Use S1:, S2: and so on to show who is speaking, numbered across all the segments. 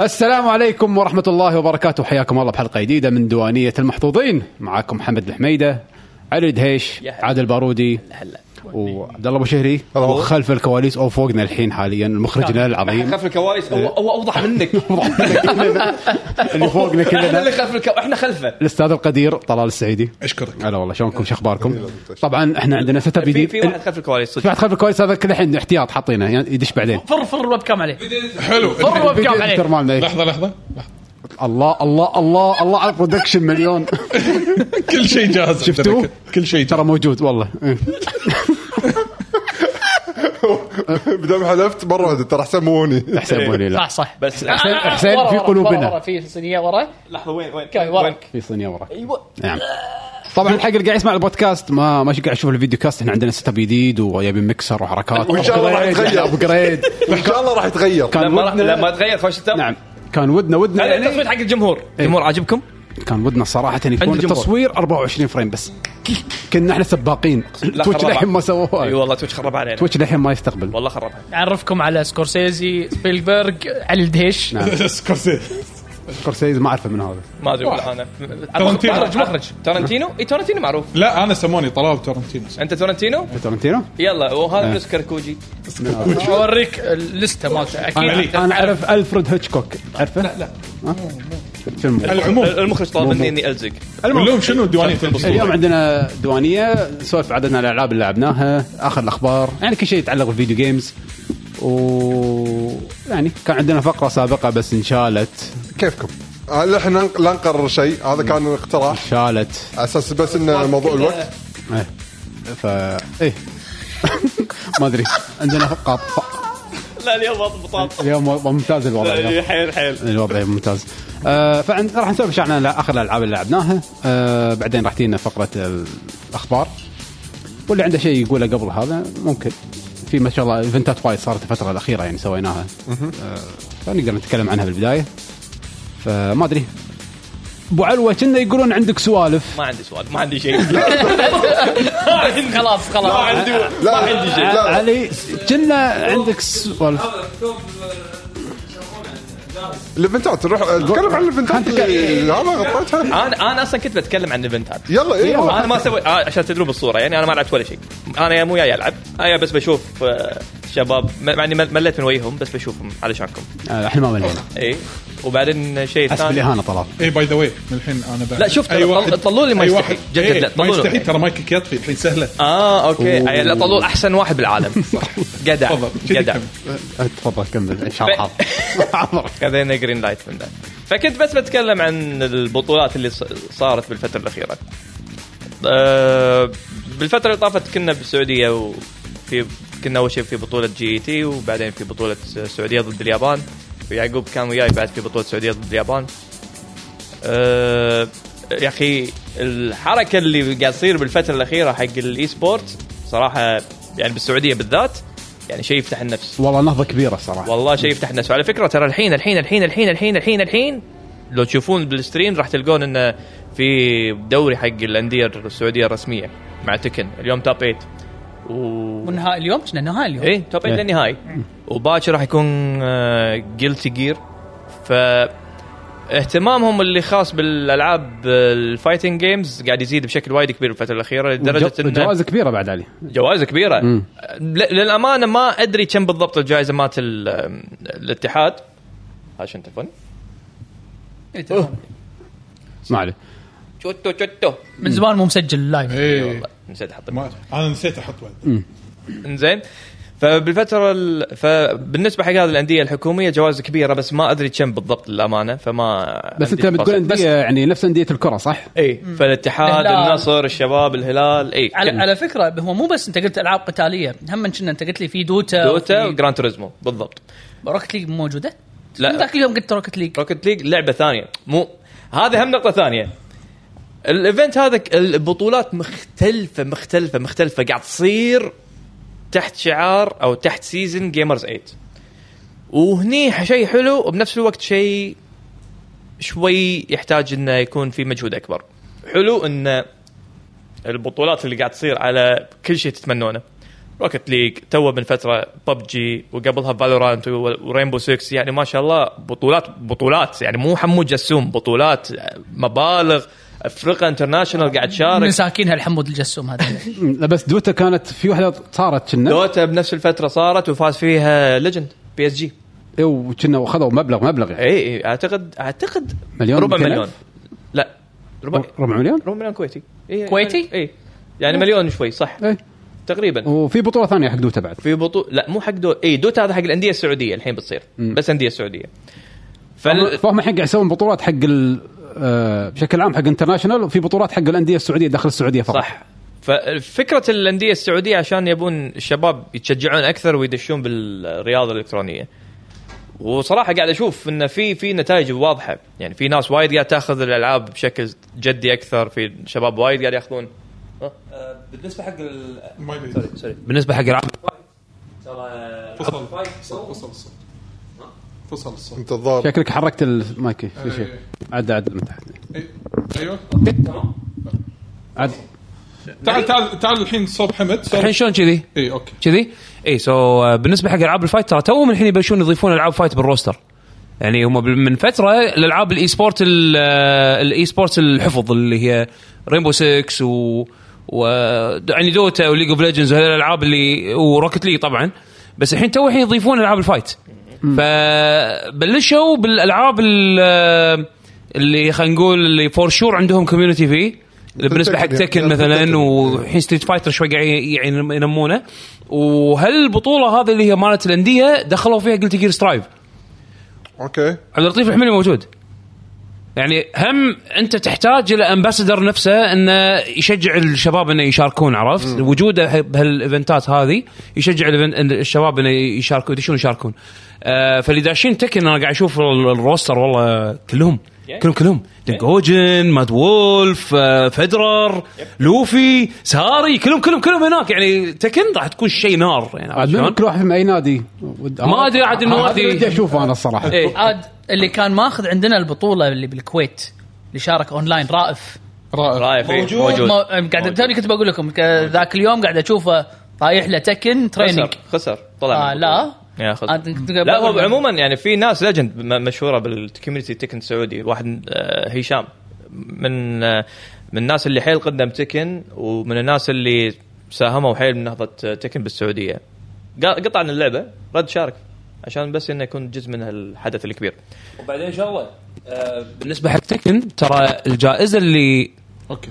S1: السلام عليكم ورحمة الله وبركاته حياكم الله بحلقة جديدة من دوانية المحظوظين معاكم محمد الحميدة علي دهيش
S2: يا هلا.
S1: عادل بارودي
S2: هلا
S1: وعبد الله ابو شهري
S3: هلا.
S1: وخلف الكواليس او فوقنا الحين حاليا المخرجنا العظيم
S2: خلف الكواليس هو هو اوضح منك
S1: اللي فوقنا
S2: احنا
S1: كلنا
S2: اللي خلف الكو... احنا خلفه
S1: الاستاذ القدير طلال السعيدي
S3: اشكرك
S1: هلا والله شلونكم شو اخباركم؟
S3: جميل، ممتاز.
S1: طبعا احنا عندنا سيت اب
S2: في,
S1: جديد
S2: في واحد خلف الكواليس
S1: في
S2: صدق
S1: واحد خلف الكواليس هذا كله الحين احتياط حاطينه يعني يدش بعدين
S4: فر فر الويب كام عليه
S3: حلو
S4: فر الويب
S1: الفيديو
S4: كام عليه
S1: مالنا إيه.
S3: لحظه لحظه
S1: الله الله الله الله على البرودكشن مليون
S3: كل شيء جاهز
S1: شفتوه؟
S3: كل شيء
S1: ترى موجود والله إيه.
S3: بدام حلفت مره واحدة، ترى احسن مو هني
S1: حسابوني لا
S4: صح صح
S2: بس
S1: حسين- حسين
S4: ورا-
S1: في
S4: ورا-
S1: قلوبنا.
S4: ورا- ورا في صينيه ورا
S2: لحظه وين وين
S4: كاي وراك
S1: في صينيه وراك
S2: ايوه
S1: نعم طبعا الحق اللي قاعد يسمع البودكاست ما ما قاعد يشوف الفيديو كاست احنا عندنا سيت اب جديد ويبي مكسر وحركات
S3: وإن شاء الله راح يتغير.
S1: ابجريد
S3: ان شاء الله راح يتغير
S1: كان
S2: لما راح-
S1: ودنا
S2: لما تغير خوش التم
S1: نعم كان ودنا ودنا
S2: هذا
S1: يعني
S2: التصويت حق الجمهور الجمهور عاجبكم؟
S1: كان ودنا صراحه يكون
S2: الجمهور.
S1: التصوير 24 فريم بس كنا احنا سباقين
S2: لا،
S1: تويتش
S2: خربها.
S1: للحين ما سووها
S2: اي والله تويتش خرب علينا
S1: تويتش للحين ما يستقبل
S2: والله خربها
S4: اعرفكم على سكورسيزي سبيلبرغ علي الدهيش
S3: سكورسيزي
S1: سكورسيز ما اعرفه من هذا
S2: ما ادري والله انا
S5: تورنتينو.
S2: مخرج مخرج تورنتينو اي تورنتينو معروف
S5: لا انا سموني طلال تورنتينو
S2: انت تورنتينو
S1: تورنتينو
S2: يلا
S1: نعم.
S2: وهذا يونس كركوجي
S4: نعم. اوريك الليسته مالته اكيد
S1: انا اعرف الفريد هيتشكوك عارفه؟ لا لا فيلم
S5: العموم
S2: المخرج طلب مني اني الزق
S5: المهم شنو ديوانيه
S1: اليوم
S5: البسيطه
S1: عندنا ديوانيه نسولف عددنا الالعاب اللي لعبناها اخر الاخبار يعني كل شيء يتعلق بالفيديو جيمز و يعني كان عندنا فقره سابقه بس انشالت
S3: كيفكم هل احنا نق- لا نقرر شيء هذا كان اقتراح
S1: شالت
S3: على اساس بس انه موضوع الوقت
S1: إيه. ف ايه ما ادري عندنا فقط ف-
S2: لا اليوم واطي بطاطا
S1: اليوم ممتاز الوضع اليوم
S2: حيل حيل
S1: الوضع ممتاز آه فعند راح نسولف عن على اخر الالعاب اللي لعبناها آه بعدين راح تجينا فقره الاخبار واللي عنده شيء يقوله قبل هذا ممكن في ما شاء الله ايفنتات وايد صارت الفتره الاخيره يعني سويناها آه فنقدر نتكلم عنها بالبدايه فما ادري ابو علوه كنا يقولون عندك سوالف
S2: ما عندي سؤال ما عندي شيء
S4: إيه، خلاص خلاص
S2: عندي
S3: لا عندي
S1: ع-
S3: لا
S1: علي كنا عندك سوالف
S3: الايفنتات نروح نتكلم آه، عن الايفنتات اللي- هذا غطيتها
S2: انا انا اصلا كنت بتكلم عن الايفنتات
S3: يلا إيه، اي
S2: انا ما سويت آه، عشان تدرون بالصوره يعني انا ما لعبت ولا شيء انا يا مو جاي العب انا يا بس بشوف آه، شباب م- مع اني مل- مليت من وجههم بس بشوفهم علشانكم
S1: آه احنا ما ملينا
S2: اي وبعدين شيء
S1: حسب
S2: ثاني
S1: الاهانه طلال
S5: اي باي ذا واي من الحين انا بعد
S2: لا، شوف ترى طل- طلوا لي ما
S5: أي
S2: يستحي.
S5: واحد-
S2: جد
S5: إيه،
S2: لا،
S5: أيوة. ما
S2: طلوا
S5: يستحي
S2: لي.
S5: ترى مايكك يطفي الحين سهله
S2: اه اوكي أي- لا طلول احسن واحد بالعالم جدع
S5: تفضل كذي
S2: جدع
S5: كمل.
S1: آه، تفضل كمل شرحها حاضر
S2: خذينا جرين لايت من ده فكنت بس بتكلم عن البطولات اللي ص- صارت بالفتره الاخيره آه، بالفتره اللي طافت كنا بالسعوديه وفي كنا اول شيء في بطوله جي تي وبعدين في بطوله السعوديه ضد اليابان ويعقوب كان وياي بعد في بطوله السعوديه ضد اليابان آه، يا اخي الحركه اللي قاعد تصير بالفتره الاخيره حق الاي سبورت صراحه يعني بالسعوديه بالذات يعني شيء يفتح النفس
S1: والله نهضه كبيره الصراحه
S2: والله شيء يفتح الناس وعلى فكره ترى الحين الحين الحين الحين الحين الحين الحين لو تشوفون بالستريم راح تلقون انه في دوري حق الانديه السعوديه الرسميه مع تكن اليوم توب 8 و
S4: ونهاء اليوم كنا نهاء اليوم
S2: اي توب 8
S1: إيه.
S2: للنهائي وباكر راح يكون جلتي جير ف اهتمامهم اللي خاص بالالعاب الفايتنج جيمز قاعد يزيد بشكل وايد كبير الفتره الاخيره لدرجه
S1: جو- جوائز كبيره بعد علي
S2: جوائز كبيره ل- للامانه ما ادري كم بالضبط الجائزه مالت ال- الاتحاد عشان تلفون
S4: إي إيه، تمام.
S1: ما عليه
S2: شوتو شوتو
S4: من زمان مو مسجل اللايف
S1: إيه.
S5: اي
S2: نسيت احط
S5: إيه. ما انا نسيت احط بعد
S2: انزين فبالفتره ال... فبالنسبه حق هذه الانديه الحكوميه جوائز كبيره بس ما ادري كم بالضبط للامانه فما
S1: بس انت
S2: عندي
S1: بتقول
S2: تفاصيل. بس-
S1: انديه يعني نفس انديه الكره صح؟
S2: اي فالاتحاد
S4: الهلال.
S2: النصر الشباب الهلال إيه، اي
S4: على على فكره هو مو بس انت قلت العاب قتاليه هم كنا انت قلت لي في دوتا
S2: دوتا
S4: وفي-
S2: وجران توريزمو بالضبط
S4: روكت ليج موجوده؟
S2: لا.
S4: من ذاك اليوم قلت روكت ليج
S2: روكت ليج لعبه ثانيه مو هذه هم نقطه ثانيه الايفنت هذا ك- البطولات مختلفه مختلفه مختلفه قاعد تصير تحت شعار او تحت سيزن جيمرز 8 وهني شيء حلو وبنفس الوقت شيء شوي يحتاج انه يكون في مجهود اكبر حلو ان البطولات اللي قاعد تصير على كل شيء تتمنونه روكت ليج تو من فتره ببجي وقبلها فالورانت ورينبو 6 يعني ما شاء الله بطولات بطولات يعني مو حمو جسوم بطولات مبالغ افريقيا انترناشونال قاعد تشارك
S4: مساكين هالحمود الجسوم هذا
S1: لا بس دوتا كانت في واحده صارت كنا
S2: دوتا بنفس الفتره صارت وفاز فيها ليجند بي اس جي
S1: إيه، وكنا وخذوا مبلغ مبلغ
S6: إيه.
S1: يعني
S2: اي إي، اعتقد اعتقد
S1: مليون
S2: إيه، ربع
S1: ميتين
S2: مليون
S1: ألف؟
S2: لا ربع
S1: ربع مليون
S2: ربع مليون كويتي إي،
S4: كويتي؟
S2: اي إيه، يعني مليون شوي صح
S1: اي
S2: تقريبا
S1: إيه. وفي بطوله ثانيه حق دوتا بعد
S2: في بطوله لا مو حق دو اي دوتا هذا حق الانديه السعوديه الحين بتصير بس انديه سعوديه فال...
S1: فهم الحين قاعد يسوون بطولات حق ال آه، بشكل عام حق انترناشونال وفي بطولات حق الانديه السعوديه داخل السعوديه فقط
S2: صح ففكره الانديه السعوديه عشان يبون الشباب يتشجعون اكثر ويدشون بالرياضه الالكترونيه وصراحه قاعد اشوف ان في في نتائج واضحه يعني في ناس وايد قاعد تاخذ الالعاب بشكل جدي اكثر في شباب وايد قاعد ياخذون بالنسبه حق
S5: ما يدري
S2: سوري
S6: بالنسبه حق العاب
S5: فصل فصل الصوت فصل الصوت
S7: انت الظاهر
S1: شكلك حركت المايك في شيء
S5: إيه.
S1: عد عد من تحت
S5: إي- ايوه
S1: عد
S5: تعال تعال تعال الحين صوب حمد إيه، صوب-
S6: الحين شلون كذي؟
S5: اي اوكي
S6: كذي إيه، اي سو بالنسبه حق العاب الفايت ترى توهم الحين يبلشون يضيفون العاب فايت بالروستر يعني هم بال- من فتره الالعاب الاي سبورت ال- آه، الاي سبورت الحفظ اللي هي رينبو 6 و, و يعني دوتا وليج اوف ليجندز وهالالعاب اللي وروكت لي طبعا بس الحين تو الحين يضيفون العاب الفايت فبلشوا بالالعاب ال- آه، اللي خلينا نقول اللي فور شور عندهم كوميونتي فيه بالنسبه حق
S7: تكن
S6: تكن
S7: يعني.
S6: مثلا
S7: تكن.
S6: و الحين ستريت فايتر شوي قاعد ي- يعني ينمونه وهالبطوله هذه اللي هي مالت الانديه دخلوا فيها قلت جير سترايف
S7: اوكي
S6: عبد اللطيف الحميدي موجود يعني هم انت تحتاج الى امباسدر نفسه انه يشجع الشباب انه يشاركون عرفت؟ وجوده بهالايفنتات هذه يشجع الإيفن- إن الشباب انه يشاركون يدشون يشاركون. آه فاللي داشين تكن انا قاعد اشوف ال- الروستر والله كلهم كلهم كلهم دنجوجن ماد وولف آه فيدرر لوفي ساري كلهم كلهم كلهم هناك يعني تكن راح تكون شيء نار يعني عرفت
S1: عد منهم
S6: شلون؟
S1: كل واحد من اي نادي ود-
S6: ما أدري عاد إنه
S1: هذا
S6: نادي-
S1: ودي اشوفه انا الصراحه
S6: إيه.
S4: عاد اللي كان ماخذ عندنا البطوله اللي بالكويت اللي شارك اونلاين رائف
S2: رايف موجود موجود
S4: مو- قاعد توني كنت بقول لكم ك- ذاك اليوم قاعد اشوفه طايح له تكن
S2: خسر
S4: تريننج
S2: خسر طلع
S4: آه،
S2: من
S4: لا.
S2: البطولة. يا خسر.
S4: آه، كنت- كنت
S2: لا هو
S4: بقول-
S2: عموما يعني في ناس ليجند مشهوره بالكوميونتي تكن السعودي واحد آه، هشام من آه، من الناس اللي حيل قدم تكن ومن الناس اللي ساهموا حيل بنهضه آه، تكن بالسعوديه قا- قطع عن اللعبه رد شارك عشان بس انه يكون جزء من الحدث الكبير
S6: وبعدين شغله بالنسبه حق تكن ترى الجائزه اللي
S5: اوكي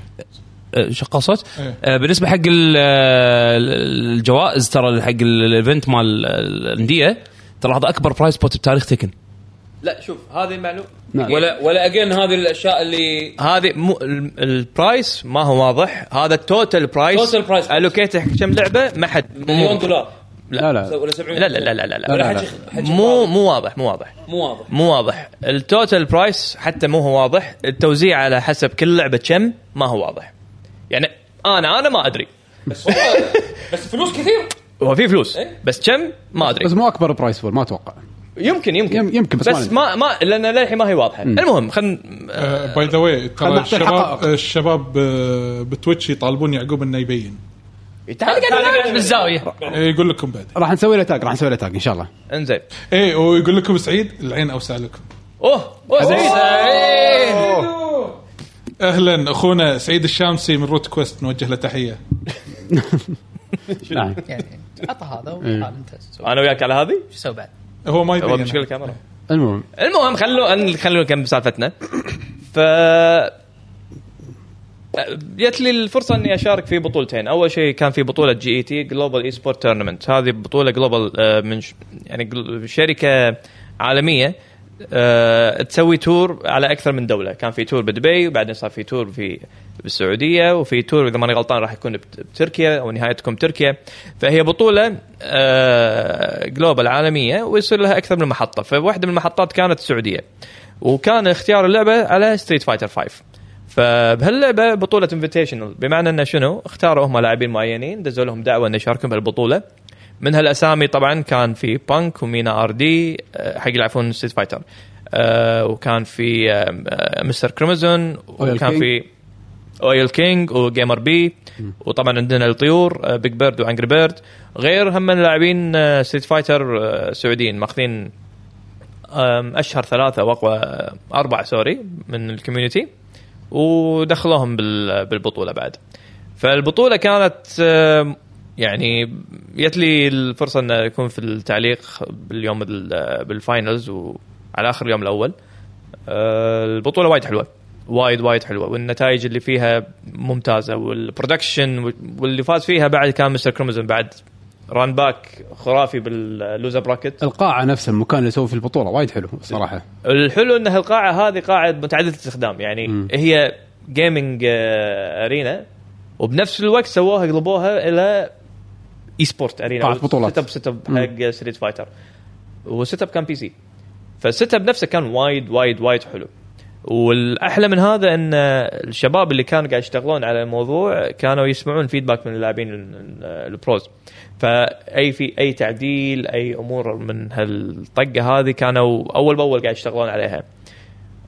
S6: آه، شق صوت
S5: إيه.
S6: آه، بالنسبه حق ال- آه، الجوائز ترى حق ال- الايفنت مال الانديه ترى هذا اكبر برايس بوت بتاريخ تكن
S2: لا شوف هذه المعلومه
S1: نعم.
S6: ولا ولا اجين هذه الاشياء اللي
S2: هذه مو ال- البرايس ما هو واضح هذا التوتال برايس
S6: توتال برايس.
S2: الوكيت حق كم لعبه ما حد مو-
S6: دولار
S1: لا لا
S6: ولا 70
S2: لا لا لا لا لا, لا.
S1: لا، لا.
S2: مو مو واضح مو واضح
S6: مو واضح
S2: مو واضح التوتال برايس حتى مو هو واضح التوزيع على حسب كل لعبه كم ما هو واضح يعني انا انا ما ادري
S6: بس بس فلوس كثير
S2: هو في فلوس
S6: إيه؟
S2: بس كم ما ادري
S1: بس مو اكبر برايس فول ما اتوقع
S2: يمكن يمكن
S1: يم- يمكن،
S2: بس,
S1: بس
S2: بس ما ما لان للحين ما هي واضحه المهم خلينا
S5: باي ذا واي ترى
S1: خلنا نعطي
S5: الشباب
S1: حقائق.
S5: الشباب آه، بتويتش يطالبون يعقوب انه يبين
S4: بالزاويه
S5: آه، يقول لكم بعد
S1: راح نسوي له تاج راح نسوي له تاج ان شاء الله
S2: انزين
S5: اي ويقول لكم سعيد العين اوسع لكم
S2: اوه اوه سعيد
S5: اهلا اخونا سعيد الشامسي من روت كويست نوجه له تحيه
S1: نعم
S4: يعني عطى هذا وتعال انت شو
S2: انا وياك على هذه
S4: تسوي بعد
S5: هو ما
S2: هو مشكله
S5: يبين
S2: الكاميرا
S1: المهم
S2: المهم خلوا خلوا نكمل بسالفتنا ف جت لي الفرصه اني اشارك في بطولتين اول شيء كان في بطوله جي اي تي جلوبال اي سبورت تورنمنت هذه بطوله جلوبال آه، من ش... يعني جل- شركه عالميه آه، تسوي تور على اكثر من دوله كان في تور بدبي وبعدين صار في تور في بالسعوديه وفي تور اذا ماني غلطان راح يكون بت- بتركيا او نهايتكم تركيا فهي بطوله آه، جلوبال عالميه ويصير لها اكثر من محطه فواحده من المحطات كانت السعوديه وكان اختيار اللعبه على ستريت فايتر 5 فبهاللعبه بطوله انفيتيشنال بمعنى انه شنو اختاروا هم لاعبين معينين دزوا لهم دعوه انه يشاركون بهالبطوله من هالاسامي طبعا كان في بانك ومينا ار دي آه، حق يلعبون ستيت فايتر آه، وكان في آه، آه، مستر كريمزون
S1: أويل
S2: وكان
S1: كينج.
S2: في اويل كينج وجيمر بي وطبعا عندنا الطيور آه، بيج بيرد وانجري بيرد غير هم من لاعبين آه، ستريت فايتر آه، سعوديين ماخذين آم، اشهر ثلاثه واقوى اربعه سوري آه، من الكوميونتي ودخلوهم بال- بالبطوله بعد فالبطوله كانت آم، يعني جت لي الفرصه ان اكون في التعليق باليوم ال- بالفاينلز وعلى اخر اليوم الاول آه، البطوله وايد حلوه وايد وايد حلوه والنتائج اللي فيها ممتازه والبرودكشن واللي فاز فيها بعد كان مستر كرومزن بعد ران باك خرافي باللوزر براكت
S1: القاعه نفسها المكان اللي سووا فيه البطوله وايد حلو صراحه
S2: الحلو ان القاعه هذه قاعه متعدده الاستخدام يعني
S1: مم.
S2: م. هي جيمنج ارينا وبنفس الوقت سووها قلبوها الى اي سبورت ارينا
S1: قاعة بطولات.
S2: سيت اب سيت اب حق ستريت فايتر والسيت اب كان بي سي فالسيت اب نفسه كان وايد وايد وايد حلو والاحلى من هذا ان الشباب اللي كانوا قاعد يشتغلون على الموضوع كانوا يسمعون فيدباك من اللاعبين ال- ال- البروز فاي في اي تعديل اي امور من هالطقه هذه كانوا اول باول قاعد يشتغلون عليها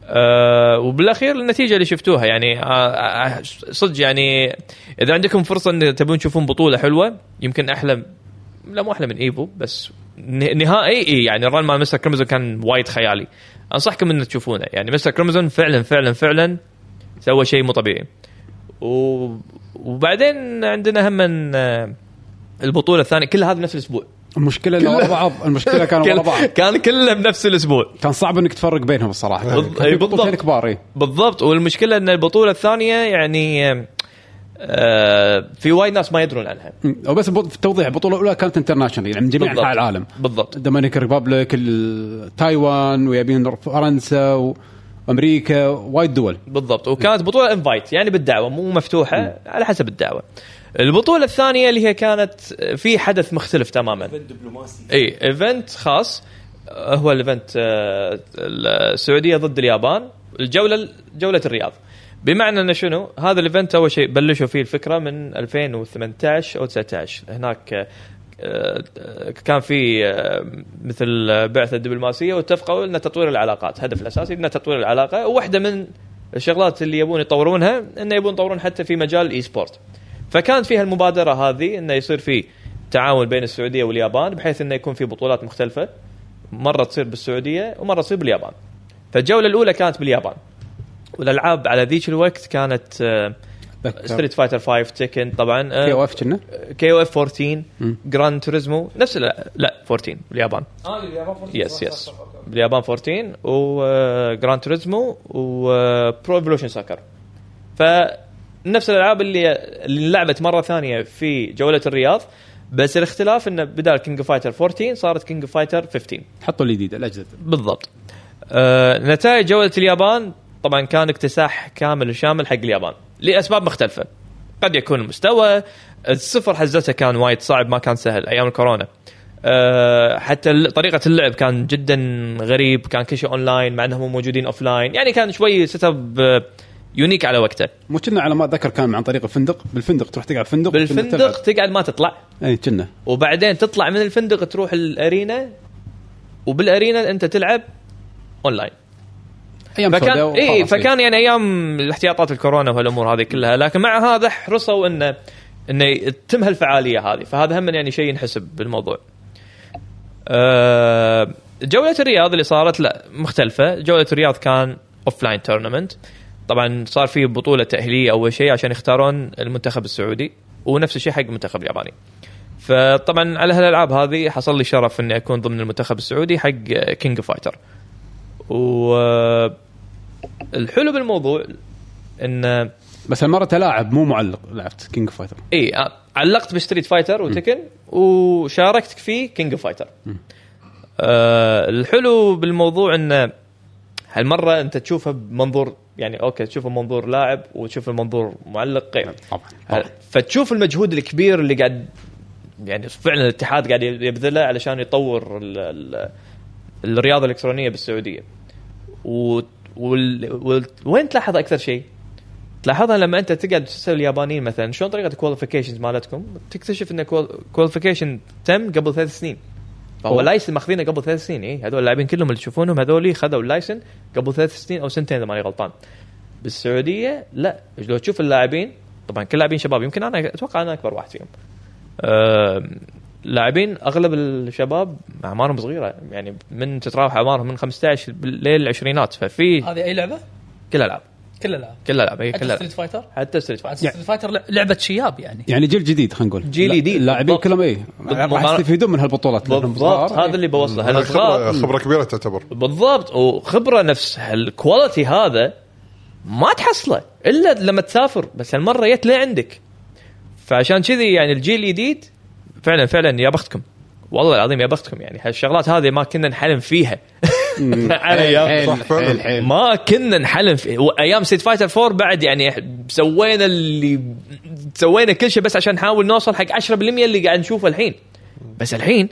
S2: أه وبالاخير النتيجه اللي شفتوها يعني آه، آه، صدق يعني اذا عندكم فرصه ان تبون تشوفون بطوله حلوه يمكن احلى لا مو احلى من ايفو بس نه- نهائي اي يعني الرن مال مستر كريمزون كان وايد خيالي انصحكم ان تشوفونه يعني مستر كريمزون فعلا فعلا فعلا سوى شيء مو طبيعي و... وبعدين عندنا هم من آه، البطوله الثانيه كلها هذا نفس الاسبوع
S1: المشكله انه ورا بعض المشكله كانوا ورا بعض
S2: كل... كان كله بنفس الاسبوع
S1: كان صعب انك تفرق بينهم الصراحه
S2: بالض-
S1: كان في
S2: أي
S1: بطولتين
S2: بالضبط.
S1: كبار إي.
S2: بالضبط والمشكله ان البطوله الثانيه يعني آه، في وايد ناس ما يدرون عنها
S1: أمم، وبس بط- في التوضيح البطوله الاولى كانت انترناشونال يعني من جميع
S2: بالضبط.
S1: انحاء العالم
S2: بالضبط
S1: الدومينيك ريبابليك ال- تايوان ويابين فرنسا و- وامريكا وايد دول
S2: بالضبط وكانت بطوله انفايت يعني بالدعوه مو مفتوحه على حسب الدعوه البطوله الثانيه اللي هي كانت آه، في حدث مختلف تماما ايفنت دبلوماسي اي ايفنت خاص آه، هو الايفنت آه، السعوديه ضد اليابان الجوله جوله الرياض بمعنى انه شنو هذا الايفنت اول شيء بلشوا فيه الفكره من 2018 او 19 هناك آه، آه، كان في آه، مثل آه، بعثه دبلوماسيه واتفقوا ان تطوير العلاقات هدف الاساسي ان تطوير العلاقه وواحده من الشغلات اللي يبون يطورونها انه يبون يطورون حتى في مجال الاي سبورت فكانت فيها المبادره هذه انه يصير في تعاون بين السعوديه واليابان بحيث انه يكون في بطولات مختلفه مره تصير بالسعوديه ومره تصير باليابان فالجوله الاولى كانت باليابان والالعاب على ذيك الوقت كانت آه، ستريت فايتر 5 تيكن طبعا
S1: كي او اف كنا
S2: كي او اف 14
S1: مم.
S2: جراند توريزمو نفس لا, لا 14 باليابان يس يس باليابان 14 وجراند آه، توريزمو آه، وبرو ايفولوشن ساكر فنفس الالعاب اللي اللي انلعبت مره ثانيه في جوله الرياض بس الاختلاف انه بدال كينج فايتر 14 صارت كينج فايتر 15
S1: حطوا الجديد الاجهزه
S2: بالضبط آه، نتائج جولة اليابان طبعا كان اكتساح كامل وشامل حق اليابان لأسباب مختلفة قد يكون المستوى الصفر حزتها كان وايد صعب ما كان سهل أيام الكورونا آه، حتى ال- طريقة اللعب كان جدا غريب كان كل شيء اونلاين مع انهم مو موجودين اوفلاين يعني كان شوي سيت اب يونيك على وقته
S1: مو كنا على ما اتذكر كان عن طريق الفندق بالفندق تروح تقعد فندق وكنا تلعب.
S2: بالفندق تقعد ما تطلع
S1: اي كنا
S2: وبعدين تطلع من الفندق تروح الارينا وبالارينا انت تلعب اونلاين
S1: ايام
S2: فكان
S1: سوداء
S2: اي
S1: وخلاص،
S2: فكان يعني ايام الاحتياطات الكورونا وهالامور هذه كلها لكن مع هذا حرصوا انه انه تتم هالفعاليه هذه فهذا هم يعني شيء ينحسب بالموضوع. آه، جوله الرياض اللي صارت لا مختلفه، جوله الرياض كان اوف لاين تورنمنت طبعا صار في بطوله تاهيليه اول شيء عشان يختارون المنتخب السعودي ونفس الشيء حق المنتخب الياباني. فطبعا على هالالعاب هذه حصل لي شرف اني اكون ضمن المنتخب السعودي حق كينج فايتر. و الحلو بالموضوع ان
S1: بس هالمره تلاعب مو معلق لعبت كينج فايتر
S2: اي إيه، علقت بستريت فايتر وتكن وشاركت في كينج فايتر آه الحلو بالموضوع ان هالمره انت تشوفها بمنظور يعني اوكي تشوفه منظور لاعب وتشوف المنظور معلق غير
S1: طبعا
S2: هل- فتشوف المجهود الكبير اللي قاعد يعني فعلا الاتحاد قاعد يبذله علشان يطور ال ال الرياضه الالكترونيه بالسعوديه و وال... وال... وين تلاحظ اكثر شيء؟ تلاحظها لما انت تقعد تسال اليابانيين مثلا شلون طريقه الكواليفيكيشنز مالتكم؟ تكتشف ان كواليفيكيشن تم قبل ثلاث سنين فهو
S1: أوه.
S2: لايسن ماخذينه قبل ثلاث إيه، سنين اي هذول اللاعبين كلهم اللي تشوفونهم هذول خذوا اللايسن قبل ثلاث سنين او سنتين اذا ماني غلطان بالسعوديه لا لو تشوف اللاعبين طبعا كل لاعبين شباب يمكن انا اتوقع انا اكبر واحد فيهم آم، لاعبين اغلب الشباب اعمارهم صغيره يعني من تتراوح اعمارهم من 15 بالليل العشرينات ففي
S4: هذه اي لعبه؟
S2: كل العاب
S4: كل العاب
S2: كل العاب اي كل
S4: حتى
S2: العاب
S4: ستريت فايتر
S2: حتى ستريت
S4: بعد
S2: فايتر
S4: ستريت فايتر لع- لعبه شياب يعني
S1: يعني جيل جديد خلينا نقول
S2: جيل
S1: لا-
S2: جديد.
S1: اللاعبين
S2: بالضبط.
S1: كلهم اي
S2: بالضبط.
S1: راح يستفيدون من هالبطولات لأنهم
S2: بالضبط
S1: صغار. إيه.
S2: هذا اللي بوصله
S8: خبره
S2: هالصغار
S8: خبره كبيره تعتبر
S2: بالضبط وخبره نفس الكواليتي هذا ما تحصله الا لما تسافر بس هالمره جت لعندك فعشان كذي يعني الجيل الجديد فعلا فعلا يا بختكم والله العظيم يا بختكم يعني هالشغلات هذه ما كنا نحلم فيها على
S1: إيه،
S2: أيام-
S1: حيل-
S8: صح فعلا.
S1: حيل- حيل.
S2: ما كنا نحلم في وايام سيت فايتر 4 بعد يعني سوينا اللي سوينا كل شيء بس عشان نحاول نوصل حق 10% اللي قاعد نشوفه الحين بس الحين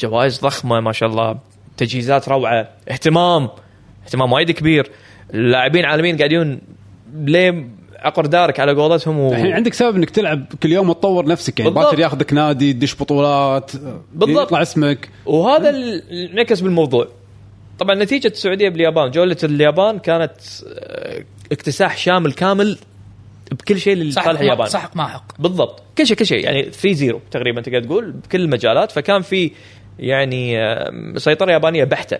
S2: جوائز ضخمه ما شاء الله تجهيزات روعه اهتمام اهتمام وايد كبير اللاعبين عالميين قاعدين ليه عقر دارك على قولتهم و...
S1: الحين عندك سبب انك تلعب كل يوم وتطور نفسك يعني
S2: بالضبط.
S1: باكر ياخذك نادي تدش بطولات
S2: بالضبط.
S1: يطلع اسمك
S2: وهذا ال- النكس بالموضوع طبعا نتيجه السعوديه باليابان جوله اليابان كانت آه، اكتساح شامل كامل بكل شيء اللي
S4: سحق
S2: صالح
S4: ما-
S2: اليابان
S4: سحق ما حق
S2: بالضبط كل شيء كل شيء يعني 3 0 تقريبا تقدر تقول بكل المجالات فكان في يعني آم، سيطره يابانيه بحته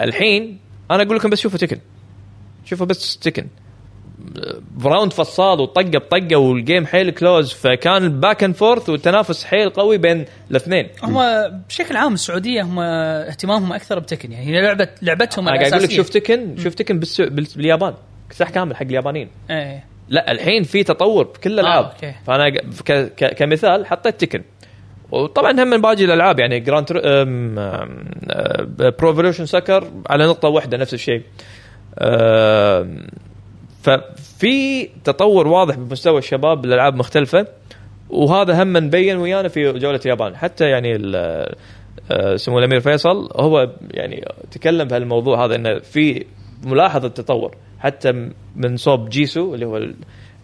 S2: الحين انا اقول لكم بس شوفوا تكن شوفوا بس تكن براوند فصاد وطقه بطقه والجيم حيل كلوز فكان الباك اند فورث والتنافس حيل قوي بين الاثنين
S4: هم بشكل عام السعوديه هم اهتمامهم اكثر بتكن يعني هي لعبه لعبتهم
S2: انا قاعد اقول لك
S4: الاساسيه
S2: شوف تكن شوف تكن بالس- بال- باليابان اكتساح كامل حق اليابانيين
S4: ايه
S2: لا الحين في تطور بكل الالعاب آه،
S4: أوكي.
S2: فانا ق- ك- ك- كمثال حطيت تكن وطبعا هم من باقي الالعاب يعني جراند تر... أم... أم... أه، برو ايفولوشن سكر على نقطه واحده نفس الشيء أم... ففي تطور واضح بمستوى الشباب بالالعاب مختلفه وهذا هم مبين ويانا في جوله اليابان حتى يعني ال- أه، سمو الامير فيصل هو يعني تكلم بهالموضوع هذا انه في ملاحظه تطور حتى م- من صوب جيسو اللي هو ال-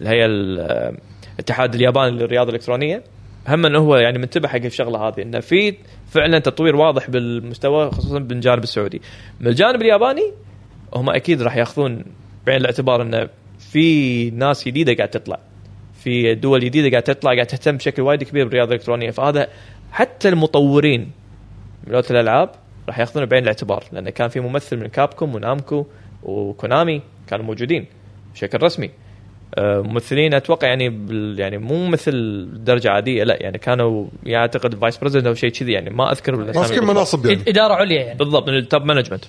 S2: اللي هي ال- آه، الاتحاد الياباني للرياضه الالكترونيه هم انه هو يعني منتبه حق الشغله هذه انه في فعلا تطوير واضح بالمستوى خصوصا بالجانب السعودي. من الجانب الياباني هم اكيد راح ياخذون بعين الاعتبار انه في ناس جديده قاعد تطلع في دول جديده قاعد تطلع قاعد تهتم بشكل وايد كبير بالرياضه الالكترونيه فهذا حتى المطورين ملوت الالعاب راح ياخذونه بعين الاعتبار لان كان في ممثل من كابكوم ونامكو وكونامي كانوا موجودين بشكل رسمي آه، ممثلين اتوقع يعني بال يعني مو مثل درجه عاديه لا يعني كانوا يعتقد فايس بريزدنت او شيء كذي يعني ما اذكر بالأسامي
S8: ماسكين
S2: بالضبط.
S8: مناصب يعني
S4: إد- اداره عليا يعني
S2: بالضبط من التوب مانجمنت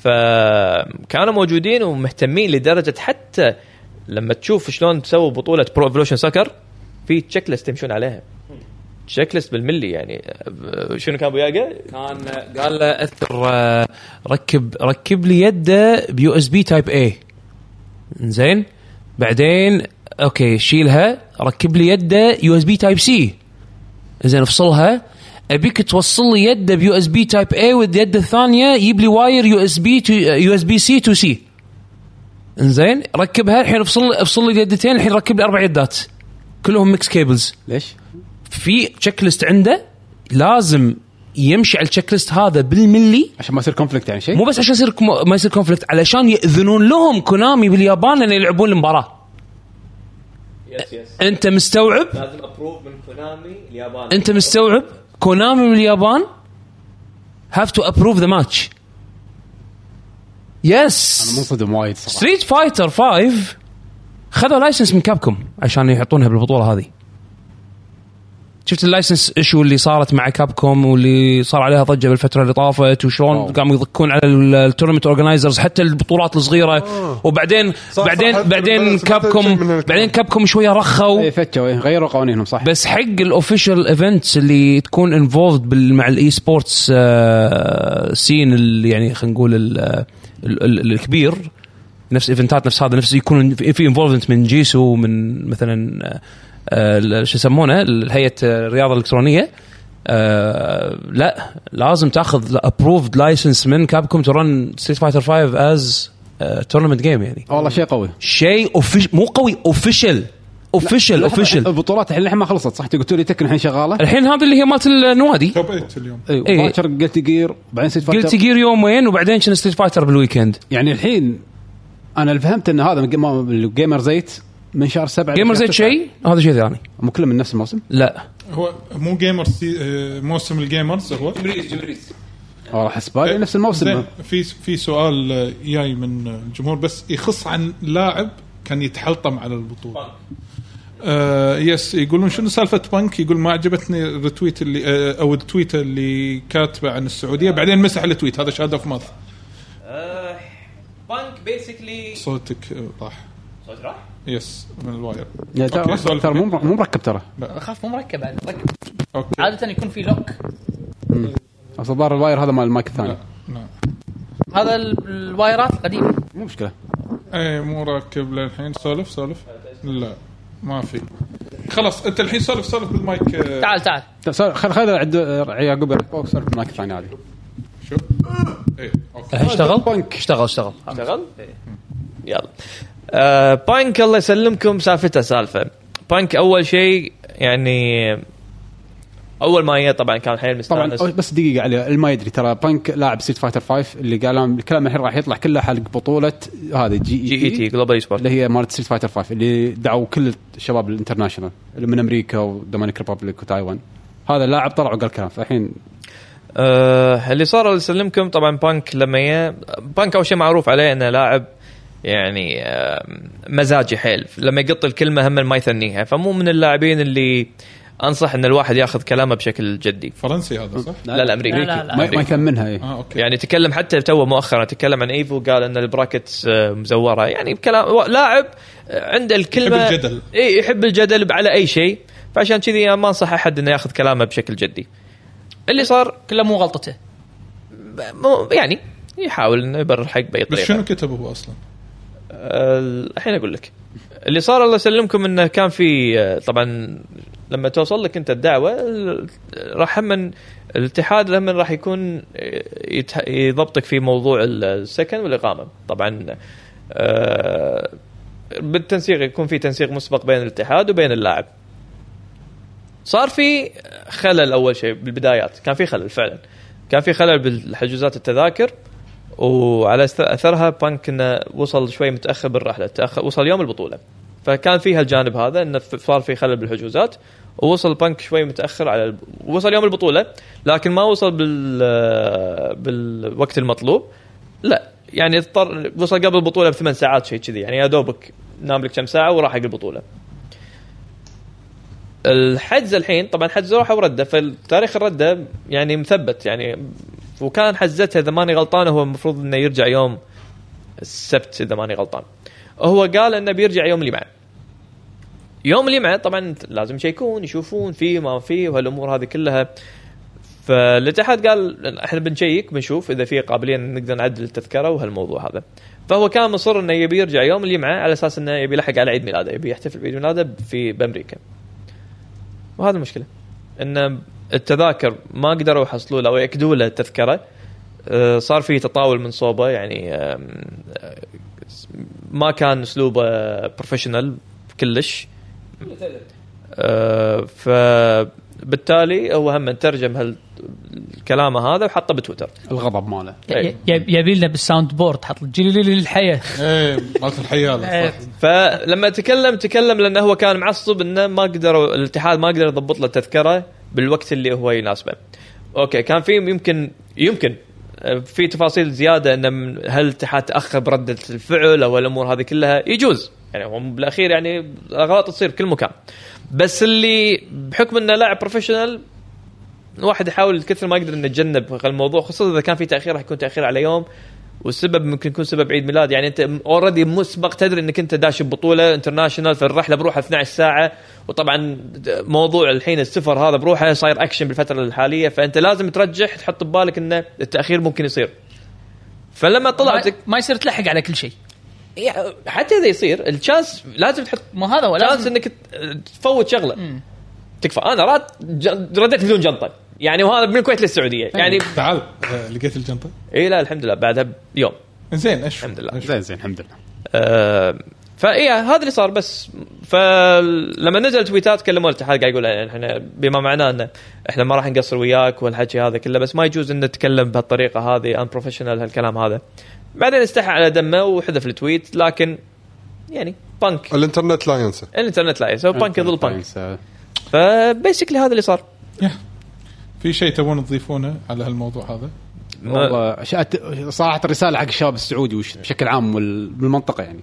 S2: فكانوا موجودين ومهتمين لدرجه حتى لما تشوف شلون تسوي بطوله برو ايفولوشن سكر في تشيك ليست يمشون عليها تشيك ليست بالملي يعني آه، شنو كان وياقه؟
S6: كان قال له اذكر آه، ركب ركب لي يده بيو اس بي تايب اي زين بعدين اوكي شيلها ركب لي يده يو اس بي تايب سي زين افصلها ابيك توصل لي يده بيو اس بي تايب اي واليد الثانيه يجيب لي واير يو اس بي يو اس بي سي تو سي زين ركبها الحين افصل افصل لي اليدتين الحين ركب لي اربع يدات كلهم ميكس كيبلز
S1: ليش؟
S6: في تشيك ليست عنده لازم يمشي على التشيك ليست هذا بالملي
S1: عشان ما يصير كونفليكت يعني شيء
S6: مو بس عشان يصير كم- ما يصير كونفليكت علشان ياذنون لهم كونامي باليابان ان يلعبون المباراه
S2: يس يس
S6: انت مستوعب
S2: لازم ابروف من كونامي اليابان
S6: انت مستوعب كونامي من اليابان هاف تو ابروف ذا ماتش يس
S1: انا منصدم وايد صراحه
S6: ستريت فايتر 5 خذوا لايسنس من كابكم عشان يحطونها بالبطوله هذه شفت اللايسنس ايشو اللي صارت مع كابكوم واللي صار عليها ضجه بالفتره اللي طافت وشلون
S1: واو.
S6: قاموا يضكون على التورنمنت اورجنايزرز حتى البطولات الصغيره وبعدين
S8: آه. صح،
S6: بعدين
S8: صح، حتى
S6: بعدين
S8: بالبلد سمعت شيء من
S6: كابكم
S8: هالكلام.
S6: بعدين كابكم شويه رخوا
S1: اي فتشوا إيه، غيروا قوانينهم صح
S6: بس حق الاوفيشال ايفنتس اللي تكون انفولد مع الاي سبورتس سين ال- يعني خلينا نقول ال- ال- ال- الكبير نفس ايفنتات نفس هذا نفس يكون في انفولفمنت من جيسو ومن مثلا آه، ال- شو يسمونه ال- هيئه الرياضه الالكترونيه آه، لا لازم تاخذ ابروفد لايسنس من كابكوم تو رن ستريت فايتر 5 از تورنمنت جيم يعني
S1: والله شيء قوي
S6: شيء أوفيش- مو قوي اوفيشال اوفيشال
S1: لحظة،
S6: اوفيشال
S1: البطولات الحين للحين ما خلصت صح قلت لي تكن الحين شغاله
S6: الحين هذا اللي هي مالت النوادي
S5: توب 8 اليوم
S1: اي
S6: إيه.
S1: باكر قلت جير وبعدين سيت
S6: قلت
S1: فايتر
S6: جير يومين وبعدين كان ستريت فايتر بالويكند
S1: يعني الحين انا اللي فهمت ان هذا الجيمر زيت من شهر سبعة
S9: جيمر
S1: لشهر
S9: زيت
S1: تسعة.
S9: شيء هذا شيء ثاني
S1: مو كلهم من نفس الموسم
S9: لا
S5: هو مو جيمر سي... آه، موسم الجيمرز هو
S1: والله احس بالي نفس الموسم
S5: إيه. زين، في في سؤال آه، جاي من الجمهور بس يخص عن لاعب كان يتحلطم على البطوله آه يس يقولون شنو سالفه بنك يقول ما عجبتني الريتويت اللي آه او التويته اللي كاتبه عن السعوديه بعدين مسح التويت هذا شاد اوف ماث
S2: بانك بيسكلي
S5: صوتك آه، طاح
S2: صوت راح؟
S5: يس من الواير
S1: يعني ترى
S5: أوكي،
S1: مركب-
S5: سؤال
S1: ترى مو مر- مو مركب ترى
S4: اخاف مو مركب بعد مركب
S5: اوكي
S4: عاده يكون في لوك
S1: اصل ظهر الواير هذا مال المايك الثاني
S5: نعم
S4: هذا ال- الوايرات القديمه
S1: مو مشكله
S5: اي إيه، مو راكب للحين سولف سولف لا ما في خلاص انت الحين سولف سولف بالمايك آه،
S4: تعال تعال
S1: طيب، سوري، خل خل عد يعقوب يرفعوك سولف المايك الثاني هذه
S5: شوف اي اوكي
S9: اشتغل اشتغل اشتغل
S2: اشتغل؟
S4: إيه.
S2: يلا آه بانك الله يسلمكم سالفته سالفه بانك اول شيء يعني اول ما جاء طبعا كان حيل
S1: طبعا
S2: مستانس
S1: أو- بس دقيقه علي اللي ما يدري ترى بانك لاعب سيت فايتر 5 اللي قال الكلام الحين راح يطلع كله حلق بطوله هذه E
S2: جي اي
S9: E
S2: تي جلوبال سبورت
S1: اللي هي مالت ستريت فايتر 5 اللي دعوا كل الشباب الانترناشونال اللي من امريكا ودومينيك ريبابليك وتايوان هذا اللاعب طلع وقال كلام فالحين
S2: آه اللي صار الله يسلمكم طبعا بانك لما جاء بانك اول شيء معروف عليه انه لاعب يعني آه مزاجي حيل لما يقط الكلمه هم ما يثنيها فمو من اللاعبين اللي انصح ان الواحد ياخذ كلامه بشكل جدي
S5: فرنسي هذا صح؟
S2: لا لا امريكي
S4: لا، لا، لا.
S1: ما, ما يثمنها إيه. اي
S5: اه اوكي
S2: نعم. يعني تكلم حتى تو مؤخرا تكلم عن ايفو قال ان البراكت آه، مزوره يعني بكلام و- لاعب آه، عنده الكلمه
S5: يحب الجدل.
S2: اي يحب الجدل على اي شيء فعشان كذي أنا ما انصح احد انه ياخذ كلامه بشكل جدي اللي صار
S4: كله مو غلطته
S2: مو- يعني يحاول انه يبرر حق باي
S5: بس
S2: طريقه
S5: شنو كتب هو اصلا؟
S2: آه، الحين اقول لك اللي صار الله يسلمكم انه كان في آه، طبعا لما توصل لك انت الدعوه ال- راح هم الاتحاد هم راح يكون آه، يتح- يضبطك في موضوع ال- السكن والاقامه طبعا آه، بالتنسيق يكون في تنسيق مسبق بين الاتحاد وبين اللاعب صار في خلل اول شيء بالبدايات كان في خلل فعلا كان في خلل بالحجوزات التذاكر وعلى أث- اثرها بانك انه وصل شوي متاخر بالرحله تأخر وصل يوم البطوله فكان فيها الجانب هذا انه ف- صار في خلل بالحجوزات ووصل بانك شوي متاخر على الب... وصل يوم البطوله لكن ما وصل بال بالوقت المطلوب لا يعني اضطر وصل قبل البطوله بثمان ساعات شيء كذي يعني يا دوبك نام لك كم ساعه وراح حق البطوله الحجز الحين طبعا حجز روحه ورده فتاريخ الرده يعني مثبت يعني وكان حزتها اذا ماني غلطان هو المفروض انه يرجع يوم السبت اذا ماني غلطان هو قال انه بيرجع يوم الجمعه يوم الجمعه طبعا لازم يشيكون يشوفون في ما في وهالامور هذه كلها فالاتحاد قال احنا بنشيك بنشوف اذا في قابليه إن نقدر نعدل التذكره وهالموضوع هذا فهو كان مصر انه يبي يرجع يوم الجمعه على اساس انه يبي يلحق على عيد ميلاده يبي يحتفل بعيد ميلاده في بامريكا وهذا المشكله ان التذاكر ما قدروا يحصلوا له او ياكدوا له التذكره آه، صار في تطاول من صوبه يعني آم، آه، ما كان اسلوبه بروفيشنال كلش آه، فبالتالي هو هم ترجم هالكلام هذا وحطه بتويتر
S1: الغضب ماله
S2: إيه.
S4: يبي لنا بالساوند بورد حط جليل الحياه
S5: ايه مالت الحياله
S2: إيه.
S5: صح
S2: فلما تكلم تكلم لانه هو كان معصب انه ما قدروا الاتحاد ما قدر يضبط له التذكره بالوقت اللي هو يناسبه. اوكي كان في يمكن يمكن آه، في تفاصيل زياده ان من- هل الاتحاد تاخر برده الفعل او الامور هذه كلها يجوز يعني هو بالاخير يعني اغلاط تصير بكل مكان. بس اللي بحكم انه لاعب بروفيشنال الواحد يحاول كثر ما يقدر انه يتجنب الموضوع خصوصا اذا كان في تاخير راح يكون تاخير على يوم والسبب ممكن يكون سبب عيد ميلاد يعني انت اوريدي مسبق تدري انك انت داش ببطوله انترناشونال فالرحله بروحها 12 ساعه وطبعا موضوع الحين السفر هذا بروحه صاير اكشن بالفتره الحاليه فانت لازم ترجح تحط ببالك ان التاخير ممكن يصير فلما طلعت
S4: ما- ما يصير تلحق على كل شيء
S2: حتى اذا يصير الشانس لازم تحط
S4: ما هذا هو
S2: تشانس
S4: لازم
S2: انك ت- تفوت شغله تكفى انا رات ج- رديت بدون جنطه يعني وهذا من الكويت للسعوديه يعني
S5: تعال آه، لقيت الجنطه
S2: اي لا الحمد لله بعدها بيوم
S5: زين اشوف
S2: الحمد لله.
S5: أشوف.
S1: زين زين الحمد لله
S2: آه فاي هذا اللي صار بس فلما نزل تويتات كلموا الاتحاد قاعد يقول يعني احنا بما معناه انه احنا ما راح نقصر وياك والحكي هذا كله بس ما يجوز ان نتكلم بهالطريقه هذه ان بروفيشنال هالكلام هذا بعدين استحى على دمه وحذف التويت لكن يعني بانك
S3: الانترنت لا ينسى
S2: الانترنت لا يسوي بانك يظل بانك
S1: بانك
S2: فبيسكلي هذا اللي صار
S5: يا. في شيء تبون تضيفونه على هالموضوع هذا؟
S1: والله شات- صراحه الرساله حق الشباب السعودي وش- بشكل عام وال- بالمنطقه يعني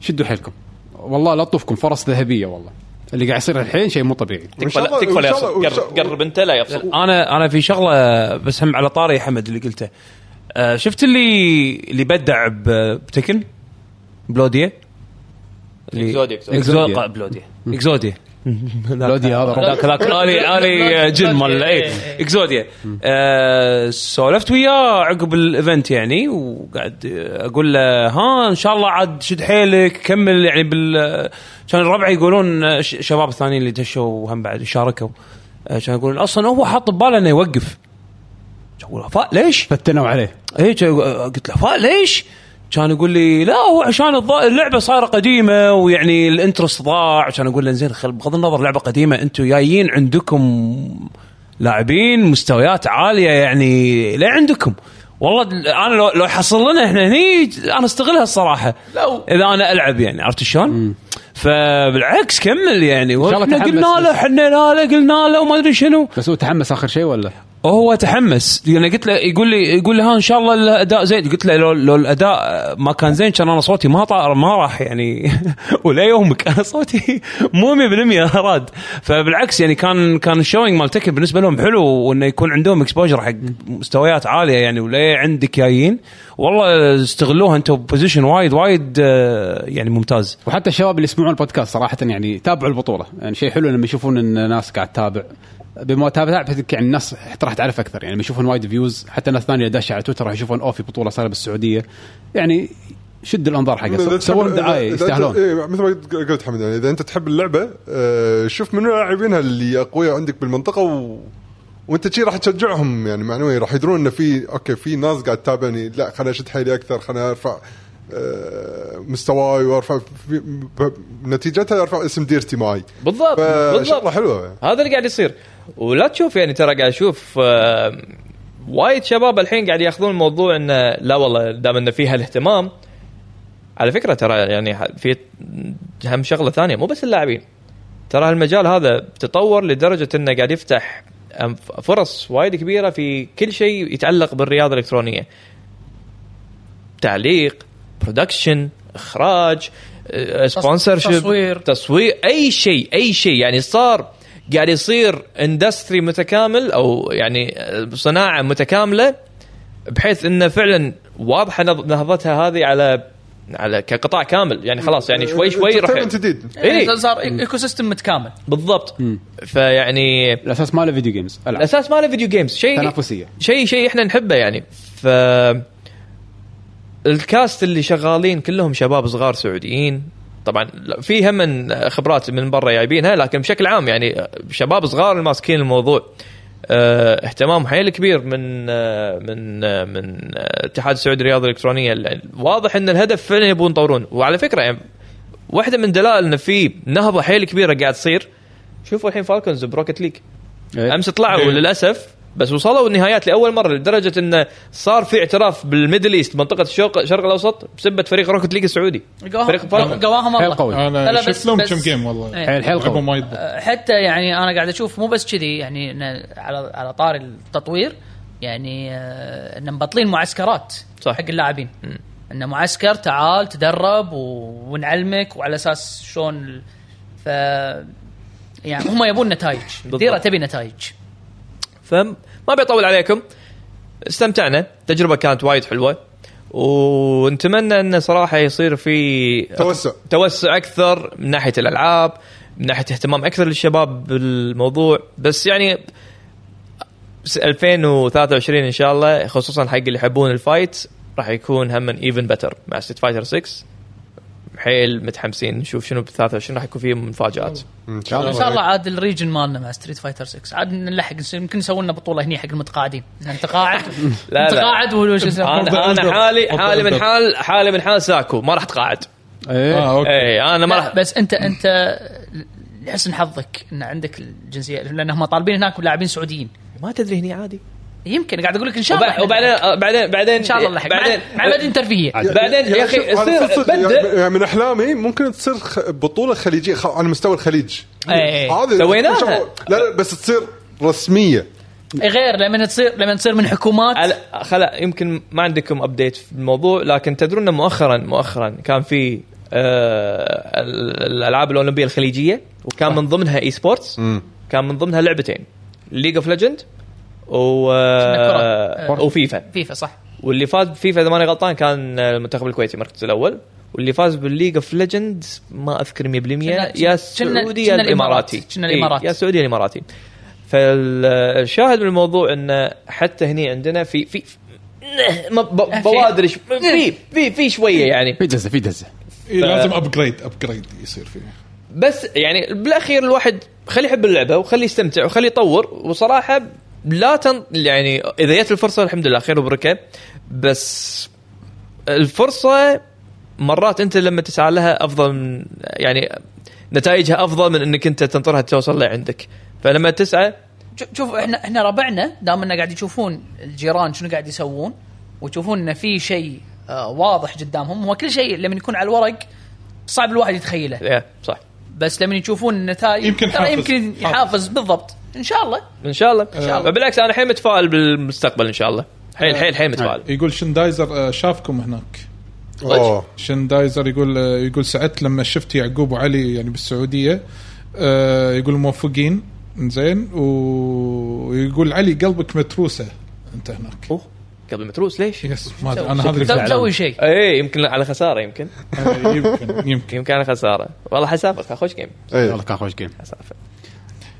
S1: شدوا حيلكم والله لا تطوفكم فرص ذهبيه والله اللي قاعد يصير الحين شيء مو طبيعي
S2: تكفى
S3: وإن شاء
S2: لا-
S3: الله-
S2: تكفى لا
S3: وإن شاء
S2: يفصل
S3: الله-
S2: قرب قرب انت لا يفصل
S6: انا انا في شغله بس هم على طاري حمد اللي قلته آه، شفت اللي اللي بدع ب- بتكن بلوديا اللي-
S2: إكزوديا، إكزوديا.
S6: إكزو- قا- بلوديا اكزوديا
S1: لودي هذا رعب.
S6: ذاك ذاك الي الي جن مال اي اكزوديا إيه. آه، سولفت وياه عقب الايفنت يعني وقاعد اقول له ها ان شاء الله عاد شد حيلك كمل يعني بال كان ربعي يقولون آه، ش- شباب الثانيين اللي دشوا وهم بعد شاركوا آه، كانوا يقولون اصلا هو حاط بباله انه يوقف كان اقول له، فا- ليش؟
S1: فتنوا عليه
S6: اي كان يقول- قلت له فا ليش؟ كان يقول لي لا هو عشان الض- اللعبه صايره قديمه ويعني الانترست ضاع كان اقول له زين خل- بغض النظر لعبه قديمه انتم جايين عندكم لاعبين مستويات عاليه يعني لا عندكم والله دل- انا لو لو يحصل لنا احنا هني انا استغلها الصراحه
S2: لو.
S6: اذا انا العب يعني عرفت شلون؟ فبالعكس كمل يعني
S1: شاء الله
S6: احنا
S1: تحمس
S6: قلنا له
S1: بس.
S6: حنا له قلنا له وما ادري شنو
S1: بس هو تحمس اخر شيء ولا؟
S6: هو تحمس انا قلت له يقول لي يقول لي ها ان شاء الله الاداء زين قلت له لو, لو الاداء ما كان زين كان انا صوتي ما طار ما راح يعني ولا يومك انا صوتي مو 100% راد فبالعكس يعني كان كان الشوينج مال تكن بالنسبه لهم حلو وانه يكون عندهم اكسبوجر حق مستويات عاليه يعني ولا عندك جايين والله استغلوها انتم بوزيشن وايد وايد آه، يعني ممتاز
S1: وحتى الشباب اللي يسمعون البودكاست صراحه يعني تابعوا البطوله يعني شيء حلو لما يشوفون ان ناس قاعد تتابع بمتابعتك يعني الناس حتى راح تعرف اكثر يعني لما يشوفون وايد فيوز حتى ناس ثانيه داشه على تويتر راح يشوفون اوه في بطوله صايره بالسعوديه يعني شد الانظار حقه
S3: إذا
S1: يعني سوون
S3: تحب-
S1: دعايه
S3: إذا- إذا-
S1: يستاهلون
S3: إيه، مثل ما قلت- قلت حمد يعني اذا انت تحب اللعبه آه، شوف منو لاعبينها اللي اقوياء عندك بالمنطقه و... وانت شي راح تشجعهم يعني معنويا راح يدرون انه في اوكي في ناس قاعد تتابعني لا خليني اشد حيلي اكثر خليني ارفع آه، مستواي وارفع في- ب- نتيجتها ارفع اسم ديرتي معي
S2: بالضبط
S3: فشغله
S2: بالضبط
S3: حلوه يعني.
S2: هذا اللي قاعد يصير ولا تشوف يعني ترى قاعد اشوف آه، وايد شباب الحين قاعد ياخذون الموضوع انه لا والله دام انه فيها الاهتمام على فكره ترى يعني ح- في هم شغله ثانيه مو بس اللاعبين ترى هالمجال هذا تطور لدرجه انه قاعد يفتح أم- فرص وايد كبيره في كل شيء يتعلق بالرياضه الالكترونيه تعليق برودكشن اخراج سبونسر
S4: تصوير.
S2: تصوير اي شيء اي شيء يعني صار قاعد يصير اندستري متكامل او يعني آه، صناعه متكامله بحيث انه فعلا واضحه نظ- نهضتها هذه على على كقطاع كامل يعني خلاص يعني شوي شوي راح
S3: Entertainment جديد
S2: إيه.
S4: يعني صار ايكو سيستم متكامل
S2: بالضبط فيعني
S1: الاساس ماله فيديو جيمز العاب
S2: الاساس ماله فيديو جيمز شيء
S1: تنافسيه
S2: شيء شيء احنا نحبه يعني ف الكاست اللي شغالين كلهم شباب صغار سعوديين طبعا لا- في هم من خبرات من برا جايبينها لكن بشكل عام يعني شباب صغار اللي ماسكين الموضوع اه، اهتمام حيل كبير من اه، من اه، من اه، الاتحاد السعودي للرياضه الالكترونيه ال- واضح ان الهدف فعلا يبون يطورون وعلى فكره يعني واحده من دلائل ان في نهضه حيل كبيره قاعد تصير شوفوا الحين فالكونز بروكت ليج
S1: إيه.
S2: امس طلعوا للاسف بس وصلوا النهايات لاول مره لدرجه انه صار في اعتراف بالميدل ايست منطقه الشرق الشرق الاوسط بسبه فريق روكت ليج السعودي فريق فالكون
S4: قواهم
S1: حيل
S4: الله
S1: قوي
S4: لا، لا،
S5: انا
S4: بس-
S5: شفت لهم
S4: بس-
S5: كم جيم والله
S4: إيه.
S1: حيل حيل
S5: لعبهم
S1: قوي
S5: وايد
S4: حتى يعني انا قاعد اشوف مو بس كذي يعني إن على على طاري التطوير يعني آه، ان مبطلين معسكرات
S2: صح.
S4: حق اللاعبين ان معسكر تعال تدرب و... ونعلمك وعلى اساس شلون ال- ف يعني هم يبون نتائج
S2: بالضبط.
S4: الديره تبي نتائج
S2: فما بيطول عليكم استمتعنا التجربه كانت وايد حلوه ونتمنى انه صراحه يصير في
S3: توسع.
S2: توسع اكثر من ناحيه الالعاب من ناحيه اهتمام اكثر للشباب بالموضوع بس يعني س- 2023 ان شاء الله خصوصا حق اللي يحبون الفايت راح يكون هم ايفن بتر مع ستيت فايتر 6 حيل متحمسين نشوف شنو ب 23 راح يكون فيه مفاجات
S3: ان شاء
S4: ان شاء
S3: الله
S4: الله عاد الريجن مالنا مع ستريت فايتر 6 عاد نلحق نس- يمكن يسوون لنا بطوله هني حق المتقاعدين انت قاعد
S2: لا.
S4: انت قاعد وش اسمه
S2: انا انا حالي
S5: أوكي،
S2: حالي من
S5: أوكي.
S2: حال حالي من حال ساكو ما راح تقاعد إيه.
S1: ايه
S5: اه اوكي
S2: اي انا ما
S4: لا،
S2: راح
S4: بس انت انت لحسن حظك ان عندك الجنسيه لانهم طالبين هناك لاعبين سعوديين
S2: ما تدري هني عادي
S4: يمكن قاعد اقول لك ان شاء الله
S2: وبع-
S4: إحنا-
S2: وبعدين آه، بعدين بعدين
S4: ان شاء الله نلحق
S2: بعدين
S4: مع- مع مدن ترفيهيه
S2: بعدين يا اخي
S3: شوف، أنا
S2: يصير
S3: صدق- يعني-
S2: بدا
S3: يعني من احلامي ممكن تصير خ- بطوله خليجيه خ- على مستوى الخليج
S4: إيه.
S3: هذه
S2: سويناها.
S3: لا لا بس تصير رسميه
S4: غير لما تصير لما تصير من حكومات
S2: على- خلا يمكن ما عندكم ابديت في الموضوع لكن تدرون إن مؤخرا مؤخرا كان في آه، ال- الالعاب الاولمبيه الخليجيه وكان من ضمنها اي سبورتس
S3: مم.
S2: كان من ضمنها لعبتين ليج اوف ليجند و
S4: كرة.
S2: آه، وفيفا
S4: فيفا صح
S2: واللي فاز بفيفا اذا ماني غلطان كان المنتخب الكويتي المركز الاول واللي فاز بالليج اوف ليجند ما اذكر 100%
S4: كنا-
S2: يا
S4: كنا-
S2: سعودي يا
S4: كنا
S2: الاماراتي
S4: الإمارات. كنا
S2: إيه،
S4: الإمارات.
S2: يا سعودي يا الاماراتي فالشاهد من الموضوع انه حتى هني عندنا في في نه- ما- ب- بوادر ش- في في في شويه يعني
S1: في دزه في دزه
S5: إيه لازم ابجريد ابجريد يصير فيه
S2: بس يعني بالاخير الواحد خليه يحب اللعبه وخليه يستمتع وخليه يطور وصراحه لا تن يعني اذا جت الفرصه الحمد لله خير وبركه بس الفرصه مرات انت لما تسعى لها افضل من يعني نتائجها افضل من انك انت تنطرها توصل لعندك فلما تسعى
S4: شو- شوف احنا احنا ربعنا دام انه قاعد يشوفون الجيران شنو قاعد يسوون ويشوفون انه في شيء آه، واضح قدامهم هو كل شيء لما يكون على الورق صعب الواحد يتخيله
S2: إيه، صح
S4: بس لما يشوفون النتائج
S5: يمكن
S4: ترى
S5: حافز.
S4: يمكن يحافظ بالضبط ان شاء الله
S2: ان شاء الله ان
S4: شاء الله.
S2: بالعكس انا الحين متفائل بالمستقبل ان شاء الله حيل حيل حيل متفائل
S5: يقول شندايزر آه، شافكم هناك
S3: اوه
S5: شندايزر يقول آه، يقول سعدت لما شفت يعقوب وعلي يعني بالسعوديه آه، يقول موفقين زين ويقول علي قلبك متروسه انت هناك
S2: أوه، قبل متروس ليش؟
S5: يس ما ادري انا هذا اللي
S4: لا
S5: فعلاً.
S4: تسوي شيء
S2: اي إيه، يمكن على خساره يمكن
S5: آه، يمكن يمكن
S2: يمكن على خساره والله حسافك خوش جيم
S3: ايه
S1: والله كان خوش جيم
S2: حسافك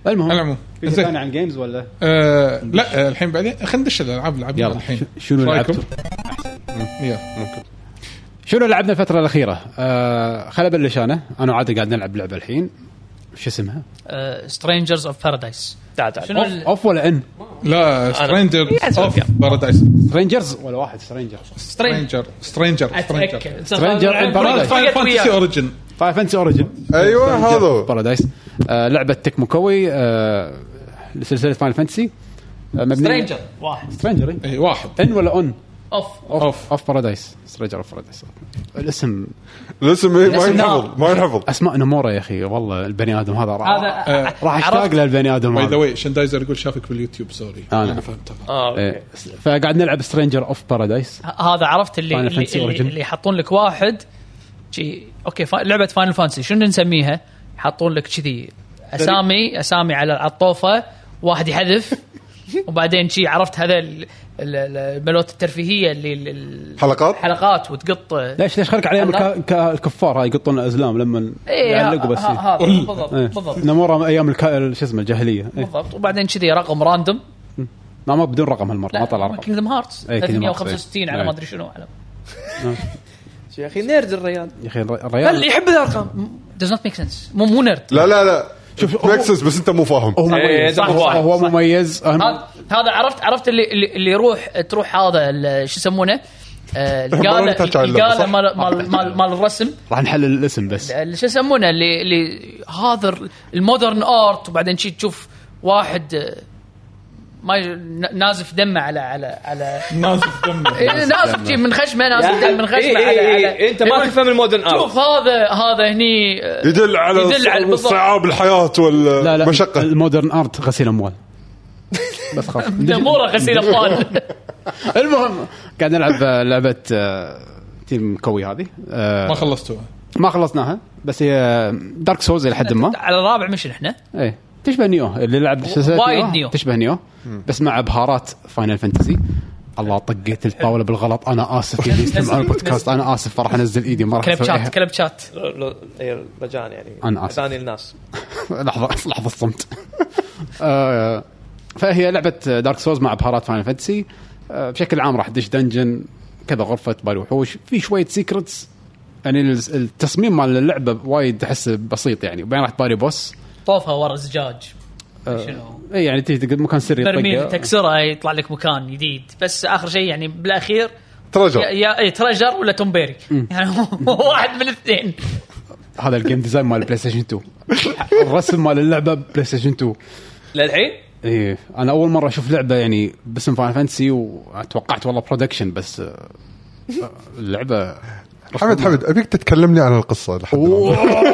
S5: على
S1: المهم
S5: العموم
S1: في شيء ثاني
S5: زين
S1: عن جيمز ولا
S5: آه، لا آه، الحين بعدين خلينا ندش الالعاب لعبنا
S1: يلا
S5: الحين
S1: ش- شنو
S5: إيش رأيكم؟
S1: لعبتوا؟
S5: يلا.
S1: شنو لعبنا الفترة الأخيرة؟ آه خل ابلش أنا، أنا وعادي قاعد نلعب لعبة الحين شو اسمها؟ Uh,
S4: سترينجرز اوف بارادايس
S2: تعال تعال
S4: شنو ال-
S1: أوف ولا إن؟
S5: لا سترينجر
S2: أسف،
S5: اوف
S2: يلا.
S5: بارادايس
S1: سترينجرز ولا واحد سترينجر؟
S5: سترينجر سترينجر سترينجر
S4: اتاكد
S1: Stranger in Paradise.
S5: فاينل فانتسي اوريجن
S1: فايف فانتسي اوريجن
S3: ايوه هذا
S1: بارادايس آه لعبة تك مكوي آه سلسلة فاينل فانتسي آه مبنية
S4: سترينجر واحد
S1: سترينجر إي.
S5: اي Eh, واحد
S1: ان ولا اون؟
S4: اوف
S1: اوف اوف بارادايس سترينجر اوف بارادايس الاسم
S3: الاسم إيه، ما
S4: الاسم
S3: ينحفظ
S4: نار.
S3: ما ينحفظ
S1: اسماء نمورة يا اخي والله البني ادم هذا راح آه،
S4: هذا
S1: راح اشتاق
S4: عرفت.
S1: للبني ادم
S5: باي ذا
S1: هذا
S5: واي شندايزر يقول شافك باليوتيوب سوري
S1: أنا.
S5: فهمت غلط.
S2: اه اوكي
S1: إيه. فقاعد نلعب سترينجر اوف بارادايس
S4: هذا عرفت اللي
S1: Final
S4: اللي,
S1: Fantasy
S4: اللي,
S1: Origin.
S4: اللي يحطون لك واحد شي اوكي فا... لعبه فاينل فانسي شنو نسميها؟ يحطون لك كذي اسامي اسامي على على الطوفه واحد يحذف وبعدين شي عرفت هذا ال- ال- ال- الملوت الترفيهيه اللي ال- ال-
S3: حلقات؟
S4: حلقات وتقط اي
S1: ليش ليش خلك على ايام الك- الكفار هاي يقطون الازلام لما يعلقوا بس
S4: إيه، هذا بالضبط
S1: إيه.
S4: بالضبط
S1: نمورة ايام الكا... شو اسمه الجاهليه إيه.
S4: بالضبط وبعدين كذي رقم راندوم
S1: ما ما بدون رقم هالمره ما طلع
S4: لا
S1: رقم
S4: كينجدم هارتس
S1: إيه، Kingdom Hearts،
S4: 365 على
S1: إيه.
S4: ما ادري شنو على
S2: يا اخي نيرد الريال
S1: يا اخي الر- الريال
S2: يحب الارقام
S4: does not make sense مو مو نرد
S3: لا لا لا
S1: شوف،
S3: ميك سنس بس انت مو فاهم
S1: هو
S2: إيه،
S1: مميز
S2: صح، صح،
S1: هو
S4: صح.
S1: مميز أهم-
S4: هذا هذا عرفت عرفت اللي اللي اللي يروح تروح هذا ال- شو يسمونه؟ آه،
S3: ما
S4: القاله
S3: نحتاج عن اللعبة،
S4: القاله
S3: صح؟
S4: مال مال مال, مال الرسم
S1: راح نحلل الاسم بس
S4: اللي شو يسمونه اللي اللي هذا المودرن ارت وبعدين شي تشوف واحد آه، ما ي- ن- نازف دمه على على على
S5: نازف
S4: إيه،
S5: دمه
S4: نازف شي من خشمه
S2: آه،
S4: نازف دم
S2: إيه،
S4: من خشمه على على
S2: انت إيه. ما
S4: يقول-
S2: تفهم المودرن آه. ارت
S4: شوف هذا هذا هني آه،
S3: يدل على
S4: يدل على- بالضبط.
S3: صعاب الحياه
S1: لا لا
S3: والمشقه
S1: المودرن ارت غسيل اموال بس خلاص
S4: دموره غسيل اطفال
S1: المهم قاعد نلعب آه، لعبه آه، تيم كوي هذه آه،
S5: ما خلصتوها
S1: ما خلصناها بس هي آه، دارك سوز الى حد ما
S4: على رابع مشن احنا
S1: ايه تشبه نيو اللي لعب سلسله
S4: وايد نيو.
S1: تشبه نيو بس مع بهارات فاينل فانتسي الله طقيت الطاوله بالغلط انا اسف اللي يسمعون البودكاست انا اسف راح انزل ايدي ما راح
S4: كلب
S1: أسويها.
S3: إيه.
S4: شات كلب شات
S2: رجاء يعني
S1: أنا آسف.
S2: ثاني الناس
S1: لحظه لحظه الصمت آه، فهي لعبه دارك سوز مع بهارات فاينل فانتسي آه، بشكل عام راح تدش دنجن كذا غرفه باي وحوش في شويه سيكرتس يعني ال- التصميم مال اللعبه وايد احسه بسيط يعني وبعدين راح تباري بوس
S4: طوفها ورا زجاج شنو
S1: اي يعني تيجي تقعد مكان سري
S4: برميل
S1: تطقه.
S4: تكسره يطلع لك مكان جديد بس اخر شيء يعني بالاخير يا,
S3: ترجع
S4: يا إيه، تريجر ولا تومبيري يعني واحد من الاثنين
S1: هذا الجيم ديزاين مال بلاي ستيشن 2 الرسم مال اللعبه بلاي ستيشن 2
S2: للحين
S1: ايه انا اول مره اشوف لعبه يعني باسم فاين فانتسي وتوقعت والله برودكشن بس آه، اللعبه
S3: حمد حمد ابيك تتكلم لي عن القصه لحد الآن.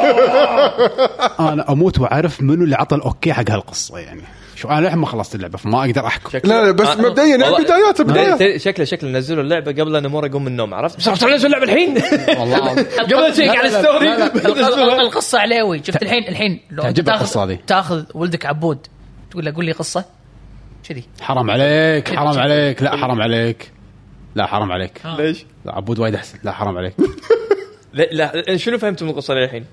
S1: انا اموت واعرف منو اللي عطى الاوكي حق هالقصه يعني شو انا للحين ما خلصت اللعبه فما اقدر احكم
S3: لا لا بس
S2: آه،
S3: مبدئيا يعني
S2: والله-
S3: بدايات بدايات
S2: تدري- شكله شكله نزلوا اللعبه قبل ان امور يقوم من النوم عرفت؟ صار نزل اللعبه الحين
S1: والله
S2: قبل شيء قاعد استوري
S4: القصه عليوي شفت الحين الحين لو أنت
S1: تعجبها
S4: تاخذ-
S1: القصة هذه.
S4: تاخذ ولدك عبود تقول له قول لي قصه كذي
S1: حرام عليك حرام عليك لا حرام عليك لا حرام عليك
S2: ليش؟
S1: لا عبود وايد احسن لا حرام عليك
S2: لا لا شنو فهمت من القصه للحين؟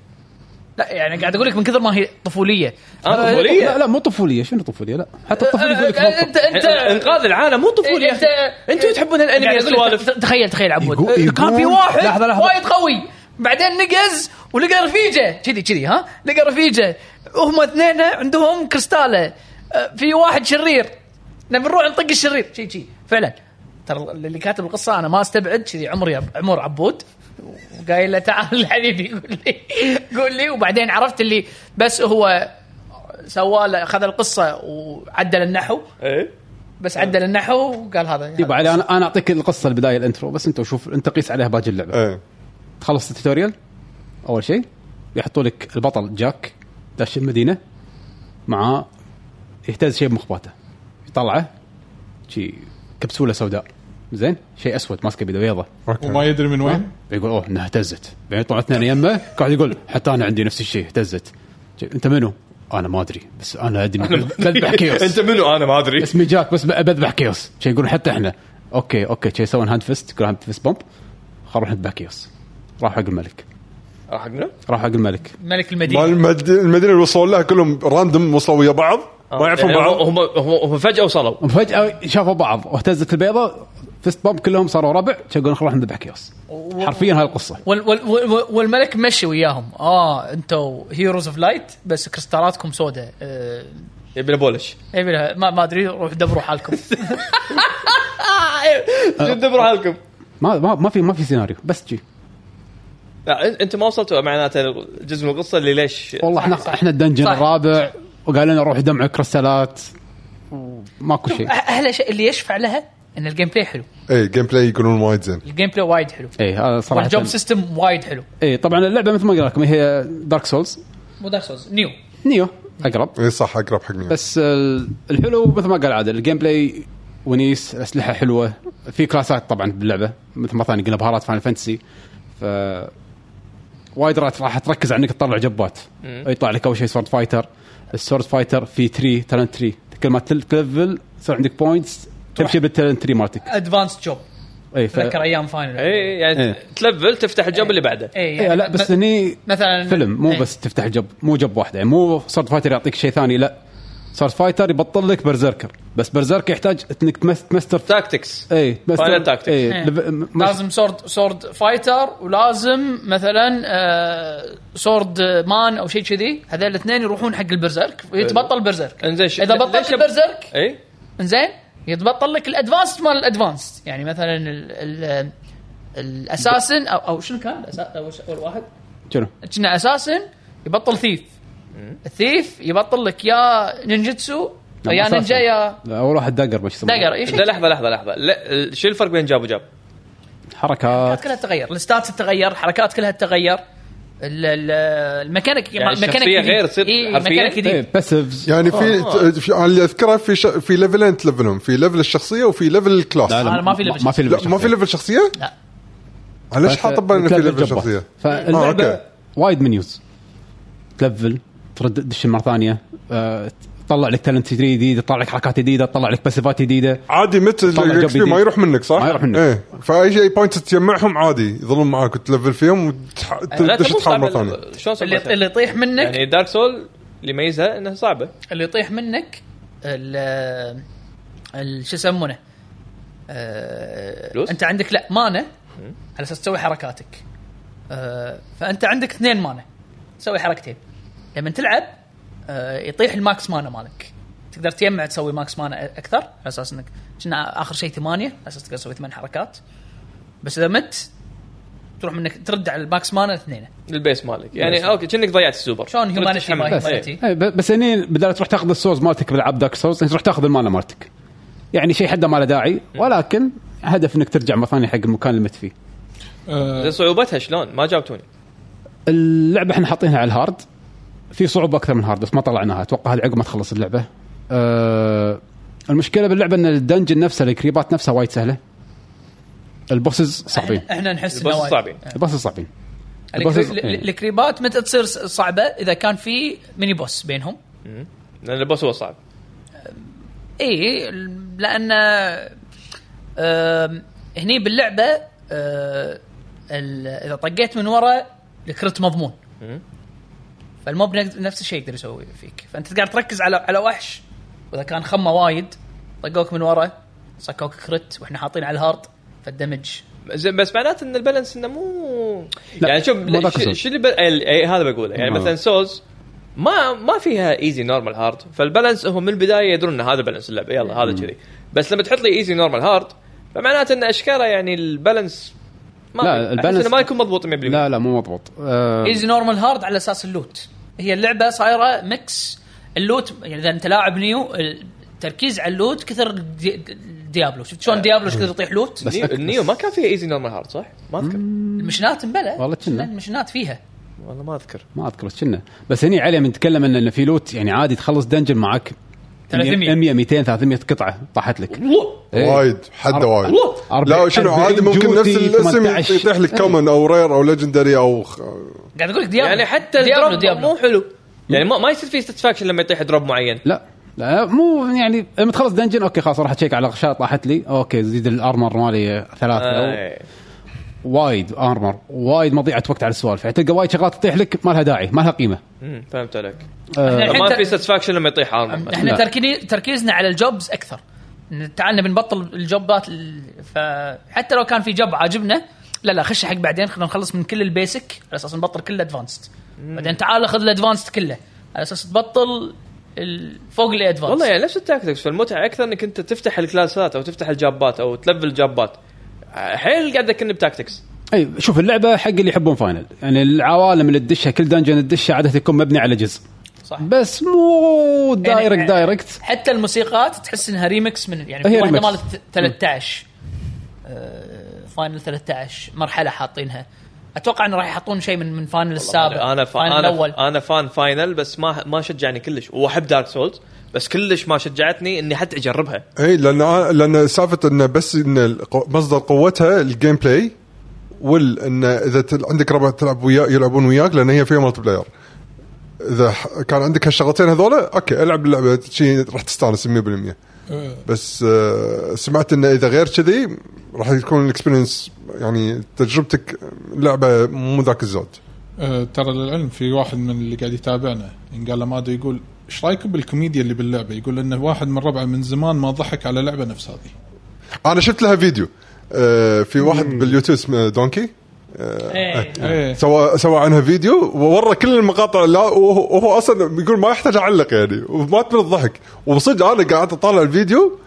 S4: لا يعني قاعد اقول لك من كثر ما هي طفوليه
S2: انا
S1: لا
S2: طفوليه
S1: لا مو طفوليه شنو طفوليه لا حتى الطفل يقول لك
S4: أه،
S1: بطل.
S4: انت انت
S2: انقاذ العالم مو طفولي
S4: أنت-
S2: انتم تحبون الانمي
S4: قاعد أقول لك،
S2: السوالف
S4: تخيل تخيل عبود إيه،
S1: يقول- يقول-
S4: كان في واحد
S1: لحظة- لحظة.
S4: وايد قوي بعدين نقز ولقى رفيجه كذي كذي ها لقى رفيجه هم اثنين عندهم كريستاله أه، في واحد شرير نبي نروح نطق الشرير كذي كذي فعلا ترى اللي كاتب القصه انا ما استبعد كذي عمري عمر عبود وقايل له تعال حبيبي قول لي قول لي وبعدين عرفت اللي بس هو سوى له اخذ القصه وعدل النحو
S2: إيه؟
S4: بس عدل النحو وقال هذا
S1: يبا علي انا انا اعطيك القصه البدايه الانترو بس انت وشوف انت قيس عليها باقي اللعبه
S3: إيه.
S1: تخلص التوتوريال اول شيء يحطوا لك البطل جاك داش المدينه مع يهتز شيء بمخباته يطلعه شي كبسوله سوداء زين شيء اسود ماسكه بيده بيضه
S5: وما يدري من وين
S1: يقول اوه انها اهتزت بعدين يطلعون اثنين يمه قاعد يقول حتى انا عندي نفس الشيء اهتزت شي، انت منو؟ انا ما ادري بس انا ادري بذبح كيوس
S2: انت منو انا ما ادري
S1: اسمي جاك بس ب- بذبح كيوس شي يقولون حتى احنا اوكي اوكي شي يسوون هاند فيست يقولون هاند فيست بومب خلينا نروح نذبح كيوس راح حق الملك
S2: راح أقول منو؟
S1: راح حق الملك
S4: ملك
S3: مال
S4: المدينه
S3: إيه. المد- المدينه اللي وصلوا لها كلهم راندوم وصلوا ويا بعض
S4: آه.
S3: ما يعرفون
S2: يعني
S3: بعض
S2: هم هم هم فجاه وصلوا
S1: فجاه شافوا بعض واهتزت البيضه فيست بومب كلهم صاروا ربع شي يقولون خلينا نروح نذبح كيوس حرفيا هاي القصه
S4: وال وال وال والملك مشي وياهم اه انتو هيروز اوف لايت بس كريستالاتكم سوداء آه
S2: يبي بولش
S4: يبي لها- ما, ما ادري روح دبروا حالكم أه-
S3: آه.
S2: دبروا حالكم
S1: ما ما ما في ما في سيناريو بس جي
S2: لا أن- انت ما وصلتوا معناته جزء من القصه اللي ليش
S1: والله احنا احنا الدنجن
S4: صح.
S1: الرابع وقال لنا روح دمع كريستالات ماكو شيء
S4: أه- احلى شيء اللي يشفع لها ان الجيم بلاي حلو
S3: اي جيم بلاي إيه، يقولون وايد زين
S4: الجيم بلاي وايد حلو
S1: اي إيه، هذا صراحه
S4: والجوب سيستم وايد حلو
S1: اي طبعا اللعبه مثل ما قلت لكم هي دارك سولز
S4: مو دارك سولز نيو
S1: نيو اقرب
S3: اي إيه، صح اقرب حق مين
S1: بس ال- الحلو مثل ما قال عادل الجيم بلاي ونيس الاسلحه حلوه في كلاسات طبعا باللعبه مثل ما ثاني قلنا بهارات فاينل فانتسي ف وايد راح راح تركز على انك تطلع جبات يطلع لك اول شيء سورد فايتر السورد فايتر في تري تالنت تري كل ما تل- تلفل يصير عندك بوينتس تمشي بالتالنت تري مالتك
S4: ادفانس جوب
S1: اي ف...
S4: تذكر ايام فاينل
S2: اي يعني
S1: إيه.
S2: تلفل تفتح الجوب اللي بعده
S4: اي
S1: إيه لا بس هني
S4: مثلا
S1: فيلم مو
S4: إيه.
S1: بس تفتح جب مو جب واحده يعني مو صارت فايتر يعطيك شيء ثاني لا صارت فايتر يبطل لك برزيركر بس برزيركر يحتاج انك تمس- تمستر
S2: تاكتكس
S1: اي
S2: Final Tactics.
S1: اي
S4: إيه.
S1: لف- م- مس-
S4: لازم سورد سورد فايتر ولازم مثلا آه سورد مان او شيء كذي هذول الاثنين يروحون حق البرزيرك ويتبطل برزيرك
S2: انزين ش-
S4: اذا
S2: ليش إيه؟
S4: بطلت
S2: يب-
S4: البرزيرك
S2: اي
S4: انزين يتبطل لك الادفانس مال الادفانس يعني مثلا ال ال الاساسن او او شنو كان الأسا- أول شيء- اول واحد
S1: شنو
S4: كنا اساسن يبطل ثيف الثيف يبطل لك يا نينجتسو
S2: نعم،
S1: لا،
S4: يا
S1: أساساً.
S4: نينجا يا
S1: لا، اول واحد دقر بس يسمونه.
S4: داجر ايش
S2: لا لحظه لحظه لحظه لا ال- شو الفرق بين جاب وجاب؟
S1: حركات
S4: الحركات كلها تغير الستاتس تتغير الحركات كلها تتغير ال- ال- الميكانيك
S2: يعني
S4: الميكانيك
S2: الشخصية
S4: جديد.
S2: غير تصير
S4: إيه،
S2: حرفيا؟
S4: ميكانيك
S1: اي
S4: جديد
S1: باسفز
S3: يعني في
S2: آه،
S3: ت- في- على اللي اذكره في ش... في ليفلين تلفلهم في ليفل الشخصيه وفي ليفل الكلاس
S1: لا،
S3: لا
S1: لا،
S4: أنا آه، ما في ليفل
S1: ما في
S3: لا ما في ليفل شخصيه؟
S4: لا.
S3: ليش حاط ببالي انه في
S1: تلفل
S3: ليفل
S1: جبات.
S3: شخصيه؟ آه،
S1: فاللعبه
S3: أوكي.
S1: وايد منيوز تلفل ترد تدش مره ثانيه آه، تطلع لك تالنت جديد تطلع لك حركات جديده تطلع لك باسيفات جديده
S3: عادي مثل
S1: طلع
S3: الاكس بي
S1: جديد.
S3: ما يروح منك صح؟
S1: ما يروح منك.
S3: ايه فاي شيء بوينت تجمعهم عادي يظلون معاك وتلفل فيهم
S2: لا
S3: وتدش
S2: تبو
S3: تحاول مره
S2: صعبة.
S3: ثانيه
S2: شلون
S4: اللي
S2: صعبتها؟
S4: اللي يطيح منك
S2: يعني دارك سول اللي يميزها انها صعبه
S4: اللي يطيح منك ال ال- شو يسمونه آه،
S2: فلوس؟
S4: انت عندك لا مانا على اساس تسوي حركاتك آه، فانت عندك اثنين مانا تسوي حركتين لما تلعب آه، يطيح الماكس مانا مالك تقدر تجمع تسوي ماكس مانا أ- اكثر على اساس انك كنا اخر شيء ثمانيه على اساس تقدر تسوي ثمان حركات بس اذا مت تروح منك ترد على الماكس مانا اثنين
S2: البيس مالك يعني اوكي كأنك ضيعت السوبر
S4: شلون هيومانيتي
S2: تتحمل.
S4: ما
S2: بس.
S4: هيومانيتي
S1: إيه، ب- بس هني بدل تروح تاخذ السوز مالتك بالعاب دارك سوز يعني تروح تاخذ المانا مالتك يعني شيء حده ما له داعي ولكن هدف انك ترجع مره ثانيه حق المكان اللي مت فيه
S5: آه،
S2: زين صعوبتها شلون ما جاوبتوني
S1: اللعبه احنا حاطينها على الهارد في صعوبه اكثر من هارد بس ما طلعناها اتوقع هذه عقب ما تخلص اللعبه أه المشكله باللعبه ان الدنجن نفسه الكريبات نفسها وايد سهله البوسز صعبين
S4: احنا نحس
S2: البوس
S4: إنه وايد.
S2: صعبين.
S1: البوسز صعبين
S4: الكري-
S1: البوسز-
S4: يعني ال- ال- الكريبات متى تصير ص- صعبه اذا كان في ميني بوس بينهم
S2: لان البوس هو صعب
S4: اي لان إيه، آم، هني باللعبه آه، ال- اذا طقيت من ورا الكرت مضمون فالموب نفس نفس الشيء يقدر يسوي فيك فانت قاعد تركز على على وحش واذا كان خمه وايد طقوك من ورا صكوك كرت واحنا حاطين على الهارد فالدمج
S2: زين بس معناته ان البالانس انه مو
S1: لا،
S2: يعني شوف
S1: مو ذاك
S2: ش-
S1: الصوت.
S2: شو اللي ب... ال- أي هذا بقوله يعني
S1: آه.
S2: مثلا سوز ما ما فيها ايزي نورمال هارد فالبالانس هم من البدايه يدرون ان هذا بالانس اللعبه يلا هذا كذي بس لما تحط لي ايزي نورمال هارد فمعناته ان اشكاله يعني البالانس ما
S1: لا،
S2: لا البالانس
S1: البالانس-
S2: انه ما يكون مضبوط 100%
S1: لا لا مو مضبوط أه
S4: ايزي نورمال هارد على اساس اللوت هي اللعبه صايره ميكس اللوت يعني اذا انت لاعب نيو التركيز على اللوت كثر دي ديابلو شفت شلون ديابلو ايش كثر يطيح لوت
S1: بس
S2: نيو,
S1: أك-
S2: النيو ما كان فيها ايزي نورمال هارد صح؟ ما اذكر
S4: المشنات مبلى
S1: والله كنا.
S4: المشنات فيها
S2: والله ما اذكر
S1: ما اذكر بس كنا بس هني علي من نتكلم ان إن في لوت يعني عادي تخلص دنجن معك
S4: 300.
S1: 100 200 300 قطعه طاحت لك
S2: والله
S1: إيه.
S3: وايد حده وايد لا
S1: أربع-
S3: شنو
S1: أربعين
S3: عادي ممكن
S1: جوتي، إيه.
S3: نفس الاسم
S1: 18.
S3: يطيح لك كومن او رير او ليجندري او خ-
S4: قاعد اقول لك ديابلو
S2: يعني حتى
S4: ديابلو
S2: الدروب
S4: ديابلو
S2: مو حلو يعني ما, ما يصير فيه ساتسفاكشن لما يطيح دروب معين
S1: لا لا مو يعني لما تخلص دنجن اوكي خلاص راح اتشيك على غشاء طاحت لي اوكي زيد الارمر مالي
S4: إيه.
S1: ثلاثه
S2: آه.
S1: وايد ارمر وايد مضيعه وقت على السوالف يعني تلقى وايد شغلات تطيح لك ما لها داعي ما لها قيمه
S2: مم، فهمت عليك
S4: إحنا
S1: يعني
S4: الحين
S2: ما
S4: تر-
S2: في ساتسفاكشن لما يطيح ارمر
S4: احنا
S1: لا.
S4: تركيني- تركيزنا على الجوبز اكثر إن تعالنا بنبطل الجوبات ال- فحتى لو كان في جوب عاجبنا لا لا خش حق بعدين خلينا نخلص من كل البيسك على اساس نبطل كل الادفانسد بعدين تعال خذ الادفانسد كله على اساس تبطل ال- فوق الادفانسد
S2: والله يعني نفس التاكتكس فالمتعه اكثر انك انت تفتح الكلاسات او تفتح الجابات او تلفل الجابات حيل قاعد اكن بتاكتكس
S1: اي شوف اللعبه حق اللي يحبون فاينل يعني العوالم اللي تدشها كل دنجن تدشها عاده يكون مبني على جزء
S4: صح. يعني،
S1: بس مو دايركت دايركت
S4: حتى الموسيقات تحس انها ريمكس من يعني
S1: هي
S4: في واحده
S1: ريمكس.
S4: مالت 13 آه، فاينل 13 مرحله حاطينها اتوقع انه راح يحطون شيء من من فاينل السابع
S2: انا
S4: فاينل
S2: فا
S4: الاول
S2: انا انا فان فاينل بس ما ما شجعني كلش واحب دارك سولز بس كلش ما شجعتني اني حتى اجربها
S3: اي لان لان سالفه انه بس ان الق- مصدر قوتها الجيم بلاي وال ان اذا تل- عندك ربع تلعب وياه يلعبون وياك لان هي فيها مالتي بلاير اذا ح- كان عندك هالشغلتين هذولا اوكي العب اللعبه شي راح تستانس 100% بس آه، سمعت انه اذا غير كذي راح يكون الاكسبيرينس يعني تجربتك لعبه مو ذاك الزود
S5: آه، ترى للعلم في واحد من اللي قاعد يتابعنا إن قال له مادو يقول ايش رايكم بالكوميديا اللي باللعبه؟ يقول انه واحد من ربعه من زمان ما ضحك على لعبه نفس هذه.
S3: انا شفت لها فيديو آه، في واحد باليوتيوب اسمه دونكي آه،
S4: إيه.
S1: نعم.
S5: ايه
S3: سوى سوى عنها فيديو وورى كل المقاطع لا وهو, وهو اصلا يقول ما يحتاج اعلق يعني ومات من الضحك وصدق انا قاعد اطالع الفيديو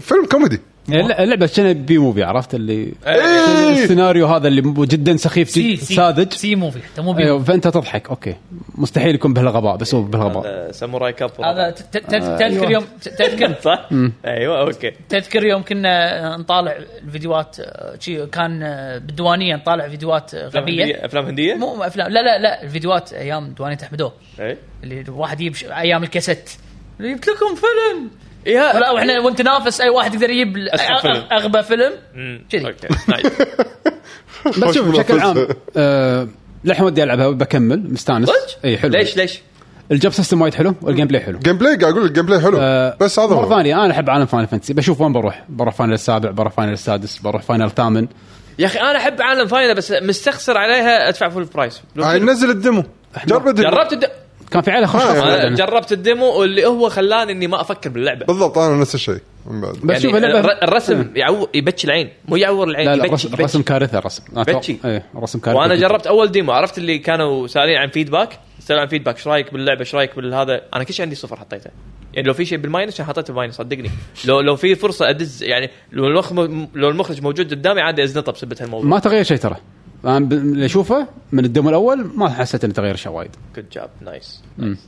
S3: فيلم كوميدي
S1: يعني الل- اللعبه شنو بي موفي عرفت اللي
S3: إيه.
S1: السيناريو هذا اللي مو- جدا سخيف
S4: سي
S1: جد
S4: سي
S1: ساذج
S4: سي موفي حتى مو بي
S1: ايوه فانت تضحك اوكي مستحيل يكون بهالغباء بس هو بهالغباء
S2: آه، ساموراي كاب
S4: هذا ت- ت-
S2: آه، أيوة.
S4: تذكر يوم ت- تذكر
S2: صح؟ ايوه اوكي
S4: تذكر يوم كنا نطالع الفيديوهات آه، شي كان آه، بالديوانيه نطالع فيديوهات آه،
S2: افلام
S4: غبيه
S2: هنديه افلام هنديه؟
S4: مو مو افلام لا لا لا الفيديوهات ايام ديوانيه احمدوه
S2: إيه.
S4: اللي الواحد يجيب ش- ايام الكاسيت اللي جبت لكم فيلم
S2: يا
S4: لا واحنا وانت نافس اي واحد يقدر يجيب ال-
S2: آه، إيه. أسخف
S4: أغ-
S2: فيلم.
S4: اغبى فيلم
S2: مم،
S4: كذي.
S2: اوكي نايس.
S1: بس شوف بشكل
S3: منافسة.
S1: عام آه، للحين ودي العبها وبكمل مستانس
S2: صدق؟
S1: اي إيه، حلو
S2: ليش ليش؟
S1: الجوب سيستم وايد حلو والجيم بلاي حلو
S3: جيم بلاي قاعد اقول الجيم بلاي حلو
S1: آه،
S3: بس هذا
S1: مره
S3: هو
S1: ثانيه انا احب عالم فاينل فانتسي بشوف وين بروح بروح فاينل السابع بروح فاينل السادس بروح فاينل الثامن
S2: يا اخي انا احب عالم فاينل بس مستخسر عليها ادفع فول برايس
S3: يعني نزل الدمو جرب الدمو
S2: جربت الد...
S1: كان في عيله خوش
S3: آه،
S1: أصلاً. يعني.
S2: أنا جربت الديمو واللي هو خلاني اني ما افكر باللعبه
S3: بالضبط انا نفس الشيء من بعد.
S1: بس شوف
S2: يعني
S1: اللعبه
S2: الر- الرسم يعور يبتش العين مو يعور العين
S1: إيه. لا لا
S2: يبتش
S1: رسم,
S2: يبتش.
S1: رسم كارثه رسم أنا أتوقع-
S2: بتشي.
S1: ايه رسم كارثه
S2: وانا
S1: جدا.
S2: جربت اول ديمو عرفت اللي كانوا سالين عن فيدباك سالوا عن فيدباك ايش رايك باللعبه ايش رايك بالهذا انا كل شيء عندي صفر حطيته يعني لو في شيء بالماينس كان حطيته بالماينس صدقني لو لو في فرصه ادز يعني لو المخرج لو المخرج موجود قدامي عادي ازنطه بسبه هالموضوع
S1: ما تغير شيء ترى انا ب- اللي اشوفه من الدوم الاول ما حسيت انه تغير شيء وايد
S2: جود جاب نايس نايس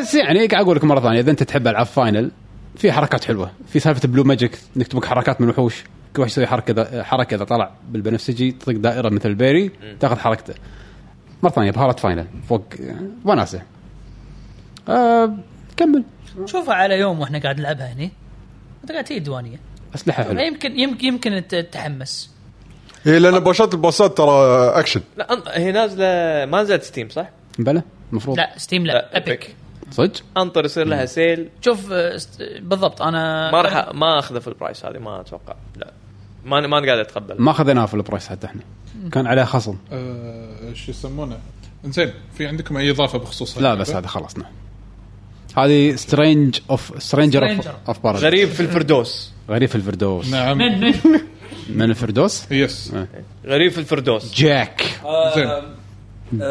S1: بس يعني قاعد اقول لك مره ثانيه اذا انت تحب العاب فاينل في حركات حلوه في سالفه بلو ماجيك انك تبقى حركات من وحوش كل واحد يسوي حركه ذا حركه اذا طلع بالبنفسجي تطق دائره مثل البيري تاخذ حركته مره ثانيه بهارات فاينل فوق وناسه آه كمل
S4: شوفها على يوم واحنا قاعد نلعبها هني انت قاعد تجي الديوانيه
S1: اسلحه حلوه
S4: يمكن يمكن يمكن انت تتحمس
S3: هي لان بوشات البوسات ترى اكشن
S2: لا أن- هي نازله ما نزلت ستيم صح؟
S1: بلى المفروض
S4: لا ستيم لا
S2: لا،
S4: ابيك
S2: إبك.
S1: صدق
S2: انطر يصير لها سيل
S4: شوف آه، ست- بالضبط انا
S2: ما راح أ- ما اخذه في البرايس هذه ما اتوقع لا ما ما قاعد اتقبل
S1: ما اخذناها في البرايس حتى احنا كان عليها خصم
S5: آه، شو يسمونه زين في عندكم اي اضافه بخصوص
S1: لا بس هذا خلصنا هذه سترينج اوف سترينجر
S4: Stranger.
S1: اوف بارادايس
S2: غريب في الفردوس
S1: غريب في الفردوس
S5: نعم
S4: من من
S1: من الفردوس
S5: يس
S1: آه،
S2: غريب في الفردوس
S1: جاك آه،
S5: زين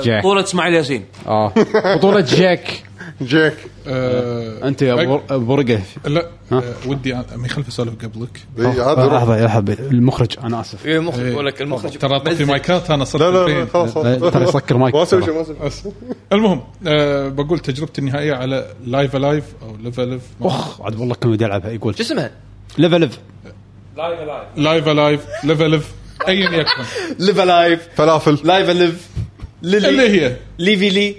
S1: جاك
S9: بطولة اسماعيل ياسين
S1: اه بطولة جاك
S3: جاك
S5: آه،
S1: انت يا بور- برقه
S5: لا آه، ودي أنا- ما يخلف اسولف قبلك
S3: إي، إيه، هذا روح.
S1: آه،
S3: إيه.
S1: لحظة يا حبيبي المخرج انا اسف
S2: المخرج يقول لك المخرج
S5: ترى طفي
S2: مزج.
S5: مايكات انا صرت
S3: لا لا
S5: الحين.
S3: لا خلاص خلاص.
S1: ترى يسكر مايك
S3: ما اسوي شيء ما اسوي شيء.
S5: بس. المهم أه بقول تجربتي النهائيه على لايف الايف او ليف الايف
S1: اخ عاد والله كم ودي العبها يقول
S2: شو اسمها؟
S1: ليفل ليف
S5: لايف الايف ليف الايف ايا يكن
S2: ليف الايف
S3: فلافل
S2: لايف اليف
S5: اللي
S2: ليلي
S5: هي
S2: ليفي لي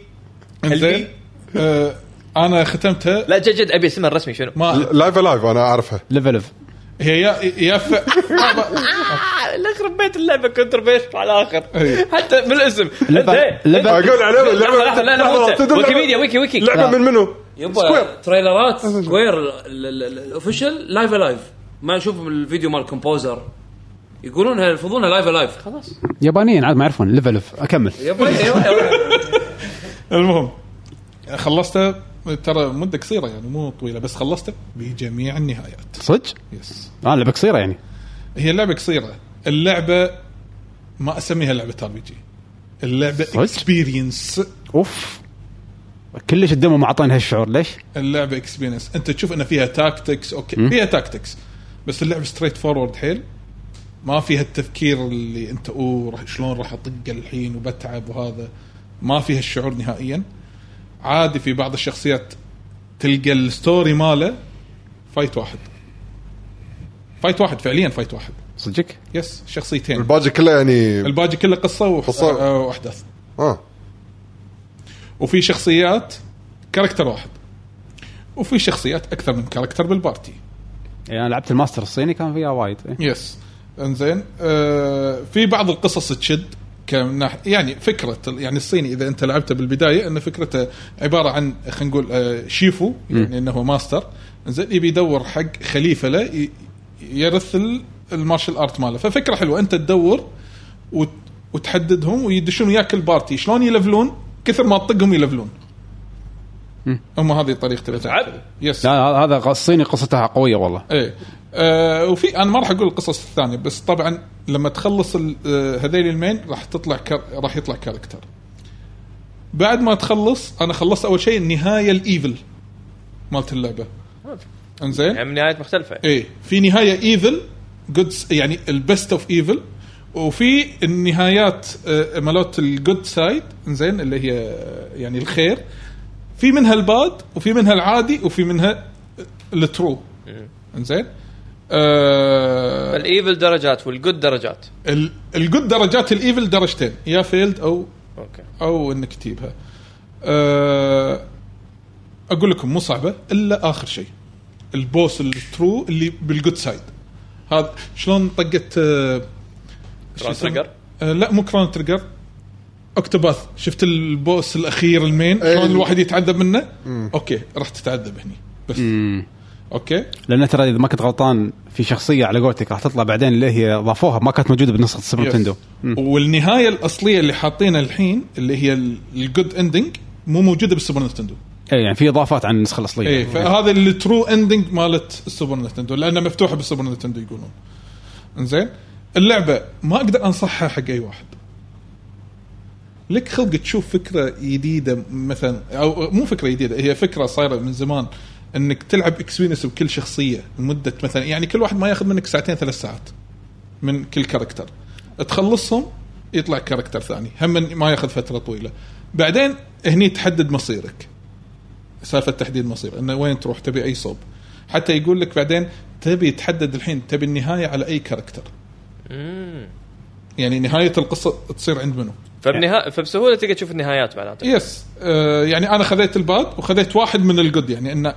S5: انزين أه انا ختمتها
S2: لا جد جد ابي اسمها الرسمي شنو؟
S5: ما
S3: لايف لايف انا اعرفها
S1: ليفل ليف
S5: هي يا يا ف...
S2: آه، لا يخرب بيت اللعبه كونتربيشن على الاخر
S5: أي.
S2: حتى بالاسم
S3: إيه،
S1: ليفل
S2: إنزين.
S1: ليفل
S3: اقول عليهم
S2: لحظه لحظه لا لا مو أنت.
S3: تدري لعبة-
S2: ويكيبيديا ويكي ويكي
S3: لعبه من منو؟
S6: يبا تريلرات سكوير ال- ال- ال- الاوفيشال لايف الايف ما نشوف الفيديو مال الكومبوزر يقولون هل- يلفظونها لايف الايف خلاص
S1: يابانيين عاد ما يعرفون ليفل ليف اكمل
S6: يبا يبا- يبا.
S5: المهم خلصتها ترى مده قصيره يعني مو طويله بس خلصتها بجميع النهايات
S1: صدق؟
S5: يس
S1: اه لعبة قصيرة يعني
S5: هي لعبه قصيره اللعبه ما اسميها لعبه ار بي جي اللعبه
S1: صدق؟
S5: اكسبيرينس
S1: اوف كلش الدمو ما اعطاني هالشعور ليش؟
S5: اللعبه اكسبيرينس انت تشوف ان فيها تاكتكس اوكي فيها تاكتكس بس اللعبه ستريت فورورد حيل ما فيها التفكير اللي انت اوه راح شلون راح اطق الحين وبتعب وهذا ما فيها الشعور نهائيا عادي في بعض الشخصيات تلقى الستوري ماله فايت واحد فايت واحد فعليا فايت واحد
S1: صدق؟
S5: يس شخصيتين
S3: الباجي كله يعني
S5: الباقي كله قصه
S3: قصة.
S5: وح- آه، واحداث
S3: اه
S5: وفي شخصيات كاركتر واحد وفي شخصيات اكثر من كاركتر بالبارتي
S1: يعني انا لعبت الماستر الصيني كان فيها وايد إيه.
S5: يس انزين آه في بعض القصص تشد كمناح يعني فكره ال- يعني الصيني اذا انت لعبته بالبدايه ان فكرته عباره عن خلينا نقول آه شيفو يعني انه هو ماستر انزين يبي يدور حق خليفه له ي- يرث ال- المارشال ارت ماله ففكره حلوه انت تدور وت- وتحددهم ويدشون وياك البارتي شلون يلفلون كثر ما تطقهم يلفلون هم هذه طريقه الاتاك يس
S1: لا لا، هذا غ- الصيني قصتها قوية والله
S5: ايه آه وفي انا ما راح اقول القصص الثانيه بس طبعا لما تخلص ال- آه، هذيل المين راح تطلع كار راح يطلع كاركتر بعد ما تخلص انا خلصت اول شيء النهايه الايفل مالت اللعبه انزين
S2: يعني من نهايات مختلفه
S5: ايه في نهايه ايفل جود يعني البيست اوف ايفل وفي النهايات آه، مالت الجود سايد انزين اللي هي آه، يعني الخير في منها الباد وفي منها العادي وفي منها الترو انزين آه
S2: الايفل درجات والجود درجات
S5: ال- الجود درجات الايفل درجتين يا فيلد او
S2: اوكي
S5: او انك تجيبها أه اقول لكم مو صعبه الا اخر شيء البوس الترو اللي بالجود سايد هذا شلون طقت أه شو
S2: كرون
S5: يسمى؟
S2: تريجر؟
S5: أه لا مو كرون تريجر اكتوباث شفت البوس الاخير المين
S3: إيه.
S5: شلون الواحد يتعذب منه اوكي راح تتعذب هني بس اوكي
S1: لان ترى اذا ما كنت غلطان في شخصية على قولتك راح تطلع بعدين اللي هي ضافوها ما كانت موجودة بنسخة سوبر
S5: يس.
S1: نتندو
S5: والنهايه الاصليه اللي حاطينها الحين اللي هي الجود اندنج مو موجوده بالسوبر نتندو
S1: اي يعني في اضافات عن النسخه الاصليه
S5: ايه فهذا الترو اندنج مالت السوبر نتندو لانها مفتوحه بالسوبر نتندو يقولون انزين اللعبه ما اقدر انصحها حق اي واحد لك خلق تشوف فكره جديده مثلا او مو فكره جديده هي فكره صايره من زمان انك تلعب اكسبيرينس بكل شخصيه لمده مثلا يعني كل واحد ما ياخذ منك ساعتين ثلاث ساعات من كل كاركتر تخلصهم يطلع كاركتر ثاني هم من- ما ياخذ فتره طويله بعدين هني تحدد مصيرك سالفه تحديد مصير انه وين تروح تبي اي صوب حتى يقول لك بعدين تبي تحدد الحين تبي النهايه على اي كاركتر يعني نهايه القصه تصير عند منو
S2: فبنها... فبسهوله تقدر تشوف النهايات معناته
S5: يس آه يعني انا خذيت الباد وخذيت واحد من الجود يعني انه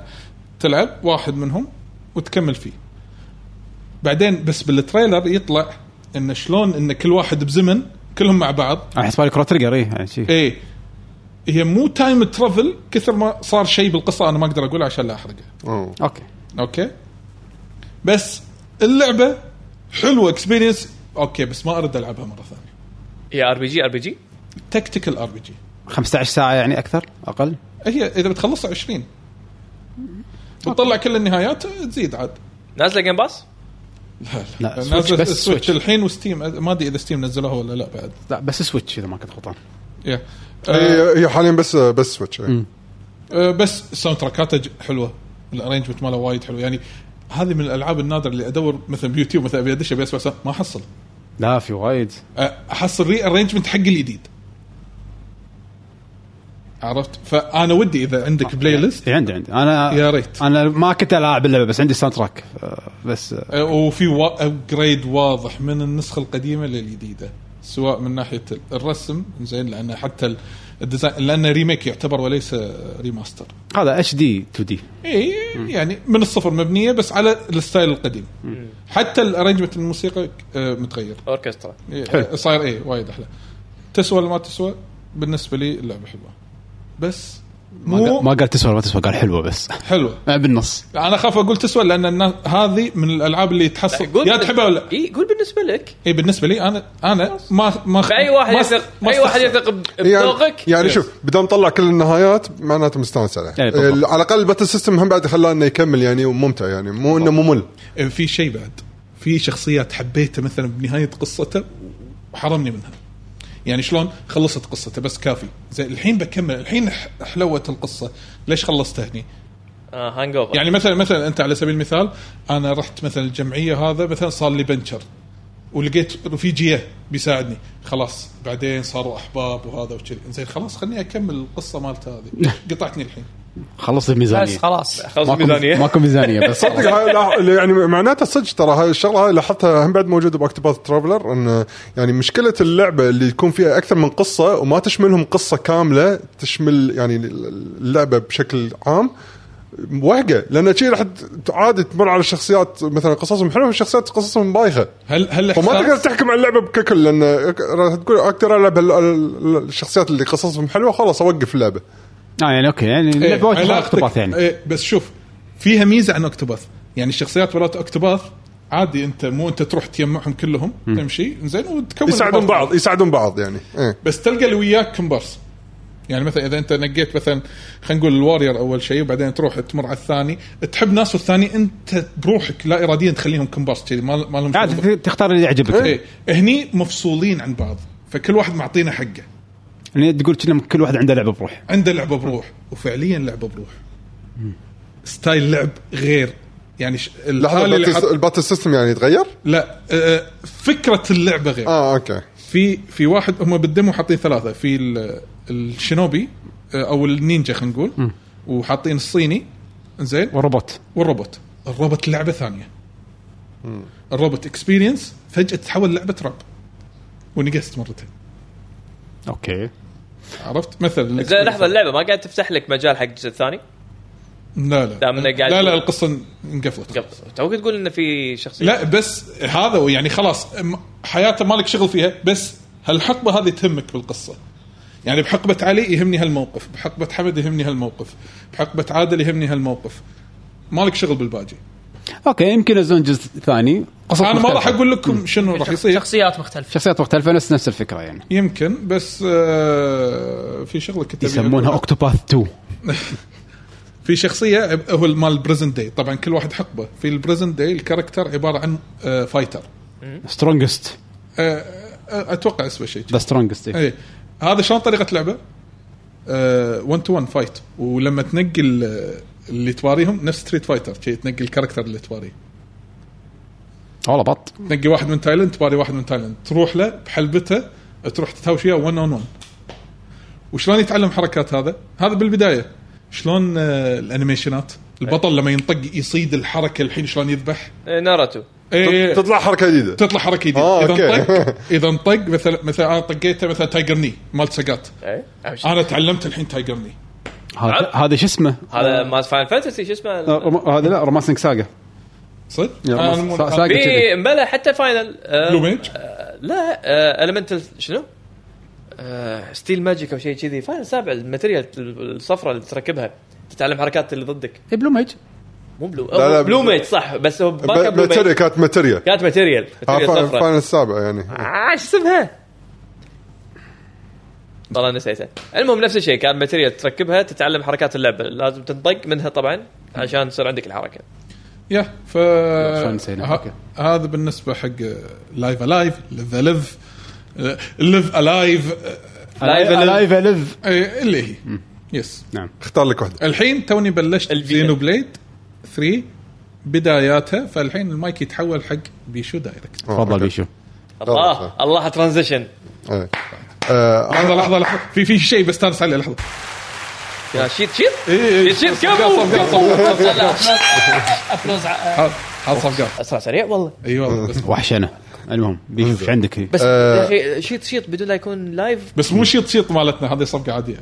S5: تلعب واحد منهم وتكمل فيه بعدين بس بالتريلر يطلع ان شلون ان كل واحد بزمن كلهم مع بعض
S1: احس بالك روتريجر اي يعني شي.
S5: ايه هي مو تايم ترافل كثر ما صار شيء بالقصه انا ما اقدر اقوله عشان لا احرقه
S3: أوه.
S1: اوكي
S5: اوكي بس اللعبه حلوه اكسبيرينس اوكي بس ما ارد العبها مره ثانيه
S2: هي ار بي جي ار بي جي
S5: تكتيكال ار بي جي
S1: 15 ساعه يعني اكثر اقل
S5: هي اذا بتخلصها 20 وتطلع كل النهايات تزيد عاد
S2: نازله جيم باس
S5: لا
S1: لا، سويتش
S5: نازل
S1: بس سويتش.
S5: السويتش الحين وستيم ما ادري اذا ستيم نزلوها ولا لا بعد
S1: لا بس سويتش اذا ما كنت غلطان
S5: يا. آه
S3: هي هي حاليا بس بس سويتش إيه.
S5: آه بس الساوند تراكاته ج- حلوه الارينجمنت ماله وايد حلو يعني هذه من الالعاب النادره اللي ادور مثلا بيوتيوب مثلا ابي ادش ابي اسمع ساوند- ما احصل
S1: لا في وايد
S5: آه، احصل ري ارينجمنت حق الجديد عرفت فانا ودي اذا عندك بلاي ليست
S1: اي إيه، عندي عندي انا
S5: يا ريت.
S1: انا ما كنت العب اللعبه بس عندي ساوند تراك آه، بس آه،
S5: آه، وفي وا- ابجريد واضح من النسخه القديمه للجديده سواء من ناحيه الرسم زين لان حتى ال- الديزاين لانه ريميك يعتبر وليس ريماستر
S1: هذا اتش دي 2 دي
S5: اي يعني من الصفر مبنيه بس على الستايل القديم حتى الارنجمنت الموسيقى آه، متغير
S2: اوركسترا
S5: إيه،
S1: حلو.
S5: صاير ايه وايد احلى تسوى ولا ما تسوى بالنسبه لي اللعبه حلوه بس مو
S1: ما قال تسوى ولا ما تسوى قال حلوه بس
S5: حلوه
S1: آه، بالنص
S5: انا اخاف اقول تسوى لان النا- هذه من الالعاب اللي تحصل يا تحبها ولا لا.
S2: اي قول بالنسبه لك
S5: اي بالنسبه لي انا انا ما ما
S2: فاي واحد
S5: ما-
S2: يثق
S5: ما
S2: اي واحد
S5: استخسر.
S2: يثق ب-
S3: يعني,
S2: بذوقك
S3: يعني
S5: Yes.
S3: شوف بدام طلع كل النهايات معناته مستانس عليه
S1: إيه، بالضبط.
S3: ال- على الاقل الباتل سيستم هم بعد خلاه انه يكمل يعني وممتع يعني مو انه ممل
S5: إيه، في شيء بعد في شخصيات حبيتها مثلا بنهايه قصته وحرمني منها يعني شلون خلصت قصته بس كافي زي الحين بكمل الحين ح- حلوه القصه ليش خلصتها هني
S2: آه هانج اوفر
S5: يعني مثلا مثلا انت على سبيل المثال انا رحت مثلا الجمعيه هذا مثلا صار لي بنشر ولقيت رفيجيه بيساعدني خلاص بعدين صاروا احباب وهذا وكذي زين خلاص خليني اكمل القصه مالته هذه قطعتني الحين
S1: خلص
S4: بس
S1: الميزانيه
S4: خلاص
S2: خلص
S1: ماكو
S2: ميزانيه
S1: ماكو ميزانيه بس
S3: صدق هاي لا- يعني معناته صدق ترى هاي الشغله هاي لاحظتها هم بعد موجوده باكتوباث ترافلر ان يعني مشكله اللعبه اللي يكون فيها اكثر من قصه وما تشملهم قصه كامله تشمل يعني اللعبه بشكل عام وهقه لان شيء راح ت- عادي تمر على الشخصيات مثلا قصصهم حلوه والشخصيات قصصهم بايخه
S5: هل هل
S3: فما
S5: إحساس-
S3: تقدر تحكم على اللعبه ككل لان أك- راح تقول اقدر العب هال- ال- الشخصيات اللي قصصهم حلوه خلاص اوقف اللعبه
S1: اه يعني اوكي يعني اللعبه وايد فيها
S5: إيه، علاقتك-
S1: اقتباس يعني
S5: إيه بس شوف فيها ميزه عن اكتوباث يعني الشخصيات ولات اكتوباث عادي انت مو انت تروح تجمعهم كلهم تمشي زين وتكون
S3: يساعدون
S5: البارتي.
S3: بعض يساعدون بعض يعني إيه.
S5: بس تلقى اللي وياك كومبارس يعني مثلا اذا انت نقيت مثلا خلينا نقول الوارير اول شيء وبعدين تروح تمر على الثاني تحب ناس والثاني انت بروحك لا اراديا تخليهم كومبارس كذي ما ما لهم شغل.
S1: عاد تختار اللي يعجبك
S5: إيه، هني مفصولين عن بعض فكل واحد معطينا حقه
S1: يعني تقول كنا كل واحد عنده لعبه بروح
S5: عنده لعبه بروح وفعليا لعبه بروح ستايل لعب غير يعني ش...
S3: لحظه
S5: الحالة اللي
S3: الباتل-
S5: حط-
S3: الباتل سيستم يعني يتغير؟
S5: لا آه، فكره اللعبه غير
S3: اه اوكي
S5: في في واحد هم بالدمو حاطين ثلاثه في ال- الشينوبي آه، او النينجا خلينا نقول وحاطين الصيني زين
S1: والروبوت
S5: والروبوت الروبوت لعبه ثانيه الروبوت اكسبيرينس فجاه تحول لعبه رعب ونقصت مرتين
S1: اوكي
S5: عرفت مثلا
S2: زين لحظه اللعبه ما قاعد تفتح لك مجال حق الجزء الثاني
S5: لا لا
S2: دامنا قاعد-
S5: لا لا القصه انقفلت
S2: قبل توك تقول انه في شخصيه
S5: لا بس هذا يعني خلاص م- حياته مالك شغل فيها بس هالحقبه هذه تهمك بالقصه يعني بحقبه علي يهمني هالموقف بحقبه حمد يهمني هالموقف بحقبه عادل يهمني هالموقف مالك شغل بالباجي
S1: اوكي يمكن ينزلون جزء ثاني قصص
S5: انا ما
S1: مختلفة.
S5: راح اقول لكم شنو راح يصير
S4: شخصيات مختلفه
S1: شخصيات مختلفه نفس نفس الفكره يعني
S5: يمكن بس آه في شغله كنت أبي
S1: يسمونها
S5: أقولها.
S1: اوكتوباث 2
S5: في شخصيه عب- هو مال البريزنت داي طبعا كل واحد حقبه في البريزنت داي الكاركتر عباره عن آه فايتر
S1: سترونجست
S5: آه آه، اتوقع اسمه شيء
S1: ذا سترونجست
S5: ايه هذا شلون آه، طريقه لعبه؟ 1 تو 1 فايت ولما تنقي ال- اللي تواريهم نفس ستريت فايتر شي تنقي الكاركتر اللي تواريه
S1: والله بط
S5: تنقي واحد من تايلند تواري واحد من تايلند تروح له بحلبته تروح تتهاوش وياه 1 اون 1 وشلون يتعلم حركات هذا؟ هذا بالبدايه شلون آه، الانيميشنات البطل لما ينطق يصيد الحركه الحين شلون يذبح
S2: إيه، ناروتو
S5: إيه،
S3: تطلع حركه جديده
S5: تطلع حركه جديده
S3: آه،
S5: اذا
S3: أوكي.
S5: انطق اذا انطق مثلا مثلا انا طقيته مثلا تايجر ني مال سقات
S2: إيه. أمشي.
S5: انا تعلمت الحين تايجر ني
S1: هذا هذا شو اسمه؟
S2: هذا مال فاين فانتسي شو
S1: آه،
S2: اسمه
S1: رم- هذا لا رومانسنج ساجا
S5: صدق؟
S1: يا
S5: أنا
S1: مس-
S5: مو-
S1: سا- ساقة.
S2: في بلا حتى فاينل آه،
S5: بلو ميج؟
S2: آه، لا المنتال شنو؟ آه، ستيل ماجيك او شيء كذي فاينل سابع الماتيريال الصفراء اللي تركبها تتعلم حركات اللي ضدك
S1: إيه، بلو ميج
S2: مو بلو
S3: لا، لا،
S2: بلو ميج صح بس هو باكر بلو
S3: ماتيريا
S2: ميج
S3: كانت ماتيريا
S2: كانت ماتيريال
S3: آه،
S2: ماتيريال صفراء
S3: فاينل السابع يعني
S2: آه، شو اسمها؟ والله نسيتها المهم نفس الشيء كان ماتيريال تركبها تتعلم حركات اللعبه لازم تنطق منها طبعا عشان يصير عندك الحركه
S5: يا ف
S1: شلون نسينا؟
S5: ه-
S1: أوكي.
S5: هذا بالنسبه حق لايف الايف ليف اليف ليف الايف
S3: إيه،
S2: Alive and
S1: لايف اليف
S5: إيه، اللي هي يس
S3: اختار لك واحده
S5: الحين توني بلشت
S2: ال V.
S5: زينو بليد 3 بداياتها فالحين المايك يتحول حق بيشو دايركت
S1: تفضل بيشو
S2: الله آه، الله ترانزيشن
S3: إيه. آه،
S5: لحظه لحظه لحظه في في شيء بستانس عليه لحظه
S2: يا شيت شيت
S5: إيه، إيه.
S2: شيت
S5: قصب
S2: كفو
S5: قصب
S4: ابلوز ع-
S5: حال حال صفقات
S2: اسرع سريع والله
S5: اي والله أيوة، بس
S1: وحشنا المهم بيشو ايش عندك؟
S2: بس
S3: آه.
S2: يا اخي شيت شيت بدون لا يكون لايف
S5: بس مو شيط شيط مالتنا هذه صفقه عاديه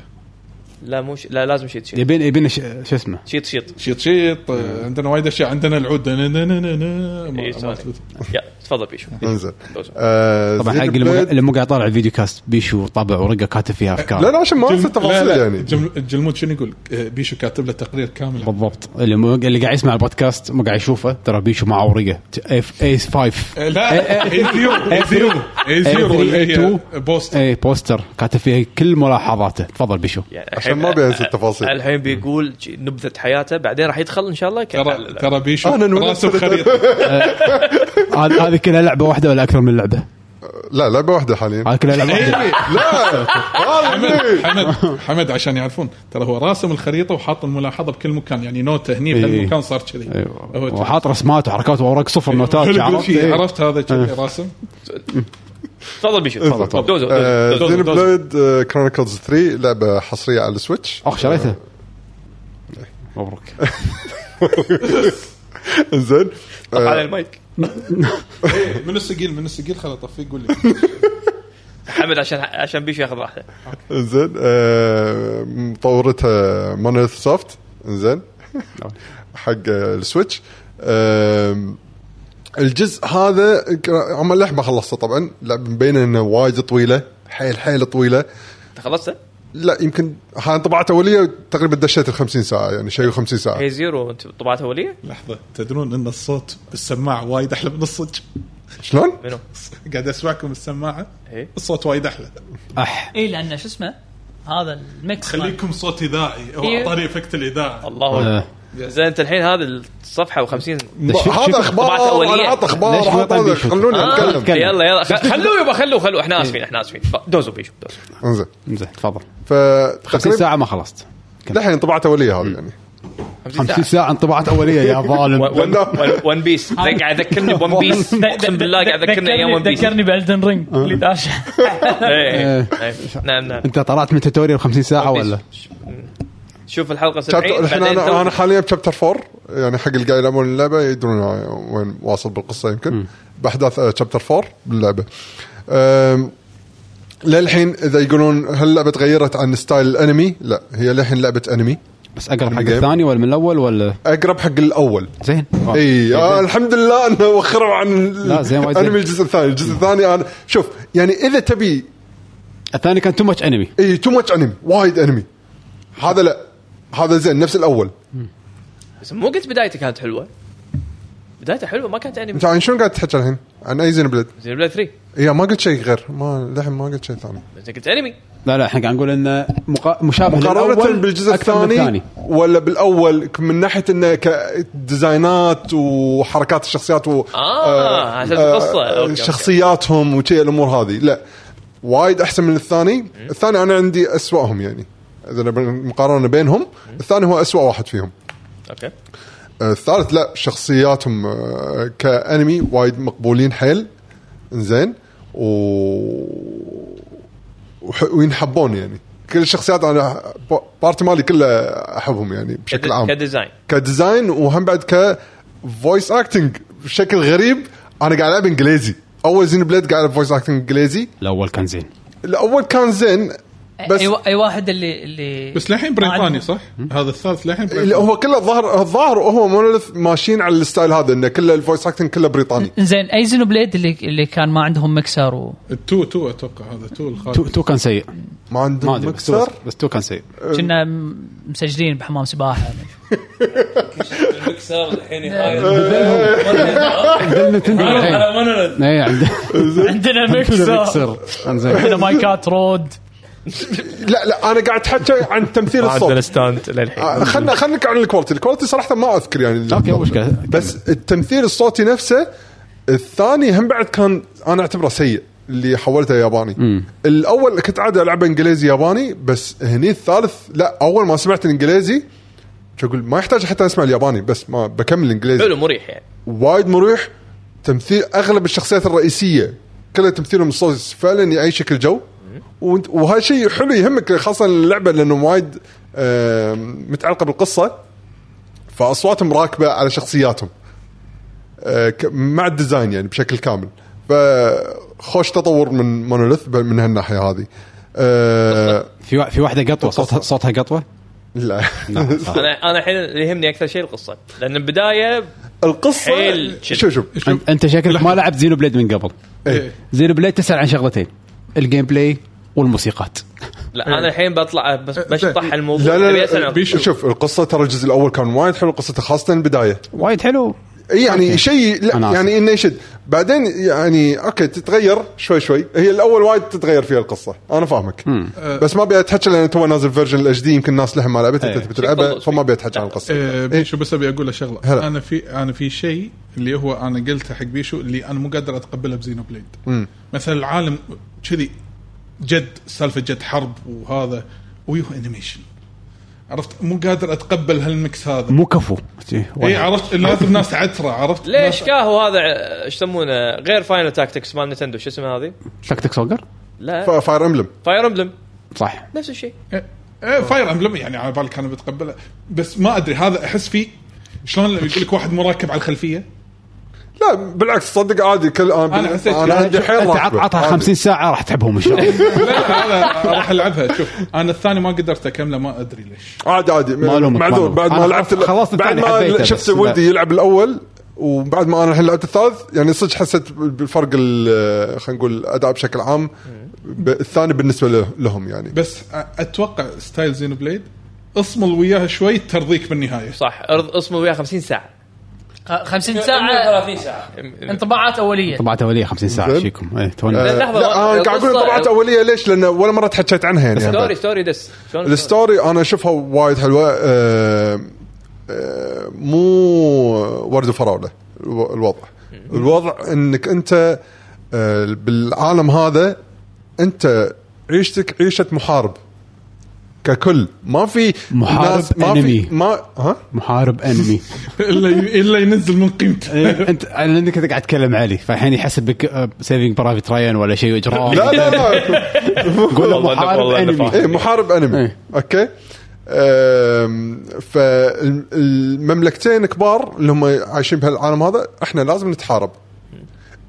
S2: لا مو ش... لا لازم شيت شيت
S1: يبين يبين ش- شو اسمه؟
S2: شيت شيت
S5: شيط شيط آه، عندنا وايد اشياء عندنا العود نا- نا- نا- نا- نا. ما-
S2: إيه،
S5: ما
S2: سوري.
S5: تفوت.
S2: يا تفضل بيشو
S3: انزل
S2: دوس.
S3: آه،
S1: طبعا
S3: زين
S1: حق اللي مو
S3: بليد-
S1: قاعد- اللي مو قاعد طالع الفيديو كاست بيشو طابع ورقه كاتب فيها افكار
S3: لا لا عشان ما
S5: جل-
S3: انسى تفاصيل
S5: لا، لا.
S3: يعني
S5: جم- الجلمود شنو يقول؟ آه، بيشو كاتب له تقرير كامل
S1: بالضبط اللي مو اللي قاعد يسمع البودكاست مو قاعد يشوفه ترى بيشو معه ورقه اي 5
S5: آه، لا اي زيرو اي زيرو اي زيرو اللي هي بوست
S1: اي بوستر كاتب فيه كل ملاحظاته تفضل بيشو
S2: يعني
S3: عشان
S2: الحين-
S3: ما بينسى التفاصيل.
S2: الحين بيقول ج- نبذه حياته بعدين راح يدخل ان شاء الله كان- لا،
S5: ترى
S2: لا.
S5: ترى بيشو
S3: أنا انولدت
S5: راسم خريطه
S1: هذه هذه كلها لعبه واحده ولا اكثر من لعبه؟
S3: لا لعبه واحده حاليا
S1: هذه كلها لعبه واحده
S3: لا
S5: آه، حمد حمد حمد عشان يعرفون ترى هو راسم الخريطه وحاط الملاحظه بكل مكان يعني نوته هني
S1: إيه.
S5: بهالمكان صار كذي
S1: أيوة.
S5: هو
S1: وحاط رسمات وحركات واوراق صفر نوتات
S5: حلو
S1: عرفت؟
S5: بالشي،
S1: إيه.
S5: عرفت هذا كذي راسم
S2: تفضل بيشو تفضل
S3: تفضل. آه،
S2: دوزو دوزو.
S3: زين
S5: دوزو.
S3: بليد آه، كرونيكلز 3 لعبه حصريه على السويتش
S1: اخ شريته مبروك
S3: زين
S2: طف على المايك
S5: إيه، من الثقيل من الثقيل خل اطفيه قول لي
S2: حمد عشان عشان بيشو ياخذ راحته
S3: زين آه، مطورتها مونوليث سوفت زين حق السويتش آم، الجزء هذا عمل لحمه خلصته طبعا لعبه مبينه انها وايد طويله حيل حيل طويله
S2: انت خلصت
S3: لا يمكن ها طبعت اوليه تقريبا دشيت ال 50 ساعه يعني شيء 50 ساعه
S2: هي زيرو انت طبعتها اوليه
S5: لحظه تدرون ان الصوت بالسماعه وايد احلى من الصج
S3: شلون؟
S2: منو؟
S5: قاعد اسمعكم بالسماعه
S2: إيه.
S5: الصوت وايد احلى
S1: اح
S4: اي لانه إيه، شو اسمه هذا الميكس مال-
S5: خليكم صوت اذاعي هو
S4: إيه.
S5: اعطاني افكت الاذاعه
S2: الله
S1: آه.
S2: اكبر زين انت الحين هذا الصفحه و50
S1: شوف- شوف-
S3: هذا
S2: طبعت
S3: اخبار
S2: أولية.
S3: انا عط اخبار
S1: ليش ما
S3: عط هذا،
S1: طبيش؟
S3: خلوني اتكلم
S1: تكلم.
S2: يلا يلا خ- خلوه يبا خلوه خلوه احنا اسفين احنا اسفين ف- دوزو بيشو دوزو
S3: انزين
S1: زين تفضل 50
S3: فتقريبا
S1: ساعه ما خلصت
S3: لحين طبعت اوليه هذا يعني
S1: 50 ساعه انطباعات اوليه يا ظالم
S2: ون- ون- ون بيس قاعد يذكرني بون بيس اقسم بالله قاعد يذكرني ايام ون بيس
S4: ذكرني آه. بالدن رينج اللي داشه
S2: إيه، إيه، إيه. نعم نعم
S1: انت طلعت من توتوريال 50 ساعه ولا؟
S2: شوف الحلقه 70
S3: شابتر الحين
S2: بعدين
S3: انا انا
S2: دوزو.
S3: حاليا بشابتر 4 يعني حق اللي قاعد يلعبون اللعبه يدرون وين واصل بالقصه يمكن آه، باحداث شابتر 4 باللعبه أم، للحين اذا يقولون هل اللعبه تغيرت عن ستايل الانمي؟ لا هي للحين لعبه انمي
S1: بس اقرب حق
S3: الجيم.
S1: الثاني ولا من الاول ولا
S3: اقرب حق الاول
S1: زين؟
S3: اي آه الحمد لله انه وخروا عن
S1: لا، زين وايد زين.
S3: انمي الجزء الثاني، الجزء الثاني انا شوف يعني اذا تبي
S1: الثاني كان تو ماتش انمي
S3: اي تو ماتش انمي وايد انمي هذا لا هذا زين نفس الاول
S2: بس مو قلت بدايته كانت حلوه بدايته حلوه ما كانت انمي
S3: انت عن شنو قاعد تحكي الحين؟ عن اي زين بلد؟
S2: زين بلاي 3
S3: يا ما قلت شيء غير ما لحين ما قلت شيء ثاني
S2: بس قلت انمي
S1: لا لا احنا قاعد نقول انه مقا... مشابه
S3: مقارنة
S1: للأول
S3: بالجزء
S1: أكثر من
S3: الثاني ولا بالاول من ناحيه انه كديزاينات وحركات الشخصيات و
S2: آه، عشان القصة. أوكي، أوكي.
S3: شخصياتهم وشي الامور هذه لا وايد احسن من الثاني الثاني انا عندي اسواهم يعني اذا نبي مقارنه بينهم الثاني هو اسوا واحد فيهم
S2: اوكي
S3: الثالث آه، لا شخصياتهم آه، كانمي وايد مقبولين حيل زين و وح- وينحبون يعني كل الشخصيات انا ب- بارتي مالي كله احبهم يعني بشكل عام
S2: كديزاين
S3: كديزاين وهم بعد كفويس اكتنج بشكل غريب انا قاعد العب انجليزي اول زين بليد قاعد العب فويس اكتنج انجليزي
S1: الاول كان زين
S3: الاول كان زين بس
S4: بس اي, وا- أي واحد اللي اللي
S5: بس للحين بريطاني صح؟ هذا الثالث للحين
S3: لا،
S5: بريطاني
S3: هو كله الظاهر الظاهر وهو مونوليث ماشيين على الستايل هذا انه كله الفويس اكتنج كله بريطاني
S4: زين اي زينو بليد اللي اللي كان ما عندهم مكسر و...
S5: التو تو اتوقع هذا تو
S1: تو,
S5: الخالد
S1: تو كان سيء
S3: ما
S1: ما
S3: عندهم
S1: ادري بس تو,
S3: مكسر
S1: بس تو كان سيء
S4: كنا م- مسجلين بحمام سباحه
S6: المكسر الحين
S3: إيه.
S6: يهايل
S3: نعم.
S1: إيه.
S6: عرض على مونوليث
S1: اي عند-
S4: عندنا مكسر
S1: مكسر كان زين
S4: عندنا مايكات رود
S3: لا لا انا قاعد احكي عن تمثيل
S2: عدل
S3: الصوت
S2: ستاند للحين
S3: آه، خلنا خلنا عن الكواليتي الكواليتي صراحه ما اذكر يعني
S1: اوكي مو مشكله
S3: بس التمثيل الصوتي نفسه الثاني هم بعد كان انا اعتبره سيء اللي حولته ياباني الاول كنت عادي العب انجليزي ياباني بس هني الثالث لا اول ما سمعت الانجليزي شو اقول ما يحتاج حتى اسمع الياباني بس ما بكمل الانجليزي
S2: حلو مريح يعني
S3: وايد مريح تمثيل اغلب الشخصيات الرئيسيه كلها تمثيلهم الصوتي فعلا يعيشك الجو وانت- وهذا شيء حلو يهمك خاصه اللعبه لانه وايد آم، متعلقه بالقصه فاصواتهم راكبه على شخصياتهم آه، ك- مع الديزاين يعني بشكل كامل فخوش تطور من مونوليث ب- من هالناحيه هذه آه،
S1: في وا- في واحده قطوه صوتها صوتها قطوه
S3: لا
S2: انا انا الحين اللي يهمني اكثر شيء القصه لان البدايه
S3: القصه
S2: حيل شد.
S3: شوف شوف
S1: أنت- انت شكلك ما لعبت زينو بليد من قبل
S3: إيه.
S1: زينو بليد تسال عن شغلتين الجيم بلاي والموسيقات
S2: لا انا الحين بطلع بس بشطح الموضوع
S3: نعم. لا
S2: أبي
S3: لا,
S2: أسمع.
S3: لا بيشوف. شوف القصه ترى الجزء الاول كان وايد حلو قصته خاصه البدايه
S1: وايد حلو
S3: إي يعني شيء لا
S1: أنا آسف.
S3: يعني انه يشد بعدين يعني اوكي تتغير شوي شوي هي الاول وايد تتغير فيها القصه انا فاهمك بس ما ابي اتحكى لان تو نازل فيرجن الاتش دي يمكن الناس لها ما لعبتها
S1: إيه.
S3: تبي تلعبها
S2: شيء
S3: فما ابي اتحكى عن القصه
S5: آه، بيشو بس ابي اقول له شغله
S3: إيه. هلا.
S5: انا في انا في شيء اللي هو انا قلته حق بيشو اللي انا مو قادر اتقبله بزينو بليد مثلا العالم كذي جد سالفه جد حرب وهذا ويوه انيميشن عرفت مو قادر اتقبل هالمكس هذا
S1: مو كفو
S5: اي
S3: إيه.
S5: عرفت لازم ناس عتره عرفت
S2: ليش
S5: ناس-
S2: كاهو هذا آه، ايش يسمونه غير فاينل تاكتكس مال نتندو شو اسمه هذه؟
S1: تكتك سوجر
S2: لا
S3: فاير امبلم
S2: فاير امبلم
S1: صح
S2: نفس الشيء
S5: إيه، فاير امبلم يعني على بالك انا بتقبله بس ما ادري هذا احس فيه شلون لما يقول لك واحد مراكب على الخلفيه
S3: لا بالعكس صدق عادي كل انا
S5: أنا حسيت-
S3: انا
S5: لا،
S3: عندي حيل
S1: انت عط-
S3: راكبة.
S1: عطها
S3: عادي.
S1: 50 ساعه راح تحبهم ان شاء الله
S5: لا لا هذا راح العبها شوف انا الثاني ما قدرت اكمله ما ادري ليش
S3: عادي عادي
S1: ما ألومك، ما
S3: معذور
S1: ألومك.
S3: بعد
S1: أنا
S3: ما لعبت
S1: خلصت
S3: بعد
S1: الثاني حبيته
S3: ما
S1: بس
S3: شفت
S1: لا.
S3: ولدي يلعب الاول وبعد ما انا الحين لعبت الثالث يعني صدق حسيت بالفرق ال- خلينا نقول الاداء بشكل عام ب- الثاني بالنسبه له- لهم يعني
S5: بس أ- اتوقع ستايل زينو بليد اصمل وياها شوي ترضيك بالنهايه
S2: صح ارض اصمه وياه 50 ساعه
S4: 50 ساعه
S6: 30 ساعه
S4: انطباعات اوليه
S1: طبعت اوليه 50 ساعه
S3: زين. آه.
S1: شيكم ايه تونا
S2: لا، لحظة،
S3: لا انا قاعد اقول
S2: القصة-
S3: طبعت اوليه ليش؟ لان ولا مره تحكيت عنها يعني
S2: ستوري ستوري دس شلون
S3: الستوري انا اشوفها وايد حلوه آه، آه، مو ورد وفراوله الو- الوضع الوضع انك انت آه، بالعالم هذا انت عيشتك عيشه محارب ككل ما في
S1: محارب
S3: ناس- ما في
S1: enemy.
S3: ما ها
S1: محارب انمي
S5: الا ي- الا ينزل من قيمته
S1: إيه، انت لانك أنت قاعد تتكلم علي فالحين يحسب بك آه، سيفنج برايفت رايان ولا شيء اجرام
S3: لا لا لا
S1: قول له
S2: والله إنك-
S1: محارب
S2: والله إنك
S1: انمي
S2: فاهم.
S3: ايه محارب انمي
S1: إيه.
S3: اوكي أم، فالمملكتين كبار اللي هم عايشين بهالعالم هذا احنا لازم نتحارب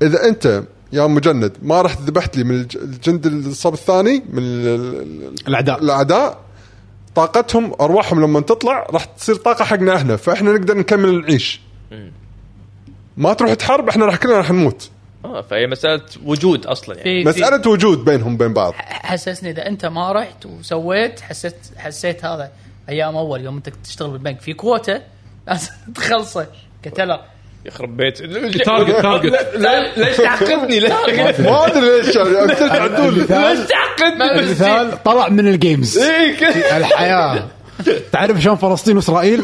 S3: اذا انت يا مجند ما رحت ذبحت لي من الج- الجند الصف الثاني من ال- ال-
S1: الاعداء
S3: الاعداء طاقتهم ارواحهم لما تطلع راح تصير طاقه حقنا احنا فاحنا نقدر نكمل نعيش ما تروح تحارب احنا راح كلنا راح نموت
S2: اه فهي مساله وجود اصلا يعني
S4: في- في-
S3: مساله وجود بينهم بين بعض
S4: حسسني اذا انت ما رحت وسويت حسيت حسيت هذا ايام اول يوم انت تشتغل بالبنك في كوتا لازم تخلصه كتلر
S2: يخرب بيت
S9: تارجت تارجت
S2: لا- لا- ليش تعقدني ليش تعقدني؟
S3: ما ادري ليش يعني تعدون
S1: المثال المثال طلع من الجيمز
S2: إيه، كذا.
S1: الحياه تعرف شلون فلسطين واسرائيل؟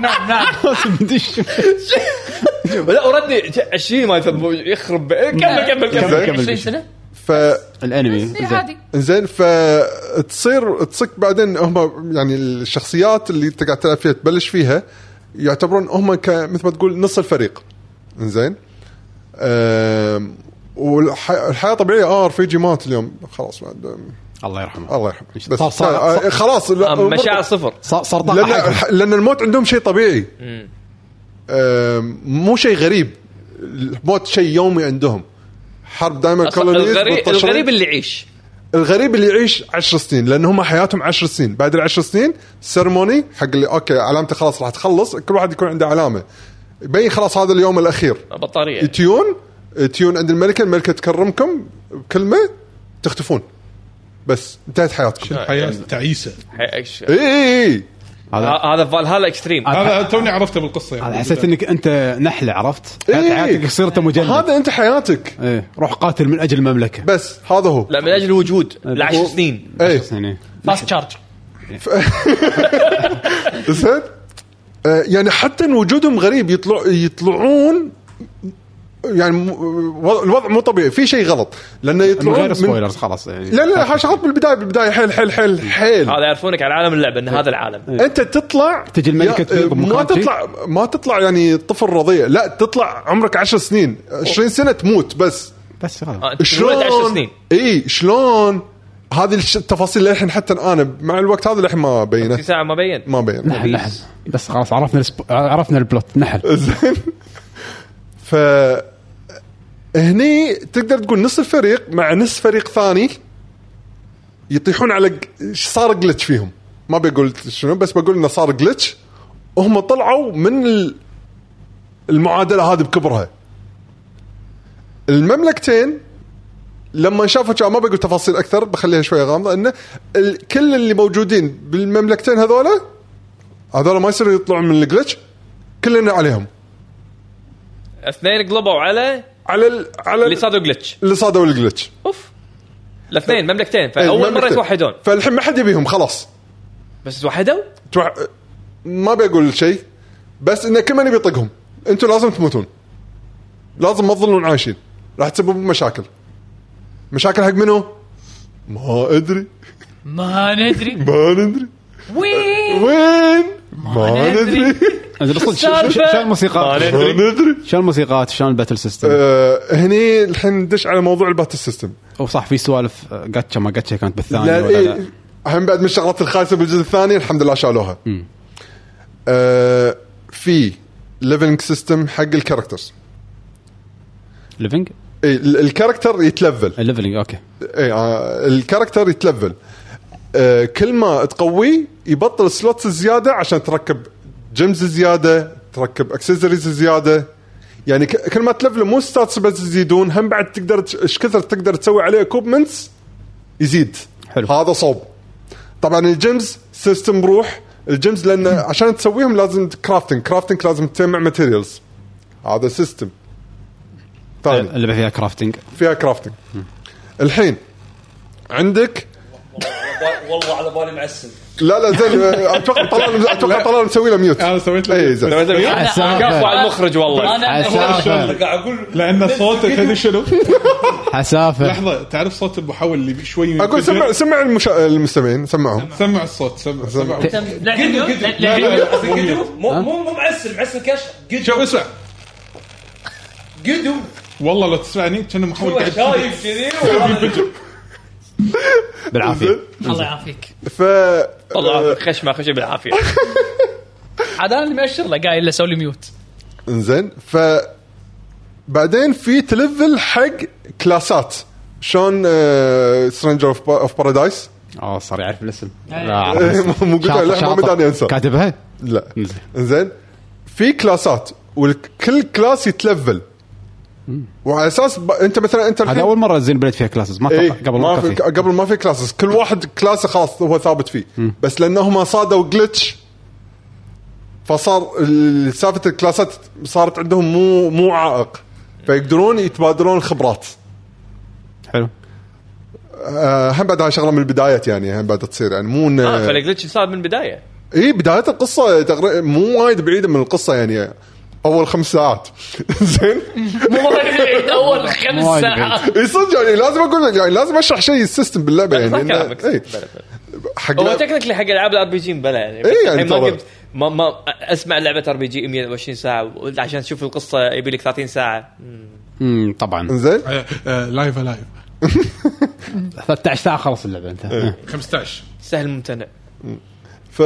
S4: نعم نعم
S2: لا وردي 20 ما يثبوا، يخرب بيت
S3: نعم.
S2: كمل كمل كمل
S4: 20
S3: زين.
S4: سنه
S3: ف
S1: الانمي
S4: إيه،
S1: زين.
S4: عادي
S3: زين فتصير تصك بعدين هم يعني الشخصيات اللي انت قاعد تلعب فيها تبلش فيها يعتبرون هم ك- مثل ما تقول نص الفريق زين والحياه طبيعيه اه ار بي جي مات اليوم خلاص بعد
S1: الله يرحمه
S3: الله يرحمه بس
S1: صار- صار-
S3: آه،
S1: صار-
S3: خلاص لا،
S2: مشاعر صفر
S1: صار صار طاقة
S3: لان
S1: حقهم.
S3: لان الموت عندهم شيء طبيعي آم، مو شيء غريب الموت شيء يومي عندهم حرب دائما
S2: أصلاً الغريب الغريب اللي يعيش
S3: الغريب اللي يعيش 10 سنين لان هم حياتهم 10 سنين بعد ال 10 سنين سيرموني حق اللي اوكي علامته خلاص راح تخلص كل واحد يكون عنده علامه يبين خلاص هذا اليوم الاخير
S2: بطاريه
S3: تيون تيون عند الملكه الملكه تكرمكم بكلمه تختفون بس انتهت حياتكم إيه،
S5: الحياه تعيسه
S2: حي- إيش-
S3: اي اي اي
S1: هذا
S2: ه- هذا فالهالا اكستريم
S5: هذا توني عرفته بالقصه يعني
S1: هذا حسيت انك انت نحله عرفت؟
S3: إيه.
S1: حياتك قصيره مجلد
S3: هذا انت حياتك
S1: ايه روح قاتل من اجل المملكه
S3: بس هذا هو إيه.
S2: لا من اجل الوجود لعشر
S1: هو-
S2: سنين
S3: اي
S1: يعني
S4: فاست تشارج
S3: زين آه، يعني حتى ان وجودهم غريب يطلع يطلعون يعني م- و- الوضع مو طبيعي في شيء غلط لانه
S1: من
S3: يطلعون
S1: غير
S3: طيب، من
S1: سبويلرز خلاص يعني
S3: لا لا هاش غلط بالبدايه بالبدايه حيل حيل حيل حيل
S2: هذا يعرفونك عن عالم اللعبه ان هذا العالم
S3: انت تطلع
S1: تجي الملكة
S3: يا-
S1: تبيض
S3: ما
S1: بمكان شي؟
S3: تطلع ما تطلع يعني طفل رضيع لا تطلع عمرك 10 سنين 20 سنه تموت بس
S1: بس
S2: آه،
S1: خلاص
S2: انت تولد 10 سنين
S3: اي شلون هذه الش- التفاصيل للحين حتى انا مع الوقت هذا للحين ما
S2: في
S3: بينت
S2: ساعه ما بين
S3: ما بينت
S1: نحل نحل بس خلاص عرفنا السب... عرفنا البلوت نحل
S3: زين ف هني تقدر تقول نص الفريق مع نص فريق ثاني يطيحون على ج- صار جلتش فيهم ما بقول شنو بس بقول انه صار جلتش وهم طلعوا من ال- المعادله هذه بكبرها المملكتين لما شافوا كان- ما بقول تفاصيل اكثر بخليها شويه غامضه انه ال- كل اللي موجودين بالمملكتين هذولا هذولا ما يصيروا يطلعون من الجلتش كلنا عليهم
S2: اثنين قلبوا على
S3: على ال على
S2: اللي
S3: ال-
S2: صادوا جلتش
S3: اللي صادوا الجلتش
S2: اوف الاثنين مملكتين فاول مره
S3: المملكة.
S2: يتوحدون
S3: فالحين ما حد يبيهم خلاص
S2: بس توحدوا
S3: توع... ما بقول شيء بس انه كل من يبي يطقهم انتم لازم تموتون لازم ما تظلون عايشين راح تسببون مشاكل مشاكل حق منو؟ ما ادري
S4: ما ندري
S3: ما ندري
S4: وين
S3: وين؟ ما ندري
S1: زين بس صدق شو- شو- شو الموسيقى؟
S3: ما ندري
S1: شلون الموسيقات شلون الباتل سيستم
S3: آه، هني الحين ندش على موضوع الباتل سيستم
S1: او صح في سوالف آه، جاتشا ما جاتشا كانت بالثاني
S3: لا
S1: ولا
S3: إيه
S1: لا
S3: هم بعد من الشغلات الخايسه بالجزء الثاني الحمد لله شالوها. آه في ليفلنج سيستم حق الكاركترز.
S1: ليفنج
S3: اي ال- الكاركتر يتلفل
S1: الليفلنج اوكي
S3: اي آه الكاركتر يتلفل. آه كل ما تقويه يبطل سلوتس زياده عشان تركب جيمز زياده، تركب اكسسوارز زياده. يعني ك- كل ما تلفل مو ستاتس بس يزيدون هم بعد تقدر تش- ايش كثر تقدر تسوي عليه اكوبمنتس يزيد
S1: حلو.
S3: هذا صوب طبعا الجيمز سيستم روح الجيمز لان عشان تسويهم لازم كرافتنج كرافتنج لازم تجمع ماتيريالز هذا طيب. سيستم ثاني
S1: اللعبه آه، فيها كرافتنج
S3: فيها كرافتنج الحين عندك
S6: والله على بالي معسل
S3: لا لا زين اتوقع طلال اتوقع طلال مسوي له ميوت
S5: انا سويت
S3: اي
S5: له
S3: زين
S2: كفو على المخرج
S6: آه،
S2: والله
S1: حسافه
S6: قاعد اقول
S5: لان
S4: إيه.
S5: صوته تدري شنو؟
S1: حسافه
S5: لحظه تعرف صوت المحول اللي شوي
S3: اقول سمع سمع المشا... المستمعين سمعهم
S5: سمع الصوت سمع سمع
S4: لا فيديو لا لا
S5: لا، لا،
S4: فيديو
S5: لا، مو ميوت.
S6: مو مو مو معسل معسل كاش
S5: شوف اسمع
S6: قدو
S5: والله لو تسمعني كان محول
S6: هو
S5: قاعد
S6: شايف كذي وهذا-
S1: بالعافيه
S4: الله يعافيك
S3: ف آه.
S2: والله خشمه خشمه بالعافيه
S4: عاد انا اللي مأشر له قايل له سوي لي ميوت
S3: انزين ف بعدين في تلفل حق كلاسات شلون آه، سترينجر اوف بارادايس
S1: اه صار يعرف الاسم
S2: إيه.
S4: أي.
S1: لا أعرف الاسم.
S3: إيه، مو قلت
S1: آه، شاطر،
S3: لا، ما
S1: شاطر.
S3: بداني أنسى.
S1: كاتبها؟
S3: لا
S1: إنزين.
S3: انزين في كلاسات وكل كلاس يتلفل وعلى اساس ب... انت مثلا انت
S1: هذا اول مره زين بديت فيها كلاسز ما
S3: إيه
S1: اتوقع قبل ما
S3: ما
S1: كان
S3: في
S1: في
S3: قبل ما في كلاسز كل واحد كلاسه خلاص هو ثابت فيه بس لانهم صادوا جلتش فصار ال- سالفه الكلاسات صارت عندهم مو مو عائق فيقدرون يتبادلون الخبرات
S1: حلو
S3: آه، هم بعد هاي شغله من البدايه يعني هم بعد تصير يعني مو إيه، انه
S2: آه، فالجلتش صار من البدايه
S3: اي بدايه القصه تقريبا مو وايد بعيده من القصه يعني اول خمس ساعات زين
S4: مو وايد بعيد، اول خمس
S1: وايد
S4: ساعات
S3: اي صدق يعني لازم اقول لك يعني لازم اشرح شيء السيستم باللعبه يعني إنه-
S2: كلامك
S3: إيه،
S2: بلى، بلى.
S3: حق
S2: هو
S3: لعبة-
S2: تكنيكلي حق العاب الار بي جي بلا يعني
S3: إيه يعني
S2: الحين ما
S3: ترى.
S2: قمت ما ما اسمع لعبه ار بي جي 120 ساعه عشان تشوف القصه يبي لك 30 ساعه مم.
S1: امم طبعا
S3: انزين
S5: آه، لايف لايف
S1: 13 ساعه خلص اللعبه انت
S3: إيه.
S5: 15
S2: سهل ممتنع
S3: ف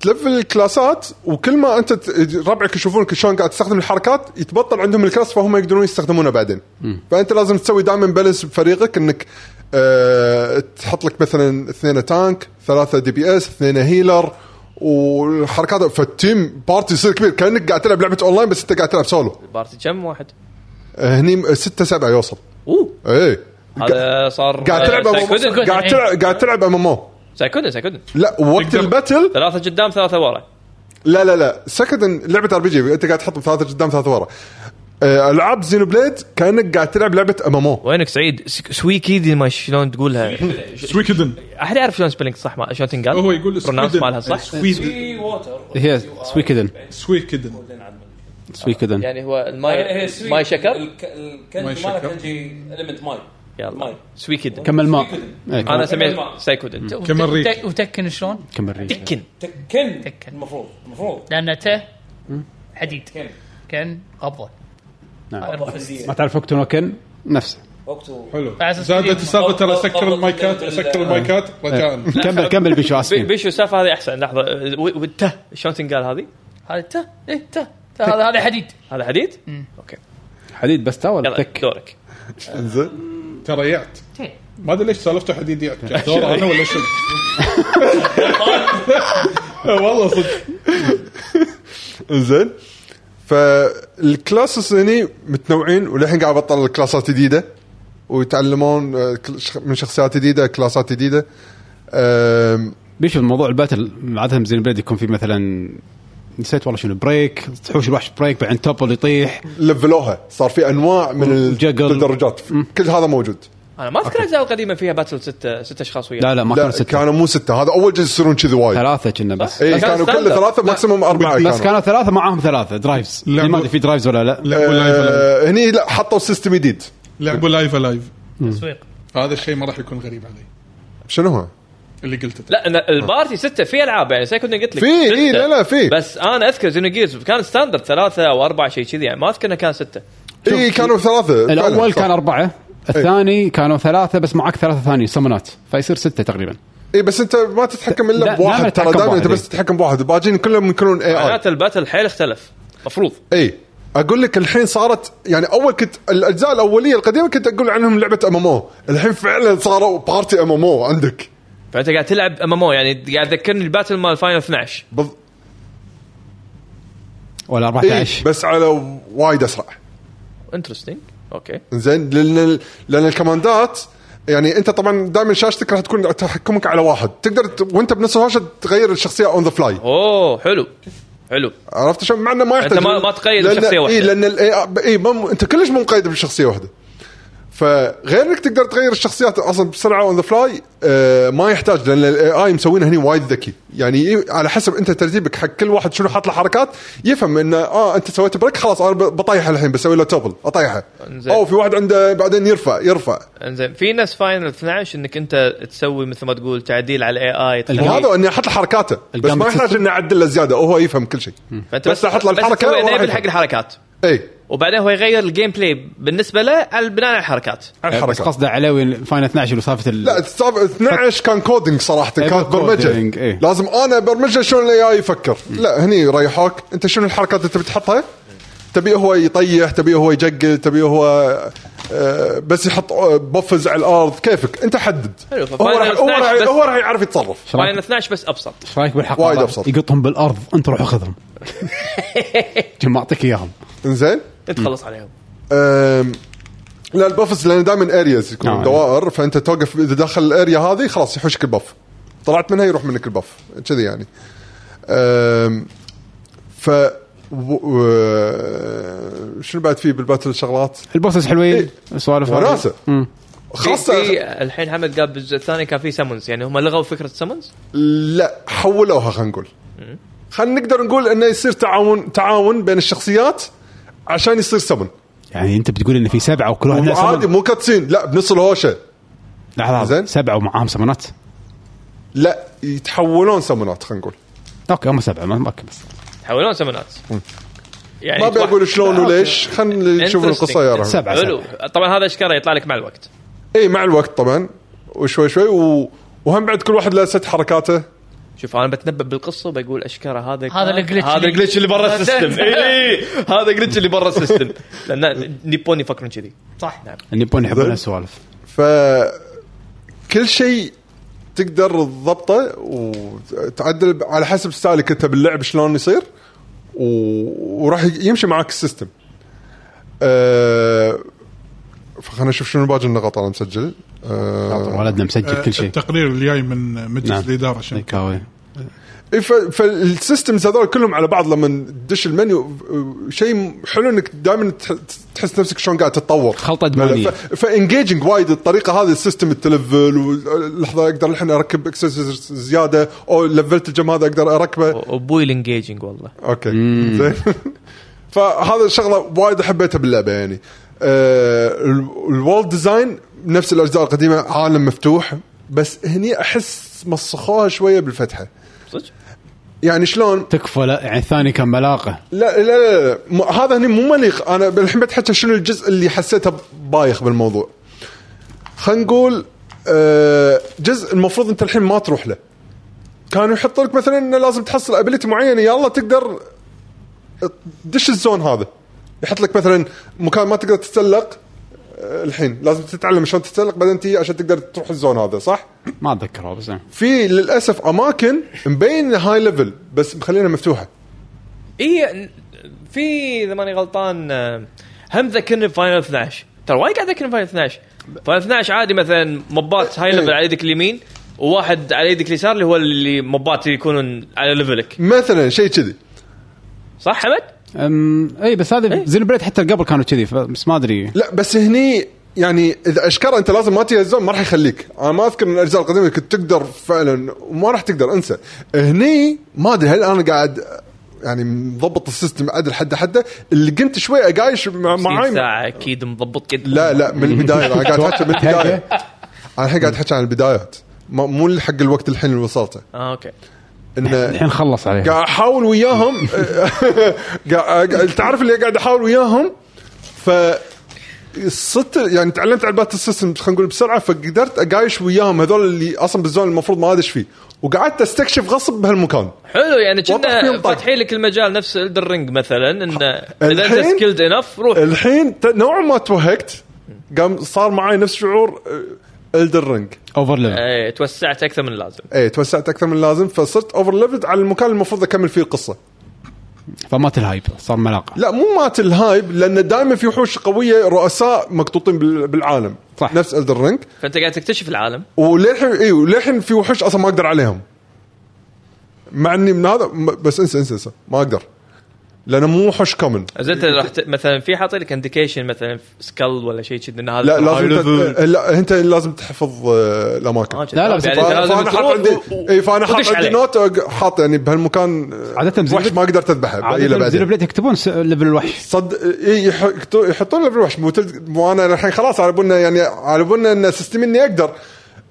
S3: تلفل الكلاسات وكل ما انت ت- ربعك يشوفونك شلون قاعد تستخدم الحركات يتبطل عندهم الكلاس فهم يقدرون يستخدمونه بعدين فانت لازم تسوي دائما بالانس بفريقك انك أه تحط لك مثلا اثنين تانك ثلاثه دي بي اس اثنين هيلر والحركات فالتيم بارتي يصير كبير كانك قاعد تلعب لعبه اونلاين بس انت قاعد تلعب سولو
S2: بارتي كم واحد؟
S3: أه، هني ستة سبعة يوصل
S2: اوه
S3: ايه
S2: هذا صار
S3: قاعد تلعب
S2: سايكودن
S4: أبو-
S3: قاعد تلعب قاعد تلعب ام ام او
S2: سايكودن سايكودن
S3: لا وقت
S5: تقدر-
S3: الباتل
S2: ثلاثة قدام ثلاثة ورا
S3: لا لا لا سكدن لعبه ار بي جي انت قاعد تحط ثلاثه قدام ثلاثه ورا آه، العاب زينو بليد كانك قاعد تلعب لعبه امامو
S2: وينك سعيد س- سويكيدي ما شلون تقولها
S5: سويكدن
S2: احد يعرف شلون سبيلينج صح ما شلون تنقال
S5: هو يقول
S2: بروناونس مالها صح
S5: سويكدن
S1: إيه. هي سويكدن
S5: سويكدن
S1: سويكدن
S2: يعني هو الماي ماي شكر
S5: ماي
S6: الكنجي
S5: شكر.
S6: مالها كنجي المنت ماي
S2: يلا
S6: ماي.
S2: سويكيدن
S1: كمل ماء
S6: سويكدن.
S1: إيه،
S2: انا
S1: كمل-
S2: سميت سايكودن
S5: كمان ريت.
S4: وتك- وتكن شلون؟
S1: كمل ريش.
S2: تكن
S6: تكن
S4: تكن.
S6: المفروض المفروض
S4: لان ت حديد
S6: كن
S4: كان غبضه
S1: نعم.
S6: أربع فلزية.
S1: ما تعرف وقت نوكن نفسه
S6: وقته
S5: حلو
S4: على أساس
S5: زادت
S4: كذي-
S5: السالفه ترى سكر
S6: ضبط-
S5: المايكات
S6: ضبط-
S5: سكر المايكات رجاء
S1: كمل كمل بشو
S2: بي-
S1: اسفين
S2: بيشو السالفه هذه احسن لحظه أه، و- والته شلون تنقال هذه؟
S4: هذا ت ايه ت ت- هذا هذا حديد
S2: هذا حديد؟
S1: حديد بس تا ولا
S2: يلا
S1: تك
S2: دورك
S3: انزين
S5: ترى يعت ما ادري ليش سالفته حديد يعت كان دور انا ولا شو والله صدق
S3: انزين فالكلاسز هني متنوعين وللحين قاعد بطل كلاسات جديده ويتعلمون آه، كل- شخ- من شخصيات جديده كلاسات جديده آم،
S1: بيشو الموضوع الباتل عاده زين بليد يكون في مثلا نسيت والله شنو بريك تحوش الوحش بريك بعدين توبل يطيح
S3: لفلوها صار في انواع من ال-
S1: جقل.
S3: الدرجات كل هذا موجود
S2: انا ما اذكر الاجزاء القديمه فيها باتل ستة ستة اشخاص وياك
S1: لا لا ما كان
S3: لا
S1: ستة
S3: كانوا إيه، مو سته هذا اول جزء يصيرون كذي وايد
S1: ثلاثة كنا بس
S3: اي
S2: كان
S3: كانوا كل
S2: ستاندرد.
S3: ثلاثه ماكسيموم اربعه
S1: بس كانوا ثلاثة معاهم ثلاثة درايفز
S5: لا،
S1: يعني ما
S5: مو-
S1: ادري في درايفز ولا لا
S5: لعبوا لايف لايف
S3: آه، هني لا حطوا سيستم جديد
S5: لعبوا لايف لايف
S4: تسويق
S5: هذا الشيء ما راح يكون غريب علي
S3: شنو هو؟
S5: اللي قلته
S2: لا أنا البارتي ستة في العاب يعني سايكودن قلت لك
S3: في
S2: ستة.
S3: اي لا لا في
S2: بس انا اذكر زينو جيرز كان ستاندرد ثلاثة او اربعة شيء كذي يعني ما اذكر انه كان ستة
S3: اي إيه، كانوا ثلاثه فعلاً،
S1: الاول
S3: صح.
S1: كان أربعة الثاني كانوا ثلاثة بس معك ثلاثة ثانية سمنات فيصير ستة تقريبا
S3: اي إيه، بس انت ما تتحكم الا
S1: لا، دائماً
S3: بواحد ترى
S1: تتحكم
S3: دائما انت
S1: بواحد،
S3: بس
S1: إي.
S3: تتحكم بواحد الباجين كلهم يكونون اي اي
S2: معناته الباتل حيل اختلف مفروض
S3: اي اقول إيه. لك الحين صارت يعني اول كنت الاجزاء الاوليه القديمه كنت اقول عنهم لعبه ام ام او الحين فعلا صاروا بارتي ام ام او عندك
S2: فانت قاعد تلعب ام ام او يعني قاعد تذكرني الباتل مال فاينل 12
S3: بض...
S1: ولا
S3: إيه
S1: 14
S3: بس على وايد اسرع
S2: انترستنج اوكي
S3: زين لان لان الكماندات يعني انت طبعا دائما شاشتك راح تكون تحكمك على واحد تقدر ت... وانت بنفس الشاشه تغير الشخصيه اون ذا فلاي
S2: اوه حلو حلو
S3: عرفت شلون مع انه ما يحتاج
S2: أنت ما- ما تقيد
S3: لأن-
S2: بشخصية واحدة.
S3: اي لان الاي اي ما م- انت كلش إيه، مو مقيد بشخصيه واحده فغير انك تقدر تغير الشخصيات اصلا بسرعه اون ذا فلاي آه، ما يحتاج لان الاي اي مسوينه هني وايد ذكي يعني ي- على حسب انت ترتيبك حق كل واحد شنو حاط له حركات يفهم انه اه انت سويت بريك خلاص انا ب- بطيحه الحين بسوي له توبل اطيحه
S2: إنزين.
S3: او في واحد عنده بعدين يرفع يرفع
S2: انزين في ناس فاينل 12 انك انت تسوي مثل ما تقول تعديل على الاي اي
S3: وهذا اني احط له حركاته بس ما
S1: الجامد
S3: يحتاج اني اعدل له زياده هو يفهم كل شيء إيه.
S2: فانت بس
S3: بس أحط له
S2: بس
S3: الحركة
S2: تسوي
S3: وراح
S2: enable
S3: يفهم.
S2: حق الحركات
S3: اي
S2: وبعدين هو يغير الجيم بلاي بالنسبه له على بناء على الحركات
S3: على
S1: بس
S3: الحركات
S1: قصده علوي فاينل 12 وسالفه ال-
S3: لا السابق 12 كان كودينج صراحه
S1: إيه،
S3: كانت برمجه
S1: كودينج، إيه.
S3: لازم انا برمجه شلون الاي اي يفكر لا هني ريحوك انت شنو الحركات اللي تبي تحطها تبي هو يطيح تبي هو يجقل تبي هو آه، بس يحط آه، بفز على الارض كيفك انت حدد
S2: حلو،
S3: هو
S2: ففاينل
S3: راح هو
S2: 12
S3: راح
S2: بس-
S3: هو راح يعرف يتصرف
S1: إيش
S2: فاينل
S1: رايك-
S2: 12 بس ابسط
S1: ايش رايك بالحق
S3: وايد
S1: هذا؟
S3: أبسط.
S1: يقطهم بالارض انت روح اخذهم جم اعطيك اياهم
S3: انزين
S2: تتخلص عليهم
S3: أم، لا البفز لان دائما ارياز يكون
S1: نعم.
S3: دوائر فانت توقف اذا دخل الاريا هذه خلاص يحوشك البف طلعت منها يروح منك البف كذي يعني أم، ف و- و- شنو بعد فيه بالباتل شغلات
S1: البوسس حلوين سوالف هذه.
S3: وناسه
S1: مم.
S3: خاصه
S2: في- في- الحين حمد قال بالجزء الثاني كان في سمونز يعني هم لغوا فكره السمونز
S3: لا حولوها خلينا نقول خلينا نقدر نقول انه يصير تعاون تعاون بين الشخصيات عشان يصير سمن
S1: يعني انت بتقول ان في سبعه وكل واحد له
S3: عادي
S1: سمن
S3: مو كاتسين لا بنص الهوشه
S1: لحظه لحظة.
S3: زين.
S1: سبعه ومعاهم سمنات
S3: لا يتحولون سمنات خلينا نقول
S1: اوكي هم سبعه ما ما- بس
S2: يحولون سمونات يعني
S3: ما ابي اقول شلون وليش خلينا نشوف القصه يا رحمة.
S1: سبعه
S2: حلو
S1: سبعه
S2: طبعا هذا اشكاله يطلع لك مع الوقت
S3: اي إيه، مع الوقت طبعا وشوي شوي و... وهم بعد كل واحد له ست حركاته
S2: شوف انا بتنبأ بالقصه وبقول اشكره هذا
S4: هذا الglitch
S2: هذا
S4: اللي-
S2: الجلتش اللي برا السيستم اي هذا جلتش اللي برا السيستم لان نيبون يفكرون كذي نعم.
S4: صح
S1: اليابون يحبون السوالف
S3: ف كل شيء تقدر تضبطه وتعدل ب- على حسب ستايلك انت باللعب شلون يصير و... وراح ي- يمشي معاك السيستم. أه... فخلنا نشوف شنو باقي النقط انا مسجل.
S1: طبعاً
S3: أه...
S1: ولدنا مسجل كل شيء
S5: التقرير الجاي من مجلس
S1: نعم.
S5: الاداره عشان
S1: كاوي
S3: إيه، ف... فالسيستمز هذول كلهم على بعض لما تدش المنيو شيء حلو انك دائما تح- تحس نفسك شلون قاعد تتطور.
S1: خلطة إدمانية.
S3: فانجيجنج وايد الطريقه هذه السيستم التلفل واللحظه اقدر الحين اركب اكسسوارز زياده او لفلت الجم هذا اقدر اركبه
S2: ابوي الانجيجنج والله
S3: اوكي زين فهذا الشغله وايد حبيتها باللعبه يعني آه، الوول ديزاين نفس الاجزاء القديمه عالم مفتوح بس هني احس مسخوها شويه بالفتحه
S2: صدق
S3: يعني شلون
S1: تكفى لا يعني الثاني كان ملاقه
S3: لا لا لا, لا. م- هذا هني مو مليق انا الحين بتحكى شنو الجزء اللي حسيته بايخ بالموضوع خلينا نقول آه، جزء المفروض انت الحين ما تروح له كانوا يحط لك مثلا انه لازم تحصل ابيلتي معينه يلا تقدر تدش الزون هذا يحط لك مثلا مكان ما تقدر تتسلق آه، الحين لازم تتعلم شلون تتسلق بعدين تجي عشان تقدر تروح الزون هذا صح؟
S1: ما اتذكره بس يعني.
S3: في للاسف اماكن مبين هاي ليفل بس مخلينها مفتوحه
S2: اي إيه، في اذا ماني غلطان آه، هم ذكرني بفاينل 12 ترى وايد قاعد اذكرني بفاينل 12 فاينل 12 عادي مثلا مبات هاي ليفل على يدك اليمين وواحد على يدك اليسار اللي هو اللي مبات يكونون على ليفلك
S3: مثلا شيء كذي
S2: صح حمد؟
S1: أم، اي بس هذا زين بريد حتى قبل كانوا كذي ف- بس ما ادري
S3: لا بس هني يعني اذا اشكره انت لازم ما تجي الزون ما راح يخليك انا ما اذكر من الاجزاء القديمه كنت تقدر فعلا وما راح تقدر انسى هني ما ادري هل انا قاعد يعني مضبط السيستم عدل حده حده اللي كنت شوي اقايش مع-
S2: معاي
S3: معاي
S2: ساعه اكيد مضبط كده
S3: لا لا من البدايه انا قاعد احكي من البدايه انا الحين قاعد احكي عن البدايات ما- مو حق الوقت الحين اللي وصلته
S2: آه اوكي
S3: انه
S1: الحين خلص عليه
S3: قاعد احاول وياهم قاعد تعرف اللي قاعد احاول وياهم ف صرت يعني تعلمت على بات السيستم خلينا نقول بسرعه فقدرت اقايش وياهم هذول اللي اصلا بالزون المفروض ما ادش فيه وقعدت استكشف غصب بهالمكان
S2: حلو يعني
S3: وضح فيهم
S2: كنا
S3: طق.
S2: فاتحين لك المجال نفس الدر رينج مثلا انه اذا انت
S3: الحين-
S2: سكيلد انف روح
S3: الحين ت- نوعا ما توهقت قام صار معي نفس شعور آه، الدر رينج
S1: اوفر ليفل
S2: ايه توسعت اكثر من اللازم
S3: اي إيه، توسعت اكثر من اللازم فصرت اوفر ليفلد على المكان اللي المفروض اكمل فيه القصه
S1: فمات الهايب صار ملاقه
S3: لا مو مات الهايب لان دائما في وحوش قويه رؤساء مقطوطين بال- بالعالم
S1: صح.
S3: نفس الدر رينج
S2: فانت قاعد تكتشف العالم
S3: وللحين اي وللحين إيه، في وحوش اصلا ما اقدر عليهم مع اني من هذا م- بس انسى انسى انسى ما اقدر لانه مو وحوش كومن
S2: زين انت راح ت- مثلا في حاطين لك انديكيشن مثلا سكال ولا شيء كذي ان هذا
S3: لا لازم
S2: هاي
S3: انت
S2: level.
S3: لا انت لازم تحفظ آه، الاماكن
S2: آه،
S3: ف-
S2: جد.
S1: لا، لا، بس
S2: يعني انت لازم
S3: فانا حاط
S2: تروح
S3: عندي
S2: و-
S3: اي فانا حاط
S2: ودش
S3: عندي
S2: عليه.
S3: نوت أق- حاط يعني بهالمكان آه،
S1: عادة زين
S3: وحش
S1: بت-
S3: ما اقدر تذبحه
S1: عاده
S3: إلا بعدين.
S1: بالبليد يكتبون س- ليفل الوحش
S3: صد إيه يحطوا يحطون له بالوحش مو تل- مو انا الحين خلاص على بالنا يعني على بالنا ان سيستم اني اقدر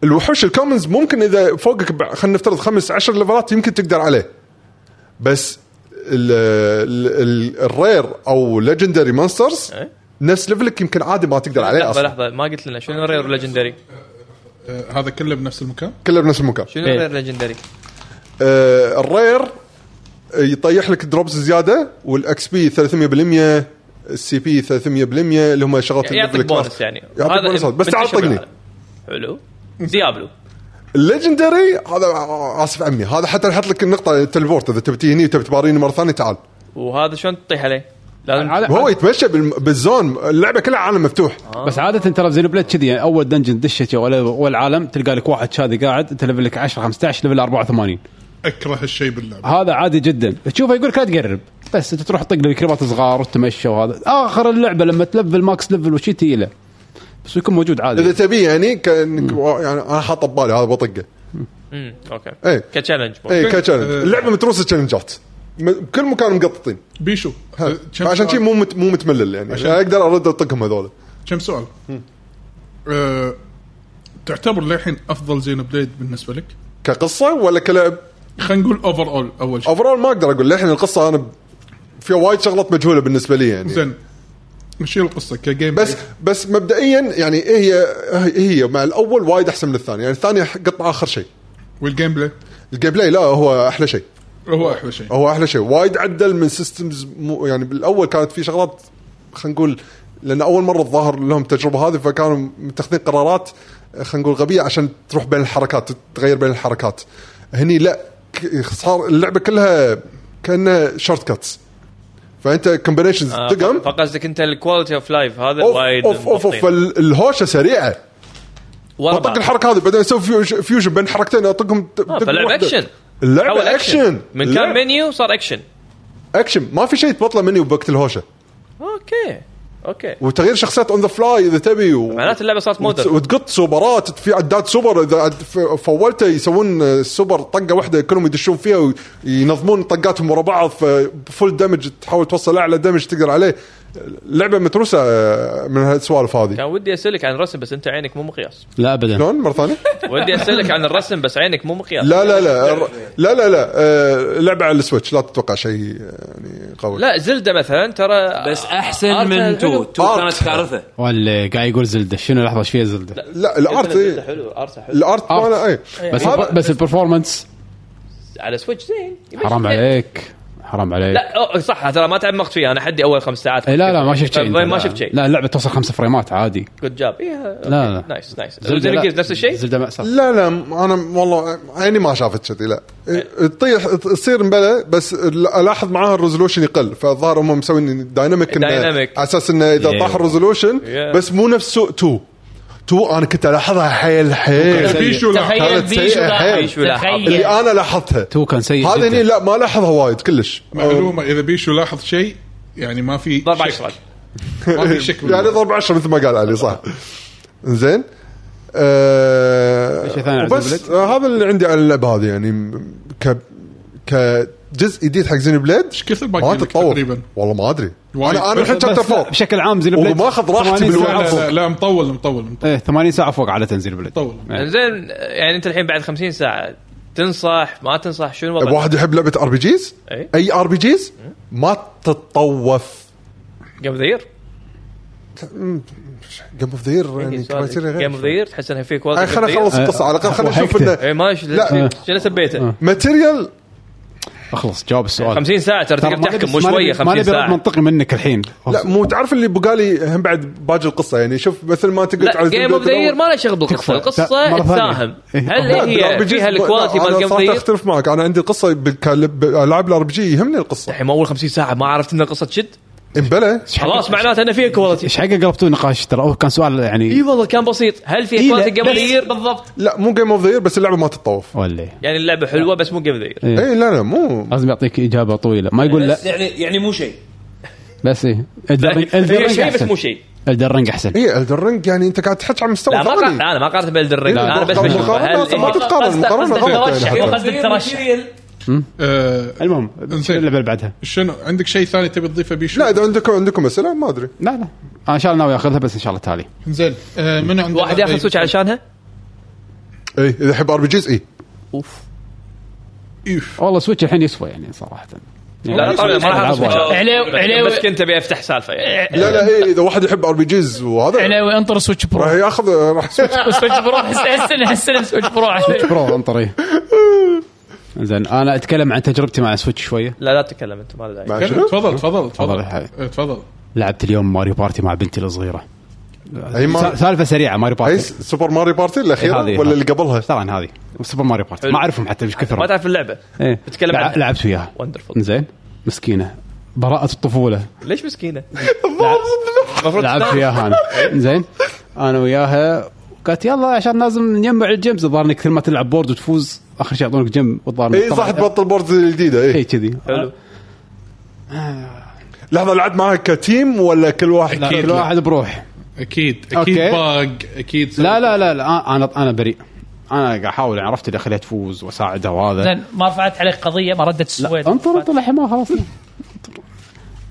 S3: الوحوش الكومنز ممكن اذا فوقك بع- خلينا نفترض خمس عشر ليفلات يمكن تقدر عليه بس ال ال ال الرير او ليجندري مونسترز
S2: إيه.
S3: نفس ليفلك يمكن عادي ما تقدر عليه
S2: لحظه
S3: اصلا
S2: لحظه ما قلت لنا شنو الرير ليجندري؟
S3: إيه.
S5: آه، هذا كله بنفس المكان
S3: كله بنفس المكان
S2: شنو
S1: إيه.
S2: الرير ليجندري؟
S3: آه الرير يطيح لك دروبس زياده والاكس بي 300% السي بي 300% اللي هم شغلات
S2: يعطيك
S3: الليفل كلاس.
S2: بونس يعني
S3: يعطيك
S2: هذا
S3: بونسات بس
S2: منتشر
S3: تعطقني
S2: بالعالم. حلو ديابلو
S3: الليجندري هذا اسف عمي هذا حتى يحط لك النقطه تلبورت اذا تبي تجي هني وتبي تباريني مره ثانيه تعال
S2: وهذا شلون تطيح عليه؟ لازم
S1: عادة
S3: وهو يتمشى بالم- بالزون اللعبه كلها عالم مفتوح
S1: بس عاده ترى بزينوبليد كذي يعني اول دنجن دشت ولا اول عالم تلقى لك واحد شاذي قاعد انت ليفلك 10 15 ليفل 84
S5: اكره هالشيء باللعبه
S1: هذا عادي جدا تشوفه يقول لك لا تقرب بس انت تروح تطق له كريبات صغار وتمشى وهذا اخر اللعبه لما تلفل ماكس ليفل وشي تجي له بس يكون موجود
S3: اذا
S1: عادي
S3: تبي يعني كانك يعني انا حاطه ببالي هذا بطقه
S2: مم، اوكي
S3: إيه.
S2: كتشالنج
S3: اي
S2: ممكن.
S3: كتشالنج
S5: آه.
S3: اللعبه متروسه تشالنجات م- بكل مكان مقططين
S5: بيشو آه، كم
S3: عشان شي
S5: سؤال-
S3: مو مت مو متملل يعني عشان
S5: عشان-
S3: اقدر ارد اطقهم هذول
S5: كم سؤال أه تعتبر للحين افضل زين بليد بالنسبه لك
S3: كقصه ولا كلعب
S5: خلينا نقول اوفر اول اول شيء
S3: اوفرول ما اقدر اقول للحين القصه انا فيها وايد شغلات مجهوله بالنسبه لي يعني
S5: زين مشي القصه كجيم
S3: بس
S2: إيه.
S3: بس مبدئيا يعني إيه هي إيه هي مع الاول وايد احسن من الثاني يعني الثاني قطع اخر شيء
S5: والجيم بلاي
S3: الجيم بلاي لا هو احلى شيء
S5: هو احلى شيء
S3: هو احلى شيء وايد عدل من سيستمز مو يعني بالاول كانت في شغلات خلينا نقول لان اول مره الظاهر لهم التجربه هذه فكانوا متخذين قرارات خلينا نقول غبيه عشان تروح بين الحركات تتغير بين الحركات هني لا ك- صار اللعبه كلها كانها شورت كاتس فانت كومبينيشنز
S2: آه،
S3: تقم
S2: ف- فقصدك انت الكواليتي اوف لايف هذا
S3: اوف
S2: وايد
S3: اوف اوف, أوف
S2: مضبطين.
S3: ال- الهوشه سريعه
S2: ورا
S3: اطق
S2: بعض.
S3: الحركه هذه بعدين اسوي فيوج- فيوجن بين حركتين اطقهم ت-
S2: آه،
S3: دق
S2: فاللعبه
S3: واحدة.
S2: اكشن حول
S3: اللعبه اكشن
S2: من كان
S3: اللعبة
S2: منيو صار اكشن
S3: اكشن ما في شيء تبطله مني بوقت الهوشه
S2: اوكي اوكي
S3: وتغيير شخصيات اون ذا فلاي اذا تبي و...
S2: معناته اللعبه صارت
S3: وت-
S2: مودرن
S3: وتقط سوبرات في عداد سوبر اذا عد- ف- فولته يسوون آه، سوبر طقه واحده كلهم يدشون فيها وينظمون طقاتهم ورا بعض ففول دمج تحاول توصل اعلى دمج تقدر عليه لعبه متروسه آه، من هالسوالف هذه
S2: كان ودي اسالك عن الرسم بس انت عينك مو مقياس
S1: لا ابدا
S3: شلون مره ثانيه؟
S2: ودي اسالك عن الرسم بس عينك مو مقياس
S3: لا لا لا الر- لا لا لا آه، لعبه على السويتش لا تتوقع شيء يعني قوي
S2: لا زلده مثلا ترى
S6: بس احسن
S2: أرتها
S6: من تو
S2: حلو.
S6: تو
S3: أرت.
S6: كانت كارثه
S1: ولا قاعد يقول زلده شنو لحظه ايش فيها زلده
S3: لا الارت
S2: زلدة
S3: إيه.
S2: حلو ارتها حلو
S3: الارت ماله اي
S1: بس
S3: هذا-
S1: الب- بس البرفورمانس
S2: على سويتش زين يمشي
S1: حرام
S2: زين.
S1: عليك حرام عليك
S2: لا أو- صح ترى ما تعمقت فيها انا حدي اول خمس ساعات
S1: إيه لا لا ما شفت شيء
S2: ما-
S1: أنت،
S2: طيب، ما
S1: لا.
S2: شفت شيء إيه،
S1: لا اللعبه توصل خمسة فريمات عادي
S2: جود جاب
S1: لا، لا.
S2: نايس نايس
S1: لا.
S2: زلده نفس الشيء
S1: زلده مأساة
S3: لا لا انا والله عيني ما شافت كذي لا تطيح تصير مبلى بس الاحظ معاها الريزولوشن يقل فالظاهر هم مسوين دايناميك إنه-
S2: Dynamic.
S3: على اساس انه اذا
S1: Yeah.
S3: طاح الريزولوشن
S2: Yeah.
S3: بس مو نفس سوء 2 2 انا كنت الاحظها حيل حيل
S5: بيشو لا
S4: تخيل
S3: كانت
S4: بيشو
S3: سيئة
S4: لاعب.
S3: حيل.
S2: بيشو لاعب.
S4: تخيل
S3: اللي انا لاحظتها
S1: تو كان سيء
S3: هذه هني
S1: جدا
S3: لا ما لاحظها وايد كلش
S5: معلومه اذا بيشو لاحظ شيء يعني ما في
S2: ضرب
S5: شك.
S2: 10
S5: ما في شك
S3: يعني ضرب 10 مثل ما قال علي صح زين
S1: شيء ثاني
S3: آه
S1: على
S3: بس
S1: زين
S3: هذا اللي عندي على اللعبه هذه يعني م- ك كجزء جديد حق زين بليد ايش
S5: كثر باقي
S3: ما
S5: لك
S3: تتطور
S5: تقريبا؟ والله
S3: والله ما ادري
S5: وايد.
S3: انا انا الحين
S1: بس
S3: شابتر
S1: لا،
S3: فوق
S1: بشكل عام زين بليد
S3: وماخذ راحتي
S1: 80
S3: بالوقت.
S5: لا
S1: ساعة.
S5: لا, لا مطول مطول مطول
S1: ايه 80 ساعه فوق على تنزيل بليد
S5: طول.
S1: إيه.
S2: زين يعني انت الحين بعد 50 ساعه تنصح ما تنصح شنو
S3: أبو
S2: وضعك؟
S3: واحد يحب لعبه ار بي جيز
S2: إي.
S3: اي ار بي جيز ما تتطوف
S2: جيم اوف ذا
S3: يعني
S2: يير
S3: جيم اوف ذا
S2: إيه،
S3: يير يعني كرايتيريا
S2: جيم اوف ذا
S3: غير
S2: يير تحس انها في
S3: يعني
S2: كواليتي
S3: خلينا نخلص
S1: آه،
S3: القصه على الاقل خلينا نشوف
S1: وحكته.
S2: اي
S3: انه
S2: إيه، ما شنو
S3: لا.
S2: شنو
S1: آه.
S2: سبيته
S3: ماتيريال
S1: اخلص جاوب السؤال
S2: 50 ساعه ترى
S1: ترى
S2: تقدر
S1: ما
S2: تحكم
S1: نبي-
S2: مو
S1: ما
S2: شويه
S1: نبي- ما
S2: 50
S1: نبي رد
S2: ساعه
S1: منطقي منك الحين
S3: لا مو تعرف اللي بقالي هم بعد باقي القصه يعني شوف مثل ما انت قلت
S2: لا جيم اوف ذا يير ما له شغل
S1: تكفى.
S2: بالقصه
S1: مرة
S2: القصه
S1: ثانية.
S2: تساهم
S1: إيه.
S2: هل
S3: لا،
S2: هي
S3: بالRPGs
S2: فيها
S3: لا،
S2: الكواليتي
S3: أنا
S2: مال جيم اوف ذا
S3: صراحة
S2: يير
S3: اختلف معك انا عندي القصه بالالعاب الار بي جي يهمني القصه
S2: الحين اول 50 ساعه ما عرفت ان القصه تشد
S3: امبلا
S2: خلاص معناته ان فيها كواليتي
S1: ايش حق قلبتوا النقاش ترى هو كان سؤال
S2: اي
S1: يعني
S2: والله كان بسيط هل فيها
S1: إيه،
S2: كواليتي
S1: لا،
S2: جيم اوف ذا
S1: بس-
S2: يير بالضبط
S3: لا مو جيم اوف ذا يير بس اللعبه ما تتطوف
S1: ولا إيه؟
S2: يعني اللعبه حلوه بس مو جيم اوف ذا يير
S3: اي لا لا مو
S1: لازم يعطيك اجابه طويله ما يقول لا
S6: بس يعني يعني مو شيء
S1: بس ايه
S2: هي
S1: الدرنج
S2: شيء بس مو
S1: احسن
S2: شيء
S1: الدرنج احسن
S3: اي الدرنج يعني انت قاعد تحكي عن مستوى
S2: لا ما قارن
S3: ثاني
S2: لا انا ما قارنت بالدر رينج
S3: لا،
S2: انا بس
S3: مقارنة-
S2: بشوف هل
S3: ما
S2: إيه.
S3: تتقارن
S4: قصدك-
S3: المقارنه
S4: قصدك
S3: غلط
S4: ترشح،
S3: يعني حتى.
S4: قصدك ترشح
S5: آه
S1: المهم
S5: زين.
S1: اللعبه اللي بعدها
S5: شنو عندك شيء ثاني تبي تضيفه بيشو؟
S3: لا اذا عندكم عندكم اسئله ما ادري
S1: لا لا انا ان شاء الله ناوي اخذها بس ان شاء الله تالي
S5: زين آه من عندك
S2: واحد ياخذ سويتش علشانها
S3: اي اذا إيه، يحب ار بي جيز اي
S2: اوف
S5: إيوه.
S1: والله سويتش الحين يسوى يعني صراحه
S2: لا لا طبعا ما راح اخذ سويتش
S4: ألعاب. عليو- عليو-
S2: بس كنت ابي افتح سالفه يعني
S3: لا لا اي اذا واحد يحب ار بي جيز وهذا
S4: علاوي انطر سويتش برو
S3: راح ياخذ راح يسوي-
S4: سويتش برو هالسنه هالسنه سويتش برو عشان
S1: برو انطري زين انا اتكلم عن تجربتي مع سويتش شويه
S2: لا لا تتكلم انت ما له داعي
S3: مع شنو؟
S5: تفضل تفضل تفضل
S1: تفضل يا حبيبي.
S5: آه، تفضل
S1: لعبت اليوم ماريو بارتي مع بنتي الصغيره
S3: هي إيه، ما- إيه،
S1: س- سالفه سريعه ماريو
S3: هي
S1: بارتي
S3: سوبر ماري بارتي
S1: إيه، هذه-
S3: الاخيره ولا اللي قبلها؟
S1: طبعا هذه سوبر ماريو بارتي ما اعرفهم حتى ايش
S2: ما
S1: كثر
S2: تعرف اللعبه
S1: إيه.
S2: بتتكلم
S1: لع-
S2: عن-
S1: لعبت وياها
S2: وندرفول
S1: زين مسكينه براءة الطفولة
S2: ليش مسكينه؟
S1: لعبت وياها انا زين انا وياها قالت يلا عشان لازم نجمع الجيمز الظاهر انك كل ما تلعب بورد وتفوز اخر شيء يعطونك جيم والظاهر
S3: اي إيه، صح تبطل بورد الجديده
S1: اي
S3: اي
S1: كذي
S2: حلو
S3: لحظه لعبت معها كتيم ولا كل واحد؟
S5: أكيد
S1: كل
S5: لا.
S1: واحد بروح
S5: اكيد اكيد
S1: أوكي.
S5: باق اكيد
S1: لا لا لا, لا انا انا بريء انا قاعد احاول يعني عرفت اللي اخليها تفوز واساعدها وهذا
S4: زين ما رفعت عليك قضيه ما ردت السويد
S1: انطر انطر لحين ما خلصنا انطر.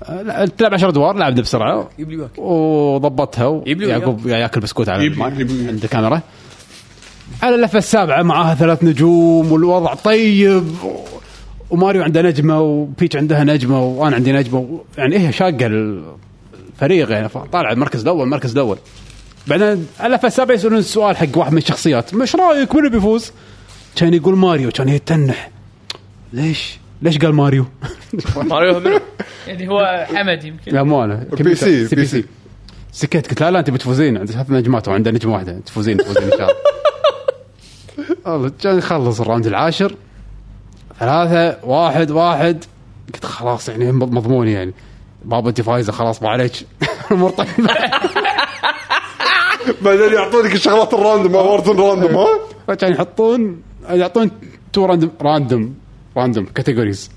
S1: آه، لا، تلعب 10 ادوار لعبنا بسرعه وضبطها و-
S2: يبلي وياك.
S1: يعقوب قاعد ياكل بسكوت على
S5: يبلي-
S1: المايك
S5: يبلي وياك.
S1: عند الكاميرا على اللفه السابعه معاها ثلاث نجوم والوضع طيب و- وماريو عنده نجمه وبيتش عندها نجمه وانا عندي نجمه و- يعني هي شاقه الفريق يعني طالع المركز الاول المركز الاول بعدين على فسابه يسالون السؤال حق واحد من الشخصيات مش رايك من اللي بيفوز؟ كان يقول ماريو كان يتنح ليش؟ ليش قال ماريو؟
S2: ماريو منو؟
S4: يعني هو حمد يمكن
S1: لا مو انا
S3: بي سي بي سي
S1: سكت قلت لا لا انت بتفوزين عندك ثلاث نجمات وعنده نجمه واحده تفوزين تفوزين ان شاء الله والله كان يخلص الراوند العاشر ثلاثة واحد واحد قلت خلاص يعني مض- مضمون يعني بابا انت فايزه خلاص ما عليك الامور طيبه
S3: بعدين يعطونك الشغلات الراندوم
S5: آه.
S3: اوردن راندوم ها
S1: كانوا يحطون يعطون تو راندوم راندوم راندوم كاتيجوريز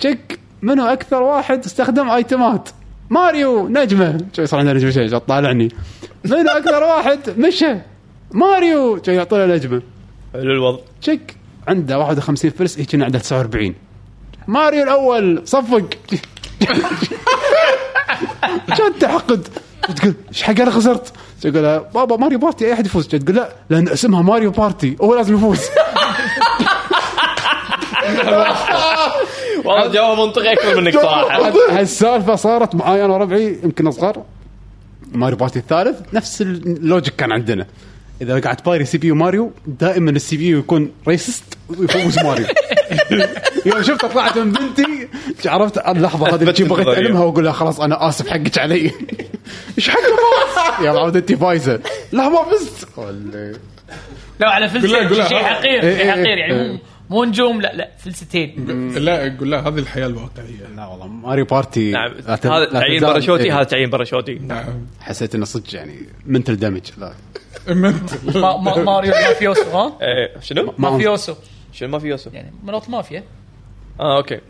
S1: تشيك منو اكثر واحد استخدم ايتمات ماريو نجمه شو صار عندنا نجمه شيء شو طالعني منو اكثر واحد مشى ماريو شو يعطونه نجمه
S2: حلو الوضع
S1: تشيك عنده 51 فلس هيك عنده 49 ماريو الاول صفق كان تعقد تقول ايش حق انا خسرت؟ تقول لها، بابا ماريو بارتي اي احد يفوز تقول لا لان اسمها ماريو بارتي هو لازم يفوز
S2: والله جواب منطقي اكثر منك صراحه
S1: هالسالفه صارت معاي انا وربعي يمكن صغار ماريو بارتي الثالث نفس اللوجيك كان عندنا اذا قعدت باري سي بي يو ماريو دائما السي بي يو يكون ريسست ويفوز ماريو يوم شفت طلعت من بنتي عرفت اللحظه هذه
S2: أثبت
S1: اللي بغيت
S2: النظرية.
S1: المها واقول لها خلاص انا اسف حقك علي ايش حقك يا معود انت فايزه لا ما فزت
S4: لو على فلسه
S5: بالله-
S4: شيء
S1: إيه،
S4: حقير
S1: إيه،
S4: شيء حقير يعني
S1: إيه.
S4: مو- مو نجوم لا لا فلستين
S5: لا اقول لا هذه الحياه الواقعيه
S1: لا والله ماريو بارتي
S2: نعم
S1: لا تز-
S2: هذا
S1: لا
S2: تعيين
S1: تزال-
S2: باراشوتي
S1: إيه.
S2: هذا تعيين باراشوتي
S5: نعم
S1: حسيت انه صدق يعني منتل دامج لا
S5: منتل
S4: ما- ما- ماريو مافيوسو ها
S2: إيه، شنو؟
S1: ما-
S4: مافيوسو
S2: شنو ما في يوسف؟
S4: يعني مناط مافيا
S2: اه اوكي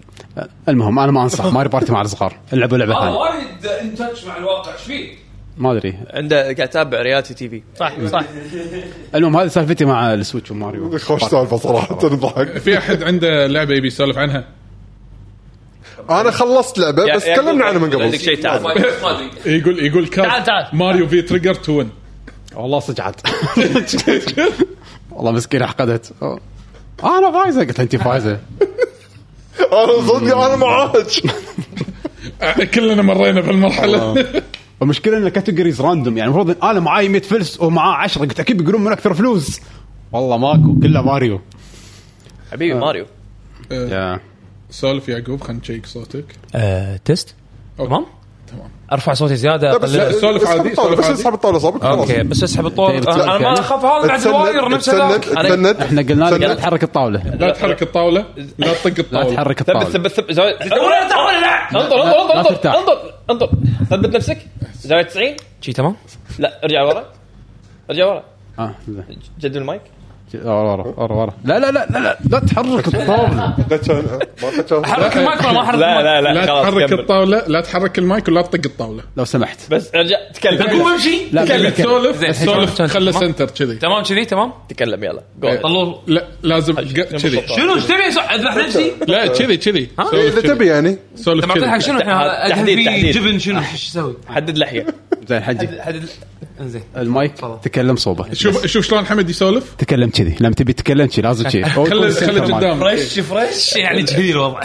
S1: المهم انا ما انصح ماري بارتي مع الصغار العبوا لعبه
S6: هذا
S1: ثانيه
S6: وايد ان تاتش مع الواقع ايش فيه؟
S1: ما ادري
S2: عنده قاعد اتابع ريالتي تي في
S1: إيه.
S4: صح صح
S1: المهم هذه سالفتي مع السويتش وماريو
S3: خوش سالفه صراحه ضحك
S5: في احد عنده لعبه يبي يسولف عنها
S3: انا خلصت لعبه
S2: يا-
S3: بس
S2: يا يعقوب،
S3: تكلمنا عنها من
S2: عندك
S3: قبل
S2: شيء تعال
S5: يقول يقول كات
S4: تعال- تعال.
S5: ماريو في تريجر تو ون
S1: والله صجعت والله مسكينه حقدت أوه. انا فايزه قلت انت فايزه
S3: انا صدق انا معاك
S5: كلنا مرينا بهالمرحله
S1: المشكله ان الكاتيجوريز راندوم يعني المفروض إن انا معاي 100 فلس ومعاه 10 قلت اكيد بيقولون من اكثر فلوس والله ماكو كله ماريو
S2: حبيبي ماريو
S1: يا
S5: سولف يعقوب خلينا نشيك صوتك
S9: آه، تست
S5: أوكي.
S9: تمام
S5: تمام
S9: ارفع صوتي زياده
S3: لا، بس
S9: أقلل.
S5: سولف
S3: اسحب
S5: عادي،
S3: الطاولة،
S5: سولف
S3: بس
S5: عادي.
S3: اسحب الطاوله صابك خلاص
S9: اوكي بس اسحب الطول
S1: طيب،
S9: انا ما
S1: أوكي.
S9: اخاف هذا بعد الواير نفس ذاك
S3: تسند تسند
S1: احنا قلنا لك لا
S3: تسند.
S1: تحرك الطاوله
S5: لا تحرك الطاوله لا تطق
S1: لا
S5: الطاوله
S1: تحرك
S2: ثبت
S1: الطاوله
S2: ثبت ثبت زاوية- ولا تحول لا انطر
S1: طيب. لا-
S2: انطر
S1: لا
S2: انطر
S1: ترتاح.
S2: انطر انطر ثبت نفسك زاوية 90
S9: شي تمام
S2: لا ارجع ورا ارجع ورا
S1: آه، زين.
S2: جد المايك
S1: ورا ورا ورا ورا لا لا لا لا لا, لا تحرك الطاوله
S9: حرك المايك ما حرك
S2: لا لا
S5: لا
S2: لا خلاص
S5: تحرك
S2: كمل
S5: الطاوله لا تحرك المايك ولا تطق الطاوله
S1: لو سمحت
S2: بس ارجع
S9: قوم
S2: تكلم
S9: امشي
S1: لا
S5: اللي
S1: بالك-
S5: تسولف
S9: سولف،
S5: سولف
S9: سولف.
S5: خله
S9: تمام.
S5: سنتر كذي
S9: تمام كذي تمام
S2: تكلم يلا جو
S9: طلول
S5: لا لازم ق- كذي
S9: شنو ايش تبي اذبح نفسي؟
S5: لا كذي كذي سولف
S3: اذا
S5: كذي.
S3: تبي يعني
S5: سولف
S9: انت معطينا حق
S5: كذي
S9: شنو احنا هذا؟ أذبح
S2: تحديد-
S9: فيه
S2: تحديد.
S9: جبن شنو ايش اسوي؟
S2: حدد لحيه
S1: زين حجي
S9: حدد انزين
S1: المايك تكلم صوبه
S5: شوف شوف شلون حمد يسولف
S1: تكلم كذي لما تبي تتكلم كذي لازم كذي
S5: خله خله قدام
S9: فريش فريش يعني كذي الوضع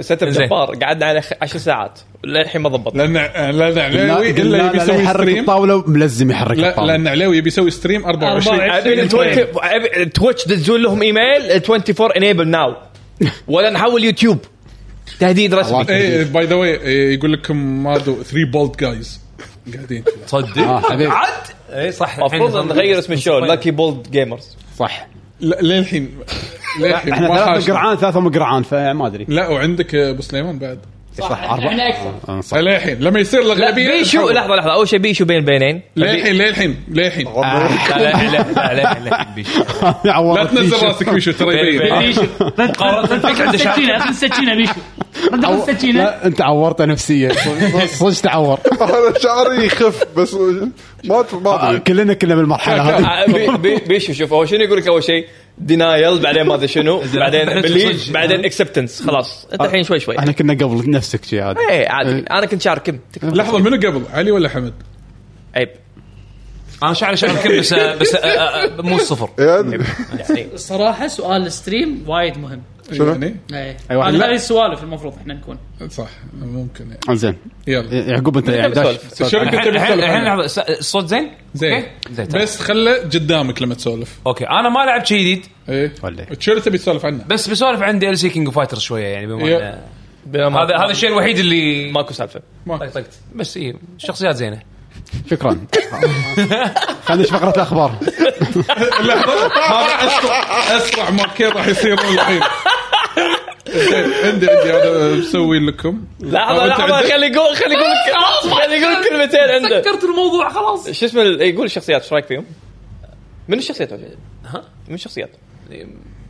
S2: سيت اب
S9: زين.
S2: جبار قعدنا على 10 ساعات للحين ما ضبط
S5: لان لان علاوي الا يبي يسوي
S1: يحرك
S5: ستريم
S1: الطاوله ملزم يحرك
S5: لا
S1: الطاوله
S5: لان علاوي يبي يسوي ستريم 24
S2: ابي تويتش- أبي تويتش تنزل لهم ايميل 24 انيبل ناو ولا نحول يوتيوب تهديد رسمي
S1: الله.
S5: اي باي ذا واي إيه، يقول لكم مادو 3 بولد جايز قاعدين
S1: آه،
S9: تصدق
S1: حبيبي.
S9: عاد اي صح
S2: المفروض نغير اسم الشو لاكي بولد جيمرز
S1: صح
S5: لا- للحين للحين
S1: احنا
S5: ما
S1: ثلاثه
S5: حاشنا.
S1: مقرعان ثلاثه مقرعان فما ادري
S5: لا وعندك ابو سليمان بعد طيب،
S1: صح اربعه
S4: احنا اكثر
S1: آه، صح
S5: للحين لما يصير الاغلبيه
S2: بيشو لحظه لحظه اول شيء بيشو بين بينين
S5: للحين للحين للحين
S9: لا لا لا لا لا بيشو.
S5: لا
S1: عوضت
S5: تنزل
S1: بيشو.
S5: راسك آه، بيشو ترى يبين
S9: بيشو مقارنه فيك عنده شعر
S4: السكينه اخذ السكينه بيشو رد
S1: عو-
S4: اخذ السكينه
S1: لا انت عورته نفسيا صدق تعور
S3: انا شعري يخف بس ما ما
S2: آه.
S3: ادري
S1: كلنا كنا بالمرحله هذه
S2: بي- بي- بيشو شوف هو شنو يقول لك اول شيء دينايل بعدين ما ادري شنو بعدين بليج بعدين اكسبتنس خلاص إيه، انت الحين شوي شوي
S1: احنا كنا قبل نفسك شي هذا
S5: إيه.
S2: ايه عادي انا كنت شارك كم
S5: لحظه منو قبل علي ولا حمد؟
S2: عيب
S9: انا شعري شعر الكب بس بس آه، آه، مو الصفر
S3: إيه، أدري.
S2: يعني
S4: الصراحه سؤال الستريم وايد مهم إيه.
S3: شنو؟
S5: يعني
S4: اي
S1: أيوة.
S4: هذه هذه السوالف المفروض احنا نكون
S5: صح ممكن يعني
S1: زين
S5: يلا
S1: يعقوب انت يعني داش
S2: بسولف.
S5: الشبكه
S9: الحين
S5: تبي
S9: الحين-
S5: تسولف
S9: الحين
S5: عنها.
S9: لحظة، س- الصوت زين؟
S5: زين
S9: أوكي؟ زين تمام.
S5: بس خله قدامك لما تسولف
S9: اوكي انا ما لعبت شيء جديد
S5: ايه
S1: ولا إيه.
S5: شو اللي تبي تسولف عنه؟
S9: بس بسولف عن دي ال سي كينج فايترز شويه يعني بما
S5: يا.
S9: إنه-
S2: بما-
S9: هذا هذا الشيء الوحيد اللي
S2: ماكو سالفه
S4: طيب،
S5: ما
S9: بس إيه، اي الشخصيات زينه
S1: شكرا خلينا نشوف فقره الاخبار
S5: لحظه هذا اسرع اسرع ماركين راح يصير الحين زين، عندي عندي انا مسوي لكم
S2: لحظه
S5: أو أنت
S2: لحظه
S5: عندك-
S2: خلي يقول خلي يقول خلي يقول كلمتين عنده
S6: ذكرت الموضوع خلاص
S2: شو اسمه ال- يقول الشخصيات ايش رايك فيهم؟ من الشخصيات ها؟ من الشخصيات؟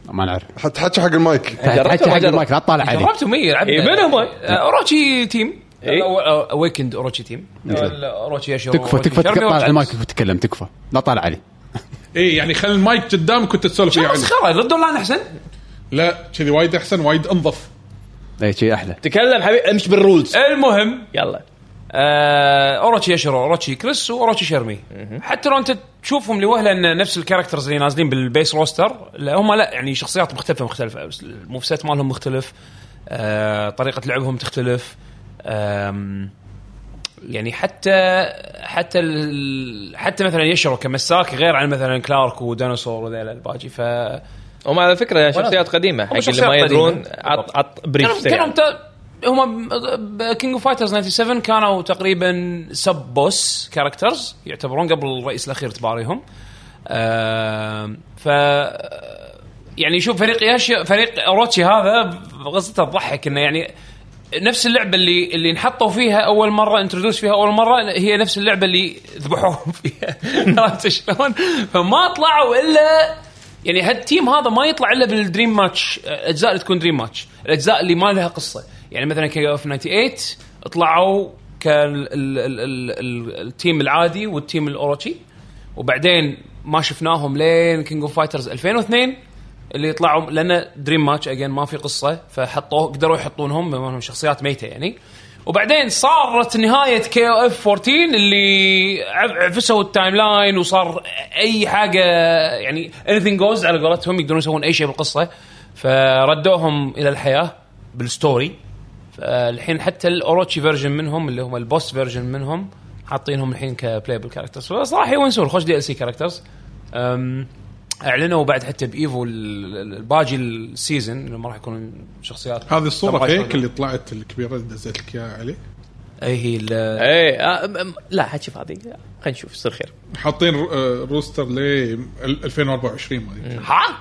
S1: ما نعرف
S3: حتى حكي حق المايك
S1: حكي
S2: جربتها
S1: حق
S2: ما جربت؟
S1: المايك لا تطالع علي
S9: جربتهم اي لعبنا
S6: إيه،
S2: إي، من هم؟
S9: آه، اوروتشي تيم آه،
S2: إي.
S9: اويكند اوروتشي تيم آه، ولا اوروتشي اشياء
S1: تكفى تكفى تطالع على المايك وتتكلم تكفى لا طالع علي
S5: اي يعني خلي المايك قدامك وانت تسولف ويا علي.
S9: مسخره رد اونلاين احسن
S5: لا كذي وايد احسن وايد انظف
S1: اي شيء احلى
S2: تكلم حبيبي امش
S9: إيه.
S2: بالرولز
S9: المهم
S2: يلا
S9: آه، اوروتشي يشرو اوروتشي كريس واوروتشي شيرمي حتى لو انت تشوفهم لوهله ان نفس الكاركترز اللي نازلين بالبيس روستر لا هم لا يعني شخصيات مختلفه مختلفه الموفسات مالهم مختلف آه، طريقه لعبهم تختلف آم، يعني حتى حتى ال... حتى مثلا يشرو كمساك غير عن مثلا كلارك وديناصور وذيلا الباجي ف
S2: هم على فكره يعني شخصيات قديمه حق اللي
S9: شخصيات
S2: ما يدرون
S9: قديمة.
S2: عط عط بريف
S9: كانوا كانوا مت- هم كينج اوف فايترز 97 كانوا تقريبا سب بوس كاركترز يعتبرون قبل الرئيس الاخير تباريهم آم، ف يعني شوف فريق ياشي فريق اوروتشي هذا قصته تضحك انه يعني نفس اللعبه اللي اللي انحطوا فيها اول مره انتروديوس فيها اول مره هي نفس اللعبه اللي ذبحوهم فيها عرفت شلون؟ فما طلعوا الا يعني هالتيم هذا ما يطلع الا بالدريم ماتش الاجزاء اللي تكون دريم ماتش الاجزاء اللي ما لها قصه يعني مثلا كي اوف 98 طلعوا كان ال- ال- ال- ال- التيم العادي والتيم الاوروتشي وبعدين ما شفناهم لين كينج اوف فايترز 2002 اللي طلعوا لان دريم ماتش اجين ما في قصه فحطوه قدروا يحطونهم بما انهم شخصيات ميته يعني وبعدين صارت نهايه كي او اف 14 اللي عف- عفسوا التايم لاين وصار اي حاجه يعني anything goes على قولتهم يقدرون يسوون اي شيء بالقصه فردوهم الى الحياه بالستوري فالحين حتى الاوروتشي فيرجن منهم اللي هم البوس فيرجن منهم حاطينهم الحين كبلايبل كاركترز فصراحه يونسون خوش دي ال سي كاركترز اعلنوا بعد حتى بايفو ال- ال- الباجي السيزون لما راح يكون شخصيات
S5: هذه الصوره
S9: 17
S5: فيك اللي طلعت الكبيره اللي دزت لك اياها علي
S9: اي هي ال-
S2: اي آه، م- م- لا حتشوف هذه خلينا نشوف يصير خير
S5: حاطين رو- آه، روستر ل 2024 هذه
S9: ها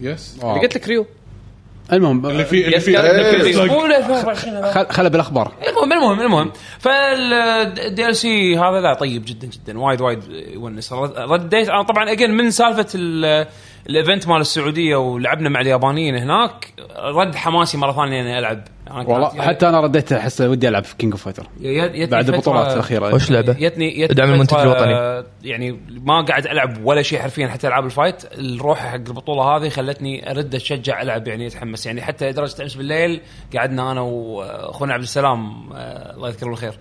S5: يس
S1: آه.
S2: قلت لك ريو
S1: المهم
S5: اللي في اللي
S2: يس،
S5: في
S2: كان-
S5: اللي في
S3: إيه.
S5: زق.
S9: قول 2024
S1: خل- خلا بالاخبار
S9: المهم المهم المهم فالدي ال سي هذا لا طيب جدا جدا وايد وايد يونس رديت انا طبعا اجين من سالفه ال- الايفنت مال السعوديه ولعبنا مع اليابانيين هناك رد حماسي مره ثانيه اني العب أنا يعني كانت-
S1: والله حتى انا رديت احس ودي العب في كينج اوف فايتر
S2: إيه،
S9: يت- يتني
S1: بعد
S9: فترة-
S1: البطولات الاخيره
S10: وش لعبه؟
S9: يتني يتني
S10: دعم
S9: فترة،
S10: المنتج الوطني.
S9: آه، يعني ما قاعد العب ولا شيء حرفيا حتى العاب الفايت الروح حق البطوله هذه خلتني ارد اتشجع العب يعني اتحمس يعني حتى لدرجه امس بالليل قعدنا انا واخونا عبد السلام آه، الله يذكره بالخير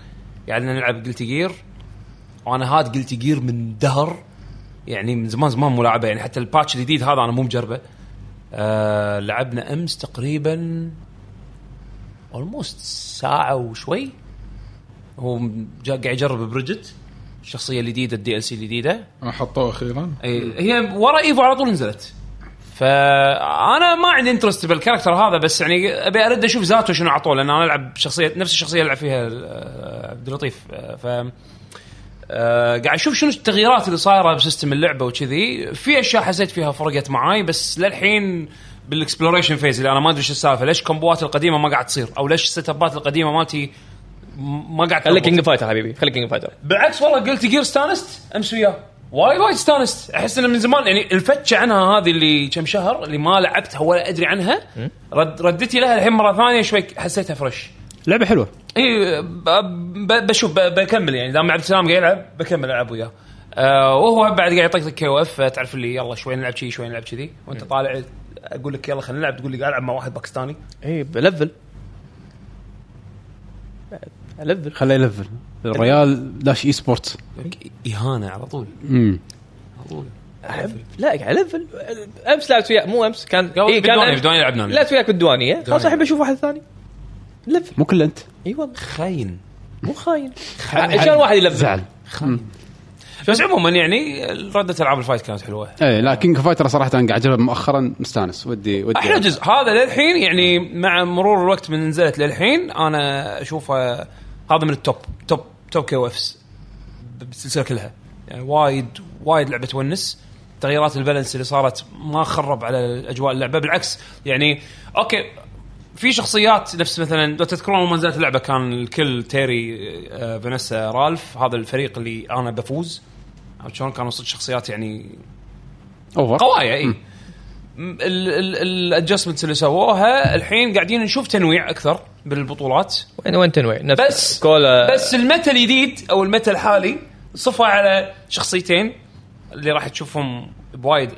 S9: قعدنا نلعب قلت جير وانا هاد قلت جير من دهر يعني من زمان زمان مو لاعبه يعني حتى الباتش الجديد هذا انا مو مجربه آه لعبنا امس تقريبا اولموست ساعه وشوي هو جا قاعد يجرب بريجت الشخصيه الجديده الدي ال سي الجديده
S5: آه، حطوها اخيرا
S9: أي- هي ورا ايفو على طول نزلت فانا ما عندي انترست بالكاركتر هذا بس يعني ابي ارد اشوف ذاته شنو اعطوه لان انا العب شخصيه نفس الشخصيه اللي العب فيها آه، عبد اللطيف آه، ف آه، قاعد اشوف شنو التغييرات اللي صايره بسيستم اللعبه وكذي في اشياء حسيت فيها فرقت معاي بس للحين بالاكسبلوريشن فيز اللي انا ما ادري شو السالفه ليش كومبوات القديمه ما قاعد تصير او ليش السيت ابات القديمه مالتي م- ما قاعد
S2: خليك
S9: تربط.
S2: كينج فايتر حبيبي خليك كينج فايتر
S9: بالعكس والله قلت جير استانست امس وياه وايد وايد استانست احس انه من زمان يعني الفتشه عنها هذه اللي كم شهر اللي ما لعبتها ولا ادري عنها رد ردتي لها الحين مره ثانيه شوي حسيتها فريش
S1: لعبه حلوه
S9: اي ب- ب- بشوف ب- بكمل يعني دام عبد السلام قاعد يلعب بكمل العب وياه آه وهو بعد قاعد يعطيك كي او اف تعرف اللي يلا شوي نلعب شي شوي نلعب كذي وانت طالع اقول لك يلا إيه، خلينا نلعب تقول لي قاعد العب مع واحد باكستاني
S2: اي بلفل لذل
S1: خليه يلفل الريال داش اي سبورتس
S9: اهانه على طول
S1: امم
S2: لا قاعد الفل امس لعبت وياك مو امس كان إيه كان
S9: بالديوانية-
S2: أمس.
S9: بالديوانية لعبنا.
S2: لعبت وياك إيه. بالديوانيه خلاص الحين بشوف واحد ثاني لفل
S1: مو كله انت
S2: اي والله
S9: خاين
S2: مو إيوه، خاين شلون واحد يلفل
S9: زعل بس عموما يعني رده العاب الفايت كانت حلوه
S1: اي إيه، لا كينج فايتر صراحه انا قاعد اجربه مؤخرا مستانس ودي ودي
S9: احلى جزء هذا للحين يعني مع مرور الوقت من نزلت للحين انا اشوفه هذا من التوب توب توب كي او افس بالسلسله كلها يعني وايد وايد لعبه تونس تغييرات البالانس اللي صارت ما خرب على اجواء اللعبه بالعكس يعني اوكي في شخصيات نفس مثلا لو تذكرون لما نزلت اللعبه كان الكل تيري آه، فانيسا رالف هذا الفريق اللي انا بفوز عرفت شلون كانوا صدق شخصيات يعني
S1: اوفر
S9: قوايا إيه. اي الادجستمنتس اللي سووها الحين قاعدين نشوف تنويع اكثر بالبطولات
S2: وين وين تنويع نفس
S9: بس-
S2: كولا
S9: بس المتى الجديد او المتى الحالي صفى على شخصيتين اللي راح تشوفهم بوايد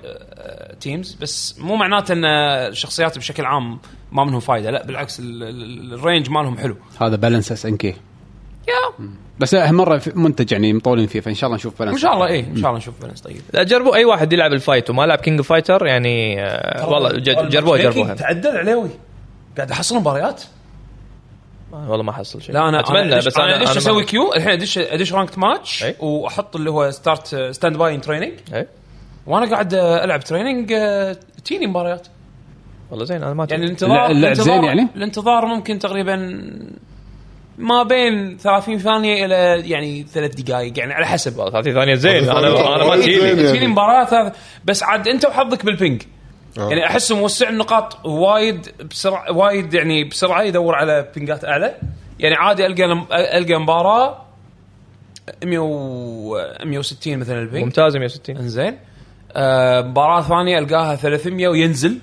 S9: تيمز بس مو معناته ان الشخصيات بشكل عام ما منهم فايده لا بالعكس ال- ال- الرينج مالهم حلو
S1: هذا بالانس اس ان كي
S9: يا
S1: بس اهم مره في- منتج يعني مطولين فيه فان شاء الله نشوف بالانس
S9: ان شاء الله ايه ان شاء الله نشوف بالانس طيب
S2: لا جربوا اي واحد يلعب الفايت وما لعب كينج فايتر يعني آه، والله ج- جربوه جربوه
S9: تعدل عليوي قاعد احصل مباريات
S2: والله ما حصل شيء
S9: لا انا
S2: اتمنى
S9: أدش-
S2: بس
S9: انا
S2: انا
S9: ليش
S2: أنا
S9: اسوي
S2: ما-
S9: كيو الحين ادش ادش رانكت ماتش
S2: أي.
S9: واحط اللي هو آه، ستارت ستاند باي ان تريننج
S2: إيه؟
S9: وانا قاعد آه، العب تريننج آه، تجيني مباريات
S2: والله زين انا ما
S9: يعني
S2: يعني
S9: الانتظار
S1: الل- اللعب
S9: الانتظار-
S1: زين يعني؟
S9: الانتظار ممكن تقريبا ما بين 30 ثانيه الى يعني ثلاث دقائق يعني على حسب
S2: 30 ثانيه زين انا انا ما
S3: وايد
S2: تجيني
S3: زين.
S9: تجيني
S3: يعني.
S9: مباراه ثلاث بس عاد انت وحظك بالبينج
S3: آه.
S9: يعني احس موسع النقاط وايد بسرعه وايد يعني بسرعه يدور على بينجات اعلى يعني عادي القى القى مباراه 100 و 160 مثلا البينج
S2: ممتاز 160
S9: انزين آه، مباراه ثانيه القاها 300 وينزل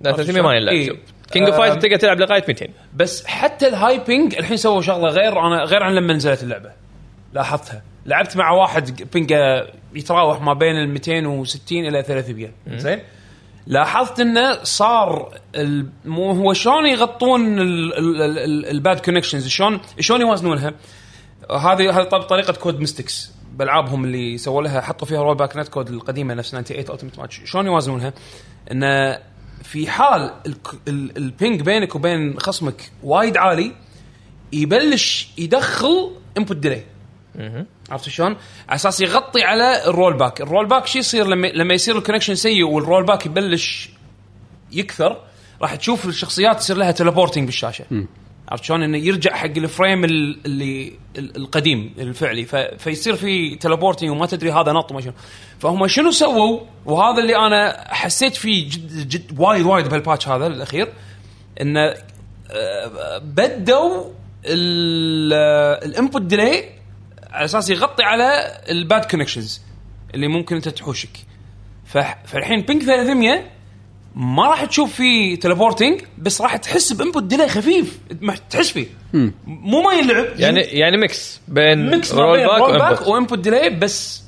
S2: لا 300 ما يلعب
S9: إيه.
S2: شوف. كينج اوف
S9: آه.
S2: فايتر تقدر تلعب لغايه 200
S9: بس حتى الهايبينج الحين سووا شغله غير انا غير عن لما نزلت اللعبه لاحظتها لعبت مع واحد بينجه يتراوح ما بين ال 260 الى 300 زين لاحظت انه صار ال- مو هو شلون يغطون الباد كونكشنز شلون شلون يوازنونها هذه هذه طب- طريقه كود ميستكس بالعابهم اللي سووا لها حطوا فيها رول باك نت كود القديمه نفس 98 التيمت ماتش شلون يوازنونها؟ انه في حال الك- ال- البينج بينك وبين خصمك وايد عالي يبلش يدخل انبوت ديلي عرفت شلون؟ على اساس يغطي على الرول باك، الرول باك شو يصير لما لما يصير الكونكشن سيء والرول باك يبلش يكثر راح تشوف الشخصيات تصير لها تليبورتنج بالشاشه. عرفت شلون؟ انه يرجع حق الفريم ال- اللي ال- القديم الفعلي ف... فيصير في تليبورتنج وما تدري هذا نط وما شنو فهم شنو سووا وهذا اللي انا حسيت فيه جد جد وايد وايد بهالباتش هذا الاخير انه آه، بدوا الانبوت ديلي على اساس يغطي على الباد كونكشنز اللي ممكن انت تحوشك فح- فالحين بينك 300 ما راح تشوف فيه تليبورتنج بس راح تحس بانبوت ديلي خفيف ما تحس فيه مو ما ينلعب
S2: يعني يعني ميكس بين
S9: ميكس ما
S2: رول
S9: بين
S2: باك
S9: رول باك
S2: وانبوت
S9: وانبوت ديلي بس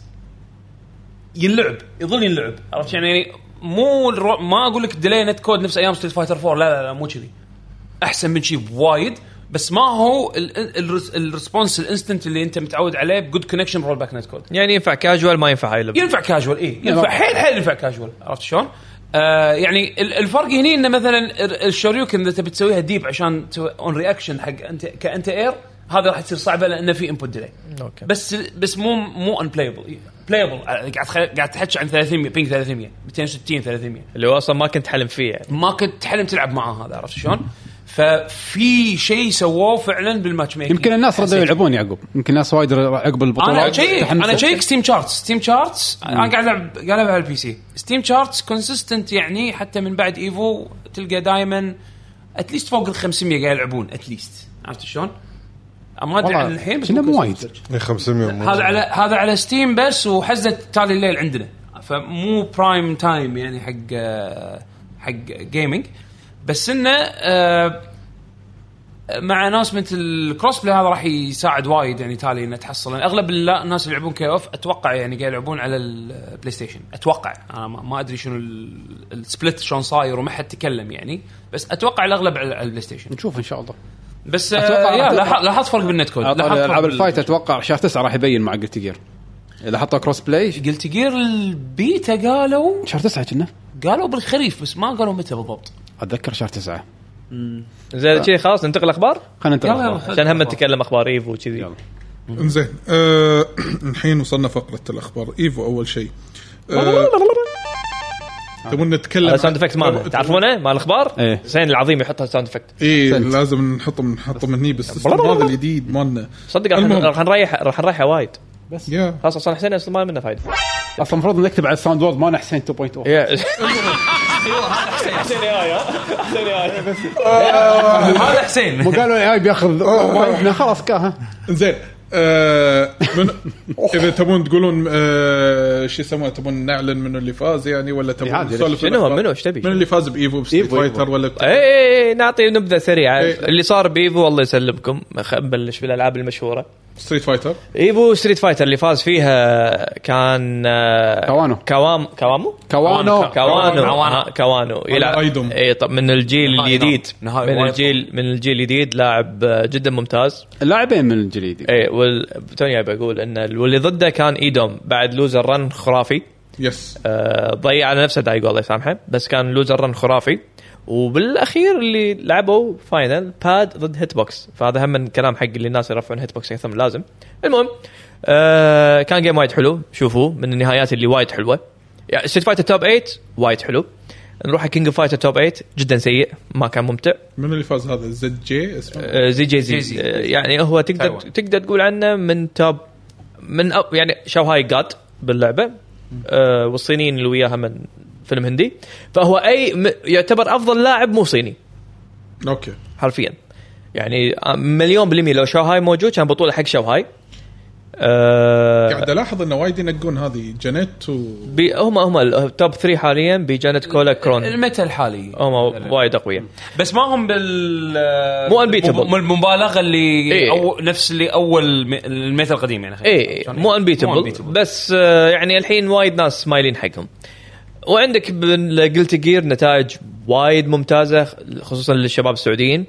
S9: ينلعب يظل ينلعب عرفت يعني يعني مو الرو... ما اقول لك ديلي نت كود نفس ايام ستريت فايتر 4 لا لا لا مو كذي احسن من شي بوايد بس ما هو ال- ال- الريسبونس الانستنت اللي انت متعود عليه بجود كونكشن رول باك نت كود
S2: يعني ينفع كاجوال ما ينفع هاي اللعبه
S9: ينفع كاجوال اي ينفع حيل حيل ينفع كاجوال عرفت شلون؟ آه يعني ال- الفرق هني انه مثلا ال- الشوريوكن اذا تبي تسويها ديب عشان اون رياكشن حق انت كانت اير هذا راح تصير صعبه لانه في انبوت ديلي
S2: أوكي.
S9: بس بس مو مو ان بلايبل بلايبل قاعد تخ- قاعد تحكي عن 300 بينج 300 260 300
S2: اللي هو اصلا ما كنت حلم فيه يعني
S9: ما كنت حلم تلعب معاه هذا عرفت شلون؟ ففي شيء سووه فعلا بالماتش ميكنج
S1: يمكن الناس ردوا يلعبون يعقوب يمكن الناس وايد ر- عقب البطولات
S9: انا شيك
S1: متحمسة.
S9: انا شيك ستيم شارتس ستيم شارتس انا قاعد العب قاعد العب على البي سي ستيم شارتس كونسيستنت يعني حتى من بعد ايفو تلقى دائما اتليست فوق ال 500 قاعد يلعبون اتليست عرفت شلون؟ ما ادري
S1: والله
S9: عن الحين بس
S1: كنا
S9: ممكن
S1: مو وايد.
S9: يصير.
S3: 500 مو-
S9: هذا على هذا على ستيم بس وحزه تالي الليل عندنا فمو برايم تايم يعني حق حق جيمنج بس انه آه، مع اناونسمنت الكروس بلاي هذا راح يساعد وايد يعني تالي انه تحصل لأن اغلب اللا- الناس اللي يلعبون كي اوف اتوقع يعني قاعد يلعبون على البلاي ستيشن اتوقع انا ما ما ادري شنو ال- السبلت شلون صاير وما حد تكلم يعني بس اتوقع الاغلب على على البلاي ستيشن
S1: نشوف ان شاء الله
S9: بس آه،
S1: أتوقع
S9: يا،
S1: راح-
S9: لاح- لاحظت فرق بالنت كود
S1: أطول
S9: لاحظت فرق
S1: العاب
S9: بال-
S1: الفايت اتوقع شهر 9 راح يبين مع قلت جير اذا حطوا كروس بلاي
S9: قلت جير البيتا قالوا
S1: شهر 9 كنا
S9: قالوا بالخريف بس ما قالوا متى بالضبط
S1: اتذكر شهر 9
S2: زين شي خلاص ننتقل الاخبار
S1: خلينا ننتقل
S9: يلا
S1: الأخبار.
S9: يلا
S2: عشان هم نتكلم اخبار ايفو وكذي
S1: يلا.
S5: انزين آه، الحين وصلنا فقره الاخبار ايفو اول شيء آه، تبون نتكلم
S2: هذا
S5: عن-
S2: ساوند افكت مالنا
S5: تبون-
S2: تعرفونه مال الاخبار؟
S1: إيه.
S2: حسين العظيم يحط ساوند افكت
S5: اي
S1: سنت.
S5: إيه، لازم نحطهم نحطهم هني بالسيستم هذا الجديد مالنا
S2: صدق راح-
S5: المهم.
S2: راح نريح راح نريحه وايد
S5: يا
S2: خلاص اصلا حسين أصلاً ما منه فايده
S1: اصلا المفروض نكتب على الساوند بورد مالنا حسين 2.0
S2: إيه.
S9: هذا حسين
S1: مو قالوا الاي بياخذ وايدنا خلاص كاها
S5: انزين آه، من اذا تبون تقولون آه، شو يسمونه تبون نعلن منو اللي فاز يعني ولا تبون
S1: عادي،
S5: نسولف
S2: إيه، شنو هو؟
S5: الأخبار؟
S2: منو؟ إيش تبي؟ آه.
S5: منو اللي فاز بايفو بستريت
S1: إيفو، إيفو.
S5: فايتر ولا
S2: اي اي إي، إيه، نعطي نبذه سريعه
S5: إيه.
S2: اللي صار بايفو الله يسلمكم خ- نبلش بالالعاب المشهوره
S5: ستريت فايتر
S2: ايفو ستريت فايتر اللي فاز فيها كان آه،
S1: كوانو.
S2: كوام كوامو
S1: كوانو
S2: كوانو
S9: كوانو.
S2: آه، كوانو
S5: أيدوم.
S2: اي طب من الجيل
S9: نهائي
S2: الجديد
S9: نعم. نهائي
S2: من
S9: وايد
S2: الجيل من الجيل الجديد لاعب آه، جدا ممتاز
S1: اللاعبين من الجليدي
S2: اي وال... توني أبي اقول ان ال- واللي ضده كان ايدوم بعد لوزر رن خرافي
S5: يس
S2: آه، ضيع على نفسه دايجو الله يسامحه بس كان لوزر رن خرافي وبالاخير اللي لعبوا فاينل باد ضد هيت بوكس فهذا هم من كلام حق اللي الناس يرفعون هيت بوكس اكثر من اللازم المهم آه كان جيم وايد حلو شوفوه من النهايات اللي وايد حلوه يعني ستريت فايتر توب 8 وايد حلو نروح على كينج اوف فايتر توب 8 جدا سيء ما كان ممتع
S5: منو اللي فاز هذا زد جي اسمه
S2: آه، زي جي زي,
S9: زي.
S2: آه، يعني هو تقدر
S9: حلوة.
S2: تقدر تقول عنه من توب من أو يعني شاوهاي جاد باللعبه آه والصينيين اللي وياها من فيلم هندي فهو اي م- يعتبر افضل لاعب مو صيني
S5: اوكي
S2: حرفيا يعني آه، مليون بالمية لو شاوهاي موجود كان بطولة حق شاوهاي
S5: قاعد
S2: آه
S5: الاحظ انه وايد ينقون هذه جنت و
S2: بي- هم هم التوب 3 حاليا بجانت كولا كرون
S9: المتى الحالي
S2: هم وايد اقوياء
S9: بس ما هم بال
S2: مو unbeatable.
S9: مو المبالغه اللي
S2: إيه.
S9: أو نفس اللي اول م- الميتال القديم يعني
S2: اي إيه، مو انبيتبل بس آه، يعني الحين وايد ناس مايلين حقهم وعندك بالجلتي جير نتائج وايد ممتازه خصوصا للشباب السعوديين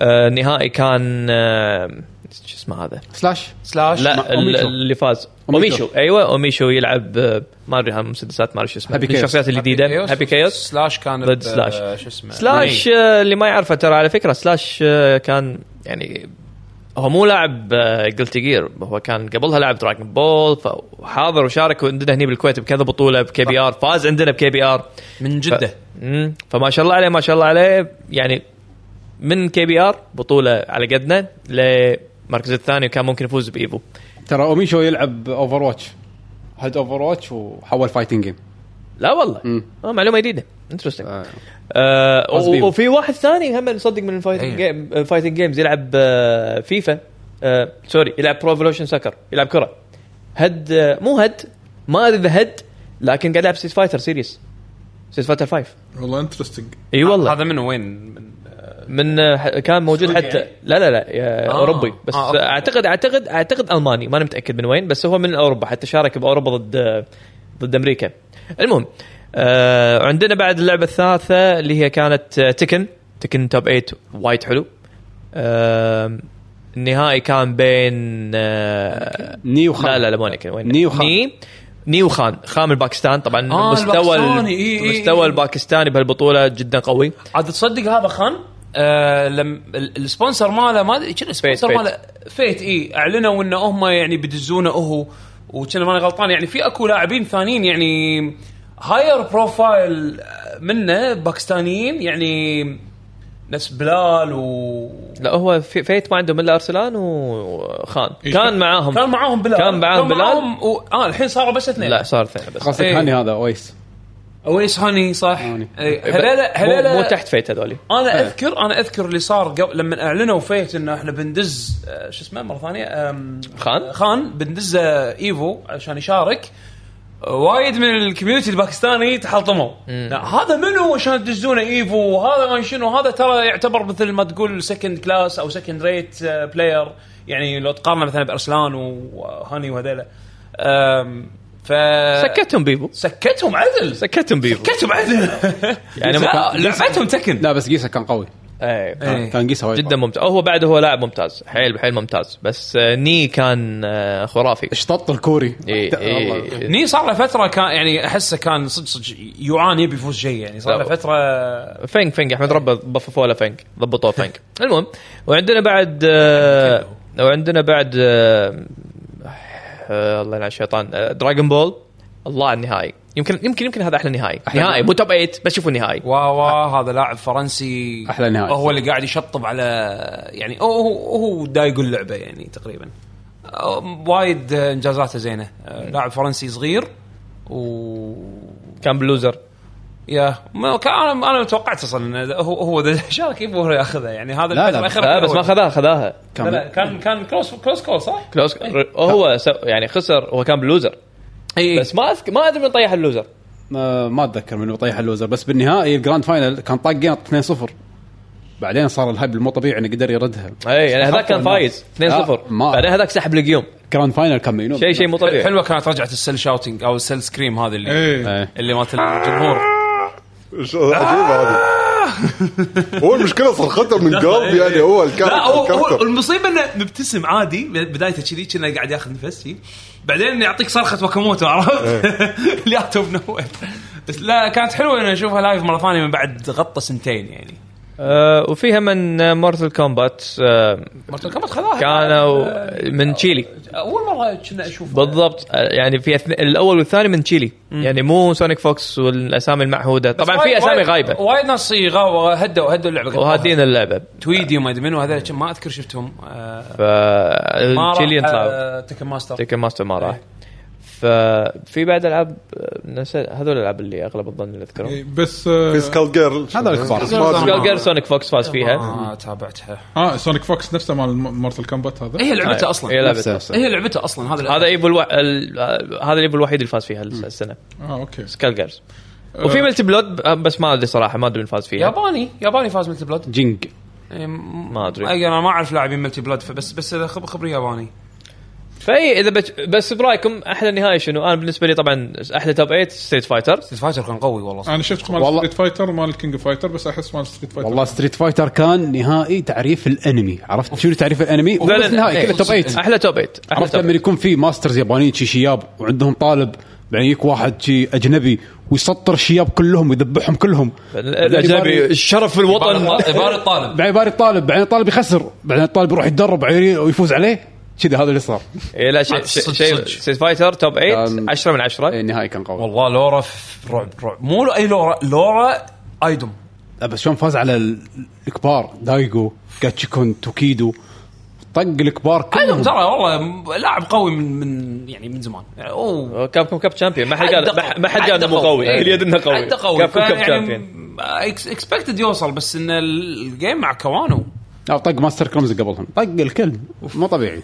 S2: آه، النهائي كان آه، شو اسمه هذا
S1: سلاش
S9: سلاش
S2: لا ال-
S1: أوميشو.
S2: اللي فاز
S1: أوميشو.
S2: اوميشو ايوه اوميشو يلعب آه، ما ادري هالمسدسات ما ادري شو اسمه
S1: هابي
S2: من الشخصيات الجديده هابي كيوس
S9: سلاش كان
S2: ضد سلاش.
S9: شو اسمه
S2: سلاش آه، اللي ما يعرفه ترى على فكره سلاش آه، كان يعني هو مو لاعب قلت جير هو كان قبلها لاعب دراجون بول فحاضر وشارك عندنا هنا بالكويت بكذا بطوله بكي بي ار فاز عندنا بكي بي ار
S9: من جده
S2: فما شاء الله عليه ما شاء الله عليه يعني من كي بي ار بطوله على قدنا للمركز الثاني وكان ممكن يفوز بايفو
S1: ترى اوميشو يلعب اوفر واتش هد اوفر واتش وحول فايتنج جيم
S2: لا والله
S1: مم.
S2: آه معلومه جديده انترستنج
S1: آه.
S2: آه
S1: فاز
S2: و-
S1: بيهم.
S2: وفي واحد ثاني هم نصدق من الفايتنج جيم الفايتنج جيمز يلعب آه فيفا آه سوري يلعب برو ايفولوشن سكر يلعب كره هد آه مو هد ما ادري اذا هد لكن قاعد يلعب ستيت فايتر سيريس ستيت فايتر 5
S5: والله انترستنج
S2: اي والله
S9: هذا منو وين من-
S2: من آه ح- كان موجود حتى لا لا لا آه
S9: آه.
S2: اوروبي بس
S9: آه،
S2: آه
S9: أوكي.
S2: اعتقد اعتقد اعتقد الماني ماني متاكد من وين بس هو من اوروبا حتى شارك باوروبا ضد آه ضد امريكا المهم آه عندنا بعد اللعبه الثالثه اللي هي كانت آه تكن تكن توب 8 وايد حلو آه النهائي كان بين آه
S1: نيو خان
S2: لا لا لا مونيكا وين
S1: نيو خان.
S2: ني نيو خان خام الباكستان طبعا
S9: آه،
S2: مستوى
S9: الباكستاني، إي، إي، إي.
S2: مستوى الباكستاني بهالبطوله جدا قوي
S9: عاد تصدق هذا خان آه لم ال- السبونسر ماله ما ادري شنو السبونسر
S2: فيت.
S9: ماله فيت اي اعلنوا انه هم يعني بيدزونه هو وكنا ماني غلطان يعني في اكو لاعبين ثانيين يعني هاير بروفايل منه باكستانيين يعني نفس بلال و
S2: لا هو في فيت ما عندهم الا ارسلان وخان كان معاهم
S9: كان معاهم بلال
S2: كان معاهم بلال
S9: معاهم و... اه الحين صاروا بس اثنين
S2: لا صار ثاني بس
S1: قصدك
S9: إيه.
S1: هاني هذا اويس
S9: اويس هاني صح
S1: هاني.
S9: إي، هليلا
S2: هلا
S9: هليلا
S2: مو تحت فيت هذولي
S9: انا اذكر انا اذكر اللي صار قبل لما اعلنوا فيت انه احنا بندز آه، شو اسمه مره ثانيه آم،
S2: خان؟
S9: خان بندزه ايفو عشان يشارك آه، وايد من الكوميونتي الباكستاني تحطموا لا، هذا منو عشان تدزونه ايفو وهذا ما شنو هذا ترى يعتبر مثل ما تقول سكند كلاس او سكند ريت بلاير آه، يعني لو تقارنه مثلا بارسلان وهاني وهذيلا آم، ف
S2: سكتهم بيبو
S9: سكتهم عدل
S2: آه. سكتهم بيبو
S9: سكتهم عدل
S2: يعني
S9: يعني
S2: ما-
S9: لعبتهم تكن
S1: لا بس جيسا كان قوي
S2: ايه
S6: إيه.
S1: كان قيسها وايد
S2: جدا ممتاز هو بعد هو لاعب ممتاز حيل حيل ممتاز بس آه، ني كان آه، خرافي
S1: اشطط الكوري
S2: إيه، إيه.
S1: والله.
S6: ني صار له فتره كان يعني احسه كان صدق صدق يعاني يبي يفوز شيء يعني صار له
S2: لا.
S6: فتره
S2: فينك فينك احمد ربه ضففوا له فينك ضبطوه فينك المهم وعندنا بعد آه، وعندنا بعد آه، آه، الله يلعن الشيطان آه، دراغون بول الله على النهائي يمكن يمكن يمكن هذا احلى نهائي نهائي مو توب 8 بس شوفوا النهائي
S6: وا وا هذا لاعب فرنسي
S1: أحلى نهائي.
S6: هو اللي قاعد يشطب على يعني هو هو هو دايق اللعبه يعني تقريبا أه، وايد أه، انجازاته زينه أه، لاعب فرنسي صغير و
S2: كان بلوزر
S6: يا ما كان انا انا توقعت اصلا انه هو هو اذا شارك يبغى هو ياخذها يعني هذا
S1: لا،
S6: الفترة
S1: لا.
S6: الأخيرة
S2: لا آه، بس ما
S6: هو-
S2: خذاها خذاها
S6: لا، لا، كان كان كلوس كلوس كول صح؟
S2: كلوس هو سو- يعني خسر هو كان بلوزر
S6: اي
S2: بس ما أذكر ما ادري من طيح اللوزر
S1: ما ما اتذكر من طيح اللوزر بس بالنهائي الجراند فاينل كان طاقين 2-0 بعدين صار الهبل مو طبيعي انه قدر يردها
S2: اي يعني هذاك كان
S1: ما-
S2: فايز 2-0
S1: لا، ما-
S2: بعدين هذاك سحب لقيوم
S1: الجراند فاينل كان مجنون
S2: شيء شيء مو طبيعي
S6: حلوه كانت رجعت السيل شاوتنج او السيل سكريم هذه اللي
S5: ايه
S1: إيه.
S6: اللي مالت الجمهور
S3: ش- عجيبه هذه هو المشكله صرختها من قلب
S6: إيه،
S3: يعني هو الكاركتر
S11: لا هو, هو
S3: الكاركتر.
S11: المصيبه انه مبتسم عادي بدايته كذي كنا قاعد ياخذ نفس هي. بعدين يعطيك صرخه وكموتو عرفت؟
S3: إيه.
S11: اللي اوت اوف نو
S6: بس لا كانت حلوه اني اشوفها لايف مره ثانيه من بعد غطى سنتين يعني
S2: آه، وفيها من مورتل كومبات
S6: مارتن كومبات خذاها
S2: كانوا من تشيلي
S6: اول مره كنا اشوف
S2: بالضبط آه، يعني في أثن... الاول والثاني من تشيلي يعني مو سونيك فوكس والاسامي المعهوده طبعا في اسامي غايبه
S6: وايد ناس يغاو- هدوا هدوا اللعبه
S2: وهادين اللعبه
S6: تويدي وما ادري منو هذول كم ما اذكر شفتهم آه، ما راح،
S2: فتشيليان طلعوا
S6: آه، إيه. تكن ماستر
S2: تيكن ماستر ما راح ففي بعد العاب آه، نسيت- هذول الالعاب اللي اغلب الظن اللي اذكرهم
S5: إيه، بس آه،
S3: في سكال جيرل
S1: هذا الكبار.
S2: سكال جير سونيك فوكس فاز فيها
S6: ما آه، تابعتها
S5: اه سونيك فوكس نفسه مال مورتال كومبات هذا
S6: إيه هي لعبتها
S2: أي.
S6: اصلا
S2: هي لعبة.
S1: نفسه- نفسه.
S6: هي لعبته اصلا هذا
S2: إيه هذا إيه؟ ايفو الو... ال... آه، هذا الايفو الوحيد اللي فاز فيها السنه
S5: اه اوكي
S2: سكال جيرز وفي ملتي بلود آه، بس ما ادري صراحه ما ادري من فاز فيها
S6: ياباني ياباني فاز ملتي بلاد
S1: جينج
S6: إيه،
S2: ما أدري.
S6: اي انا إيه، ما اعرف لاعبين ملتي بلاد فبس بس إذا خب- خبري ياباني
S2: فاي اذا بت... بس برايكم احلى نهايه شنو؟ انا بالنسبه لي طبعا احلى توب 8 ستريت فايتر
S6: ستريت فايتر كان قوي والله
S5: انا شفت مال
S1: والله-
S5: ستريت فايتر مال كينج فايتر بس احس مال ستريت فايتر
S1: والله ستريت فايتر كان نهائي تعريف الانمي عرفت شنو تعريف الانمي هو بس نهائي
S2: إيه،
S1: كله توب 8
S2: احلى توب 8 احلى
S1: عرفت
S2: توب
S1: لما
S2: 8
S1: يكون في ماسترز يابانيين شي شياب وعندهم طالب بعدين يجيك واحد شي اجنبي ويسطر الشياب كلهم ويذبحهم كلهم
S2: الاجنبي الشرف الوطن
S12: عباره طالب
S1: بعدين يباري الطالب بعدين الطالب يخسر بعدين الطالب يروح يتدرب عيري- ويفوز عليه كذا هذا اللي صار
S2: إيه لا شيء شيء- شيء ستريت فايتر توب 8
S1: كان-
S2: 10 من 10
S1: النهائي إيه، كان قوي
S6: والله لورا في رعب رعب مو اي لورا لورا ايدوم
S1: لا بس شلون فاز على ال- الكبار دايجو كاتشيكون توكيدو طق الكبار
S6: ايدوم
S1: كلهم
S6: ترى والله م- لاعب قوي من من يعني من زمان يعني اوه
S2: كاب كوم كاب تشامبيون ما حد قال ما- ما حد قال انه مو
S6: عده
S2: قوي اليد انه قوي
S6: عده قوي
S2: كاب كوم كاب
S6: فيعني
S2: تشامبيون
S6: م- إكس- اكسبكتد يوصل بس ان ال- الجيم مع كوانو
S1: لا طق ماستر كرومز قبلهم طق الكل مو طبيعي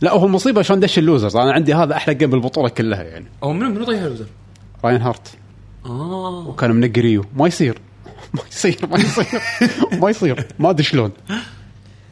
S1: لا هو مصيبه شلون دش اللوزرز انا عندي هذا احلى جيم بالبطوله كلها يعني
S6: هو منو منو طيح الوزن؟
S1: راين هارت اه
S6: آه.
S1: وكان منقي ريو ما يصير ما يصير ما يصير ما يصير ما ادري شلون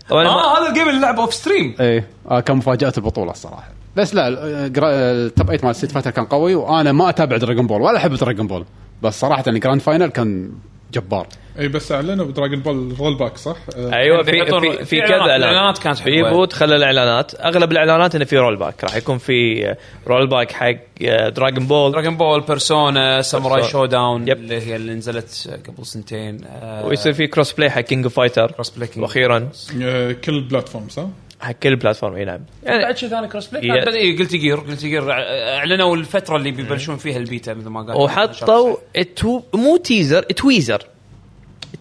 S2: طبعا ما-
S6: اه هذا الجيم اللي لعبه اوف ستريم
S1: ايه آه كان مفاجاه البطوله الصراحه بس لا آه، التوب 8 مال ست فاتر كان قوي وانا ما اتابع دراجون بول ولا احب دراجون بول بس صراحه الجراند فاينل كان جبار
S5: اي إيه، بس اعلنوا بدراجون بول رول باك صح؟ آه،
S2: ايوه في
S6: بيحطون-
S2: في,
S6: في
S2: في كذا
S6: إعلانات.
S2: اعلان
S6: الإعلانات كانت
S2: في
S6: حلوة.
S2: بوت خلى الاعلانات اغلب الاعلانات انه في رول باك راح يكون في رول باك حق آه، دراجون بول
S6: دراجون بول بيرسونا ساموراي
S2: بيرسونا.
S6: شو داون
S2: يب.
S6: اللي هي اللي نزلت قبل سنتين آه،
S2: ويصير في كروس بلاي حق كينج اوف فايتر
S6: كروس بلاي كينج.
S2: واخيرا
S5: آه، كل بلاتفورم صح؟
S2: حق كل بلاتفورم اي نعم
S6: بعد شيء ثاني كروس بلاي
S2: يا-
S6: آه، بعد إيه، قلت جير قلت جير آه، اعلنوا الفتره اللي بيبلشون فيها البيتا مثل ما قال
S2: وحطوا تو... مو تيزر تويزر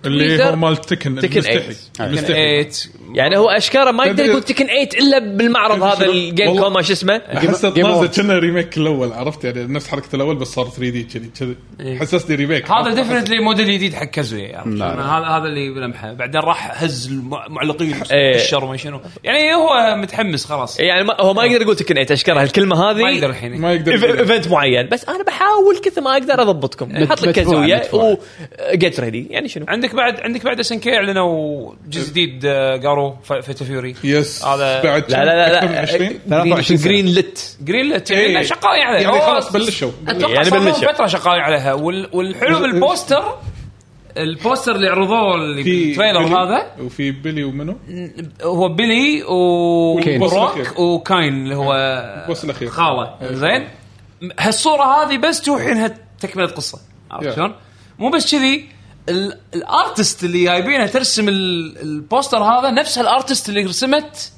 S5: اللي
S2: تويتر.
S5: هو مال تكن
S2: تكن
S5: المستحي
S2: إيت.
S1: آه.
S6: تكن
S5: المستحي
S6: 8
S2: يعني هو اشكاره ما يقدر
S5: تدري-
S2: يقول تكن 8 الا بالمعرض
S5: تدري
S2: هذا
S5: شنو؟
S2: الجيم
S5: والله-
S2: كوم ما شو اسمه
S5: احسه
S1: Game
S5: طازه
S1: Awards.
S5: كنا ريميك الاول عرفت يعني نفس حركه الاول بس صار 3 دي كذي كذي
S2: إيه.
S5: حسسني ريميك
S6: هذا ديفنتلي موديل جديد حق كازوي عرفت شلون؟
S1: لا، لا.
S6: هذا هذا اللي بلمحه بعدين راح هز المعلقين
S2: إيه.
S6: الشر وما شنو يعني هو متحمس خلاص
S2: يعني ما هو ما يقدر يقول تكن 8 اشكره الكلمه هذه
S6: ما يقدر الحين
S5: ما يقدر
S2: إيف-
S5: يقول.
S2: ايفنت معين بس انا بحاول كثر ما اقدر اضبطكم احط لك
S1: مدفوعة،
S2: كازويا
S1: مدفوعة.
S2: و جيت ريدي يعني شنو
S6: عندك بعد عندك بعد اس ان كي اعلنوا جزء جديد آه، قارو فيت فيوري
S5: يس
S6: هذا-
S5: بعد
S2: لا لا
S5: أكثر من
S2: لا
S5: 20
S2: لا
S1: 23 سنة.
S2: جرين لت
S6: جرين لت
S5: إيه.
S6: يعني شغالين عليها
S5: يعني
S6: هو
S5: خلاص بلشوا
S6: اتوقع
S2: يعني
S6: صار لهم
S2: بلشوا.
S6: فتره شغالين عليها وال- والحلو بالبوستر البوستر اللي عرضوه اللي
S5: في بيلي
S6: بالتريلر هذا
S5: وفي بيلي ومنو؟
S6: هو بيلي
S1: كين.
S6: وبروك
S5: الأخير.
S6: وكاين اللي هو
S5: البوس الاخير
S6: خاله
S5: إيه.
S6: زين هالصوره هذه بس توحي انها تكمله قصه عرفت
S5: Yeah.
S6: شلون؟ مو بس كذي ال- الارتست اللي جايبينها ترسم ال- البوستر هذا نفس الارتست اللي رسمت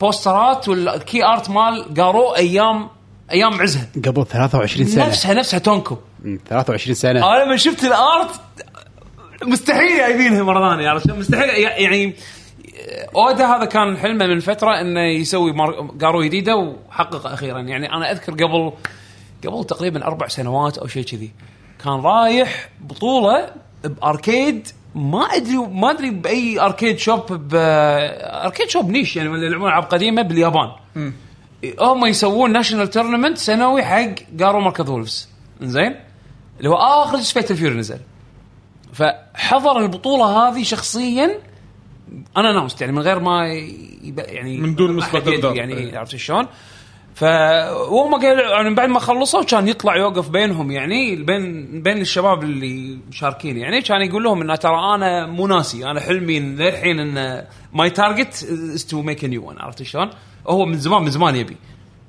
S6: بوسترات والكي ارت مال قارو ايام ايام عزها
S1: قبل 23 سنه
S6: نفسها نفسها تونكو
S1: مم، 23 سنه
S6: انا لما شفت الارت
S10: مستحيل جايبينها مره ثانيه عرفت شلون؟ مستحيل يع- يعني
S6: اودا هذا كان حلمه من فتره انه يسوي مار- قارو جديده وحقق اخيرا يعني انا اذكر قبل قبل تقريبا اربع سنوات او شيء كذي كان رايح بطوله باركيد ما ادري ما ادري باي اركيد شوب ب اركيد شوب نيش يعني اللي يلعبون العاب قديمه باليابان هم يسوون ناشونال تورنمنت سنوي حق قارو مركز وولفز زين اللي هو اخر جزء فيت الفيور نزل فحضر البطوله هذه شخصيا انا ناوست يعني من غير ما يب... يعني
S5: من دون
S6: أحد
S5: مسبق
S6: يدري
S5: إنذار.
S6: يعني
S5: إيه.
S6: عرفت شلون؟ فهم قالوا يعني بعد ما خلصوا كان يطلع يوقف بينهم يعني بين بين الشباب اللي مشاركين يعني كان يقول لهم ان ترى انا مو ناسي انا حلمي إن للحين ان ماي تارجت از تو ميك نيو ون عرفت شلون؟ هو من زمان من زمان يبي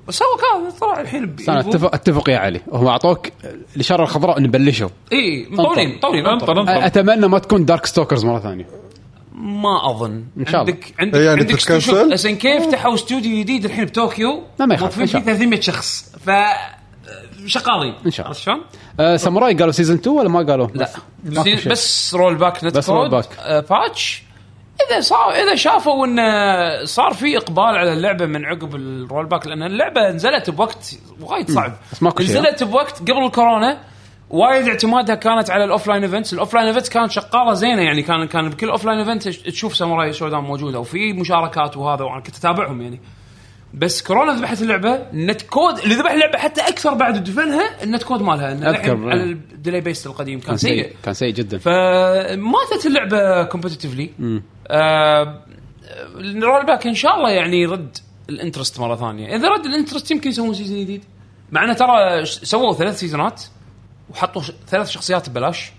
S6: بس هو كان طلع الحين ب-
S1: بس انا اتفق اتفق يا علي هم اعطوك الاشاره الخضراء نبلشوا
S6: اي مطولين مطولين
S5: انطر
S6: انطر
S5: انطر
S1: اتمنى ما تكون دارك ستوكرز مره ثانيه
S6: ما اظن
S1: إن شاء الله.
S6: عندك عندك
S3: يعني
S6: عندك
S3: تتكنسل؟
S6: اس ان كي فتحوا استوديو جديد الحين بطوكيو
S1: لا ما يخاف،
S6: موظفين
S1: إن شاء
S6: فيه
S1: الله.
S6: 300 شخص ف شقالين
S1: إن شاء الله.
S6: عرفت شلون؟
S1: آه ساموراي قالوا سيزون 2 ولا ما قالوا؟
S6: لا
S1: ماكو شيء.
S6: بس رول باك نت
S1: بس
S6: كود
S1: roll back.
S6: آه، باتش اذا صار اذا شافوا انه صار في اقبال على اللعبه من عقب الرول باك لان اللعبه نزلت بوقت وايد صعب
S1: بس ماكو شيء.
S6: نزلت بوقت قبل الكورونا وايد اعتمادها كانت على الاوف لاين ايفنتس، الاوف لاين ايفنتس كانت شغاله زينه يعني كان كان بكل اوف لاين ايفنت تشوف ساموراي شودان موجوده وفي مشاركات وهذا وانا كنت اتابعهم يعني. بس كورونا ذبحت اللعبه، النت كود اللي ذبح اللعبه حتى اكثر بعد دفنها النت كود مالها إن
S1: أذكر.
S6: الحين على الديلي بيست القديم كان
S1: كان
S6: سيء
S1: سيء كان سيء جدا
S6: فماتت اللعبه كومبتتفلي الرول باك ان شاء الله يعني يرد الانترست مره ثانيه اذا رد الانترست يمكن يسوون سيزون جديد مع انه ترى ش- سووا ثلاث سيزونات وحطوا ش- ثلاث شخصيات ببلاش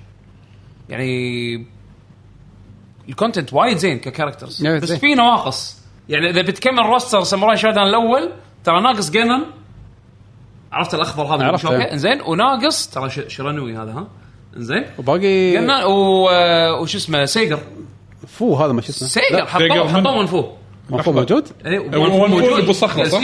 S6: يعني الكونتنت وايد زين ككاركترز
S1: نعم،
S6: بس
S1: زين.
S6: في نواقص يعني اذا بتكمل روستر ساموراي شادان الاول ترى ناقص جينن عرفت الاخضر هذا اللي
S1: عرفته.
S6: بشوكه؟ زين وناقص ترى ش- شيرانوي هذا ها زين
S1: وباقي
S6: قلنا و... آه، وش اسمه سيجر
S1: فو هذا ما شو اسمه
S6: سيجر حطوه
S5: سيجر
S6: حطوه إيه،
S5: من-
S6: ونفو
S1: ما فو موجود؟
S6: اي
S5: ونفو اللي بصخرة، صح؟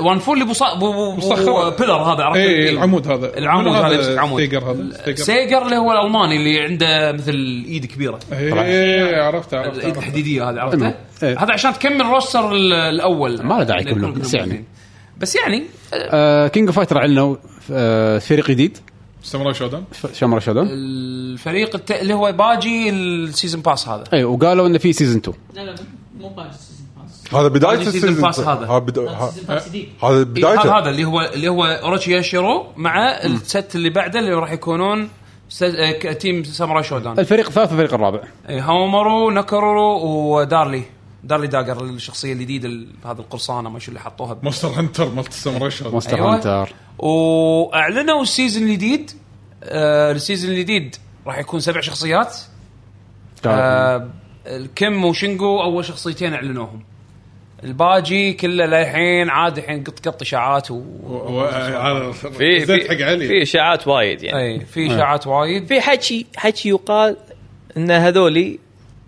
S6: ونفو اللي بص بو- بو-
S5: بصخرة.
S6: بيلر هذا عرفت
S5: اي
S6: إيه.
S5: العمود هذا
S6: العمود
S5: من
S6: هذا يمسك عمود.
S5: ستيجر هذا ستيجر
S6: سيجر اللي هو الالماني اللي عنده مثل ايد كبيره
S5: أه، اي إيه، عرفت عرفت
S6: الايد
S5: عرفت.
S6: الحديديه هذه
S1: المهم.
S6: عرفته؟
S1: إيه.
S6: هذا عشان تكمل روستر ال- الاول
S1: ما له داعي
S6: اللي
S1: يكملون،
S6: يكونوا
S1: بس يعني.
S6: موجودين. بس يعني آه،
S1: كينج اوف فايتر اعلنوا آه، فريق جديد
S5: ساموراي شودان
S1: شامر شادون
S6: الفريق الت... اللي هو باجي السيزون باس هذا
S1: اي وقالوا انه في سيزون 2
S4: لا لا مو باجي سيزن باس
S3: هذا بدايه
S6: هذا السيزون
S3: السيزون
S6: باس
S3: ت-
S6: هذا.
S3: ها بدا-
S4: لا،
S3: ها-
S4: سيزن باس جديد
S3: هذا
S6: إيه، هذا
S3: بدايته
S6: هذا اللي هو اللي هو اوروتشي ياشيرو مع الست اللي بعده اللي راح يكونون س- آه، ك- تيم ساموراي شودان
S1: الفريق الثالث والفريق الرابع
S6: إيه، هومورو ناكورورو ودارلي دارلي داجر الشخصيه الجديده ال- هذا القرصانه ما شو اللي حطوها ب-
S5: مونستر هانتر مالت ساموراي شودان
S1: مونستر
S6: أيوة.
S1: هانتر
S6: واعلنوا السيزون الجديد آه، السيزون الجديد راح يكون سبع شخصيات
S1: طيب.
S6: آه، الكم وشينجو اول شخصيتين اعلنوهم الباجي كله للحين عاد الحين قط قط اشاعات و...
S2: في
S5: زين حق
S2: في في
S5: علي
S2: اشاعات وايد يعني
S6: اي في اشاعات وايد
S2: في حكي حكي يقال ان هذولي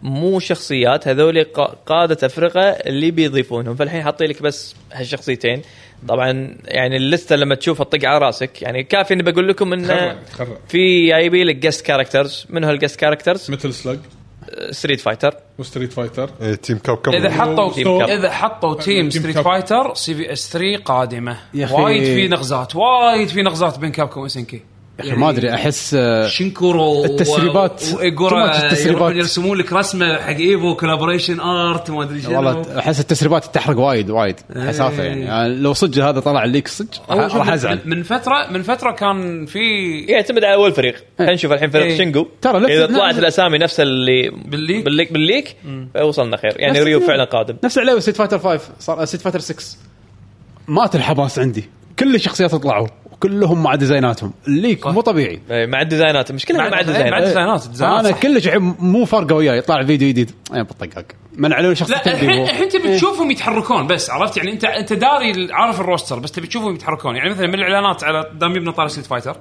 S2: مو شخصيات هذولي قا- قادة أفرقة اللي بيضيفونهم فالحين حاطين لك بس هالشخصيتين طبعا يعني اللستة لما تشوفها تطق على راسك يعني كافي اني بقول لكم انه
S5: تخرع تخرع
S2: في جايبين لك جست كاركترز من هالجست كاركترز
S5: مثل سلاج
S2: ستريت فايتر
S5: وستريت فايتر
S3: إيه، تيم كاب كاب
S6: اذا
S2: تيم
S6: حطوا
S2: كاب.
S6: اذا حطوا تيم
S5: تيم
S6: ستريت
S5: كاب.
S6: فايتر سي في اس 3 قادمه
S1: يا أخي.
S6: وايد في نغزات وايد في نغزات بين كابكوم واس ان كي
S1: يا أخي ما
S6: يعني
S1: ادري احس آه،
S6: شنكورو و-
S1: التسريبات. Too much
S6: وايجورا
S1: التسريبات.
S6: يروحون يرسمون لك رسمه حق ايفو كولابوريشن ارت ما ادري شنو إيه.
S1: والله احس التسريبات تحرق وايد وايد احس هذا يعني آه، لو صدق هذا طلع الليك صدق
S6: أول شيء
S1: راح
S6: من-
S1: ازعل
S6: من فتره من فتره كان في
S2: يعتمد على اول فريق خلينا نشوف الحين فريق
S6: إيه.
S2: شنجو
S1: ترى نفس-
S2: اذا طلعت
S1: نفس-
S2: الاسامي نفس اللي
S6: بالليك.
S2: بالليك بالليك وصلنا خير يعني
S1: نفس-
S2: ريو فعلا قادم
S1: إيه. نفس عليه ستيت فايتر 5 صار ستيت فايتر 6 مات الحماس عندي كل الشخصيات طلعوا كلهم مع ديزايناتهم الليك مو طبيعي
S2: إيه، مع الديزاينات المشكله مع
S6: مع
S2: الديزاينات
S6: الديزاينات
S1: انا
S6: الديزاينات
S1: كلش عيب مو فارقه وياي يطلع فيديو جديد انا بطقك من علو شخص
S6: لا الحين الحين
S1: إيه.
S6: تبي تشوفهم يتحركون بس عرفت يعني انت انت داري ال- عارف الروستر بس تبي تشوفهم يتحركون يعني مثلا من الاعلانات على دام يبنى طار ستريت فايتر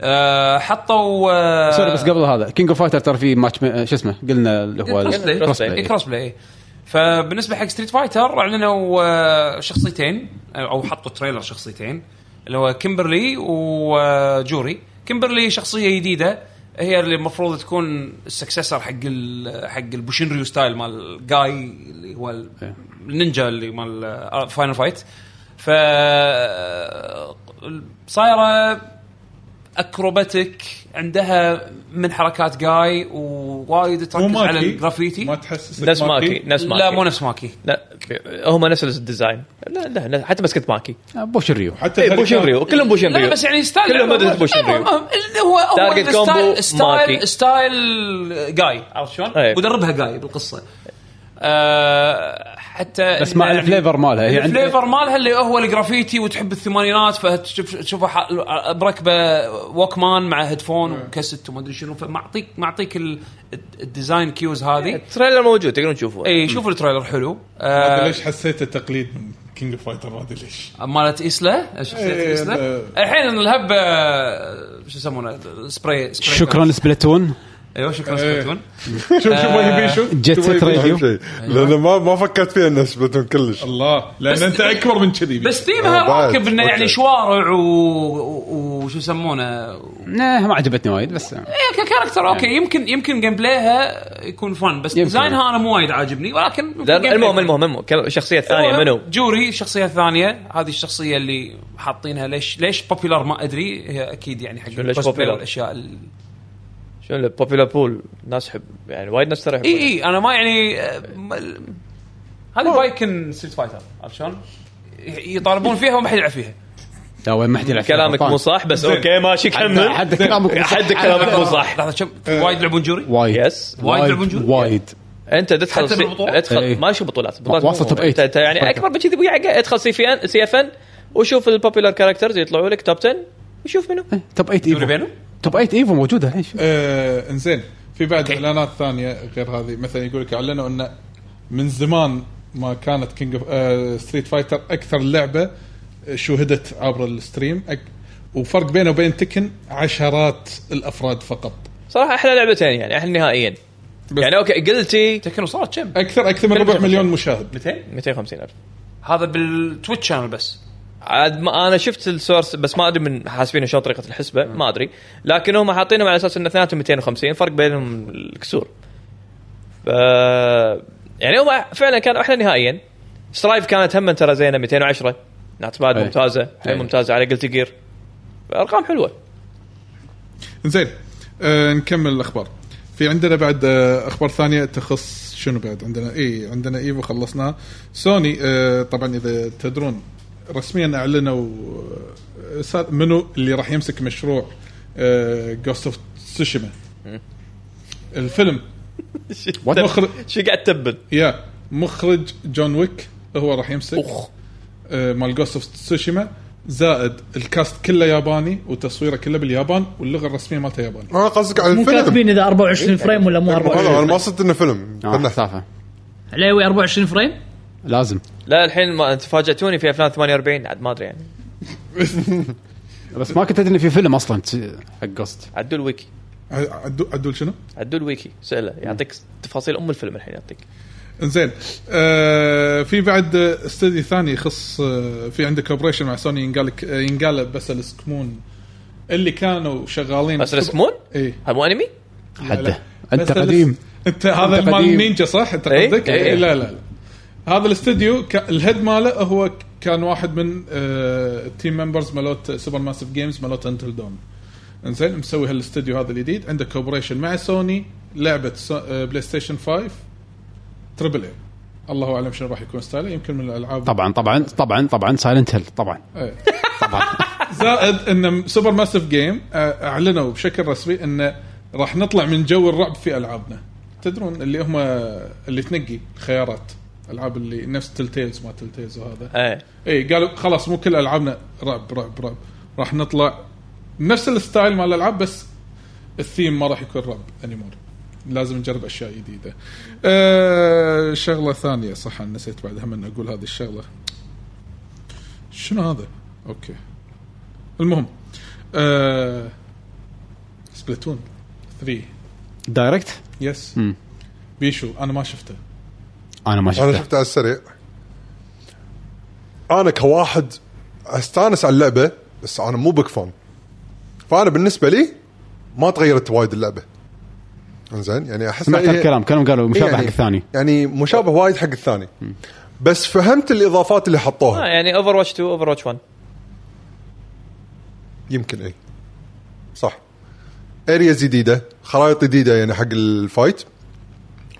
S6: آه، حطوا آه،
S1: سوري بس قبل هذا كينج اوف فايتر ترى في ماتش م- شو اسمه قلنا اللي هو
S6: كروس
S1: ال-
S6: بلاي.
S1: كروس
S6: إيه،
S1: بلاي.
S6: كروس بلاي إيه. فبالنسبه حق ستريت فايتر اعلنوا آه، شخصيتين او حطوا تريلر شخصيتين اللي هو كيمبرلي وجوري كيمبرلي شخصيه جديده هي اللي المفروض تكون السكسسر حق ال حق البوشينريو ستايل مال جاي اللي هو ال-
S1: إيه.
S6: النينجا اللي مال فاينل فايت ف آه، صايره اكروباتيك عندها من حركات جاي ووايد تركز على
S5: ماكي.
S6: الجرافيتي
S5: ما تحسسك
S2: نفس ماكي نفس ماكي
S6: لا مو نفس ماكي
S2: لا هم نفس الديزاين لا لا, لا حتى مسكت ماكي
S1: بوش الريو
S5: حتى
S2: إيه بوشن ريو كلهم بوشن
S6: لا
S2: ريو
S6: لا بس يعني ستايل
S2: كلهم مدرسة بوشن
S6: إيه،
S2: ريو.
S6: ما- ما- هو هو
S2: تارجت
S6: الستايل-
S2: كومبو ماكي.
S6: ستايل ستايل جاي عرفت شلون؟
S2: إيه.
S6: ودربها جاي بالقصه آه، حتى
S1: بس مع الفليفر مالها هي عند-
S6: الفليفر مالها اللي هو الجرافيتي وتحب الثمانينات فتشوف تشوفها ح- بركبه ووكمان مع هيدفون وكست وما ادري شنو فمعطيك معطيك ال- الديزاين كيوز هذه
S2: التريلر موجود تقدرون تشوفوه
S6: اي شوفوا التريلر حلو
S5: هذا
S6: آه
S5: ليش حسيته تقليد من كينج اوف فايتر هذا ليش؟
S6: مالت ايسلا شخصيه
S5: إيه،
S6: ايسلا
S5: لا.
S6: الحين الهب آه، شو يسمونه سبراي سبراي
S1: شكرا سبلاتون
S6: ايوه شكرا سبلاتون
S5: شوف شوف
S2: آه.
S5: يبي شوف
S1: جت ست
S3: أهم
S1: راديو
S3: شيء لانه ما ما فكرت فيها انه يثبتون كلش
S5: الله لان انت اكبر من كذي
S6: بس ثيمها
S3: آه، بعد.
S6: راكب انه يعني
S3: أوكي.
S6: شوارع و- و- وشو يسمونه
S1: نه إيه، ما عجبتني وايد بس
S6: ايه ككاركتر اوكي
S2: نعم.
S6: يمكن يمكن جيم بلايها يكون فن بس
S1: يمكن.
S6: ديزاينها انا مو وايد عاجبني ولكن يمكن
S2: لا،
S6: جيم بلاي
S2: المهم
S6: فن.
S2: المهم المهم كل- الشخصيه الثانيه
S6: هو
S2: منو؟
S6: جوري الشخصيه الثانيه هذه الشخصيه اللي حاطينها ليش ليش بوبيلر ما ادري هي اكيد يعني حق
S2: شو ليش
S6: الcosplay
S2: popular؟
S6: والاشياء ال-
S2: شنو البوبيلر بول ناس حب يعني وايد ناس ترى
S6: اي
S2: يحبونه.
S6: اي انا ما يعني آه، ما- ال- هذه بايكن ستريت فايتر عرفت شلون؟ ي- يطالبون فيها وما حد يلعب فيها
S1: لا وين ما حد يلعب فيها
S2: كلامك
S1: غلطان.
S2: مو صح بس اوكي ماشي كمل
S1: لا، حد كلامك مو صح.
S2: حد كلامك مو صح
S6: لحظه شوف وايد يلعبون جوري
S1: وايد
S2: يس
S6: وايد يلعبون جوري؟
S1: وايد
S2: انت تدخل
S6: حتى
S2: سي...
S6: بالبطولات؟
S1: إيه.
S2: ادخل ما شو بطولات بطولات
S1: وصل
S2: مو-
S1: top eight.
S2: انت أنت يعني اكبر من كذي ويا ادخل سي في ان سي اف ان وشوف البوبيلر كاركترز يطلعوا لك توب 10 وشوف منو
S1: توب 8
S6: جوري
S1: ايفو
S6: بينهم
S1: توب 8 ايفو موجوده الحين شوف.
S5: آه انزين في بعد اعلانات ثانيه غير هذه مثلا يقول لك اعلنوا انه من زمان ما كانت كينج اوف آه ستريت فايتر اكثر لعبه شوهدت عبر الستريم أك وفرق بينه وبين تكن عشرات الافراد فقط
S2: صراحه احلى لعبتين يعني احلى نهائيا
S5: بس
S2: يعني اوكي قلتي
S6: تكن وصلت كم؟
S5: اكثر اكثر من ربع مليون مشاهد
S6: 200
S2: 250 الف
S6: هذا بالتويتش شانل بس
S2: عاد ما انا شفت السورس بس ما ادري من حاسبينه شلون طريقه الحسبه ما ادري لكن هم حاطينهم على اساس ان اثنيناتهم 250 فرق بينهم الكسور ف يعني هم فعلا كانوا احلى نهائيا سترايف كانت هم ترى زينه 210 نعت باد
S1: أي.
S2: ممتازه
S1: أي.
S2: هي ممتازه على قلت جير ارقام حلوه
S5: انزين آه نكمل الاخبار في عندنا بعد آه اخبار ثانيه تخص شنو بعد عندنا اي عندنا ايفو خلصناها سوني آه طبعا اذا تدرون رسميا اعلنوا آه، صار منو اللي راح يمسك مشروع آه، جوست اوف تسوشيما الفيلم
S2: طيب،
S5: مخرج
S2: شو قاعد تبل
S5: يا مخرج جون ويك هو راح يمسك اخ مال جوست اوف تسوشيما زائد الكاست كله ياباني وتصويره كله باليابان واللغه الرسميه مالته ياباني
S3: انا قصدك على
S4: مو
S3: الفيلم
S4: كاتبين اذا 24 فريم ولا مو
S3: إيه. والله
S4: 24
S3: انا ما صدت انه فيلم
S1: آه،
S3: فنحت.
S1: سالفه
S4: عليوي 24 فريم
S1: لازم
S2: لا الحين ما انت فاجاتوني في افلام 48 عاد ما ادري يعني
S1: بس ما كنت ادري إن في فيلم اصلا ت- حق جوست
S2: عدوا الويكي
S5: عدول عدول شنو؟
S2: عدوا الويكي سأله يعطيك تفاصيل ام الفيلم الحين يعطيك
S5: انزين آه في بعد آه، استديو ثاني يخص آه في عندك كوبريشن مع سوني ينقال لك آه، ينقال بس السكمون اللي كانوا شغالين إيه.
S2: بس رسمون؟
S5: اي
S2: هذا مو انمي؟
S1: حده انت قديم
S5: انت هذا
S1: أنت
S5: مال
S1: قديم. إيه؟
S5: نينجا صح؟ انت
S2: إي،
S5: قصدك؟
S2: إي.
S5: إي، لا لا لا هذا الاستديو ك- الهيد ماله هو ك- كان واحد من آه، التيم ممبرز مالوت سوبر ماسيف جيمز مالوت انتل دون انزين مسوي هالاستديو هذا الجديد عنده كوبريشن مع سوني لعبه سو- آه، بلاي ستيشن 5 تربل اي الله اعلم شنو راح يكون ستايله يمكن من الالعاب
S1: طبعا طبعا طبعا طبعا سايلنت هيل طبعا
S5: إيه.
S1: طبعا
S5: زائد ان سوبر ماسيف جيم اعلنوا آه، بشكل رسمي انه راح نطلع من جو الرعب في العابنا تدرون اللي هم اللي تنقي الخيارات العاب اللي نفس تلتيلز ما تلتيلز وهذا
S2: ايه
S5: إيه، اي قالوا خلاص مو كل العابنا رعب رعب رعب راح نطلع نفس الستايل مال الالعاب بس الثيم ما راح يكون رعب انيمور لازم نجرب اشياء جديده. أه شغله ثانيه صح أنا نسيت بعد هم ان اقول هذه الشغله. شنو هذا؟ اوكي. المهم أه سبلاتون 3
S1: دايركت
S5: يس
S1: مم.
S5: بيشو انا ما شفته
S1: انا ما
S3: انا
S1: شفته
S3: شفته على السريع انا كواحد استانس على اللعبه بس انا مو بيك فان فانا بالنسبه لي ما تغيرت وايد اللعبه زين يعني احس
S1: سمعت
S3: إن هي-
S1: الكلام كلام قالوا مشابه
S3: يعني-
S1: حق الثاني
S3: يعني مشابه وايد حق الثاني بس فهمت الاضافات اللي
S2: آه
S3: حطوها
S2: يعني اوفر واتش 2 اوفر واتش 1
S3: يمكن اي صح ارياز جديده خرائط جديده يعني حق الفايت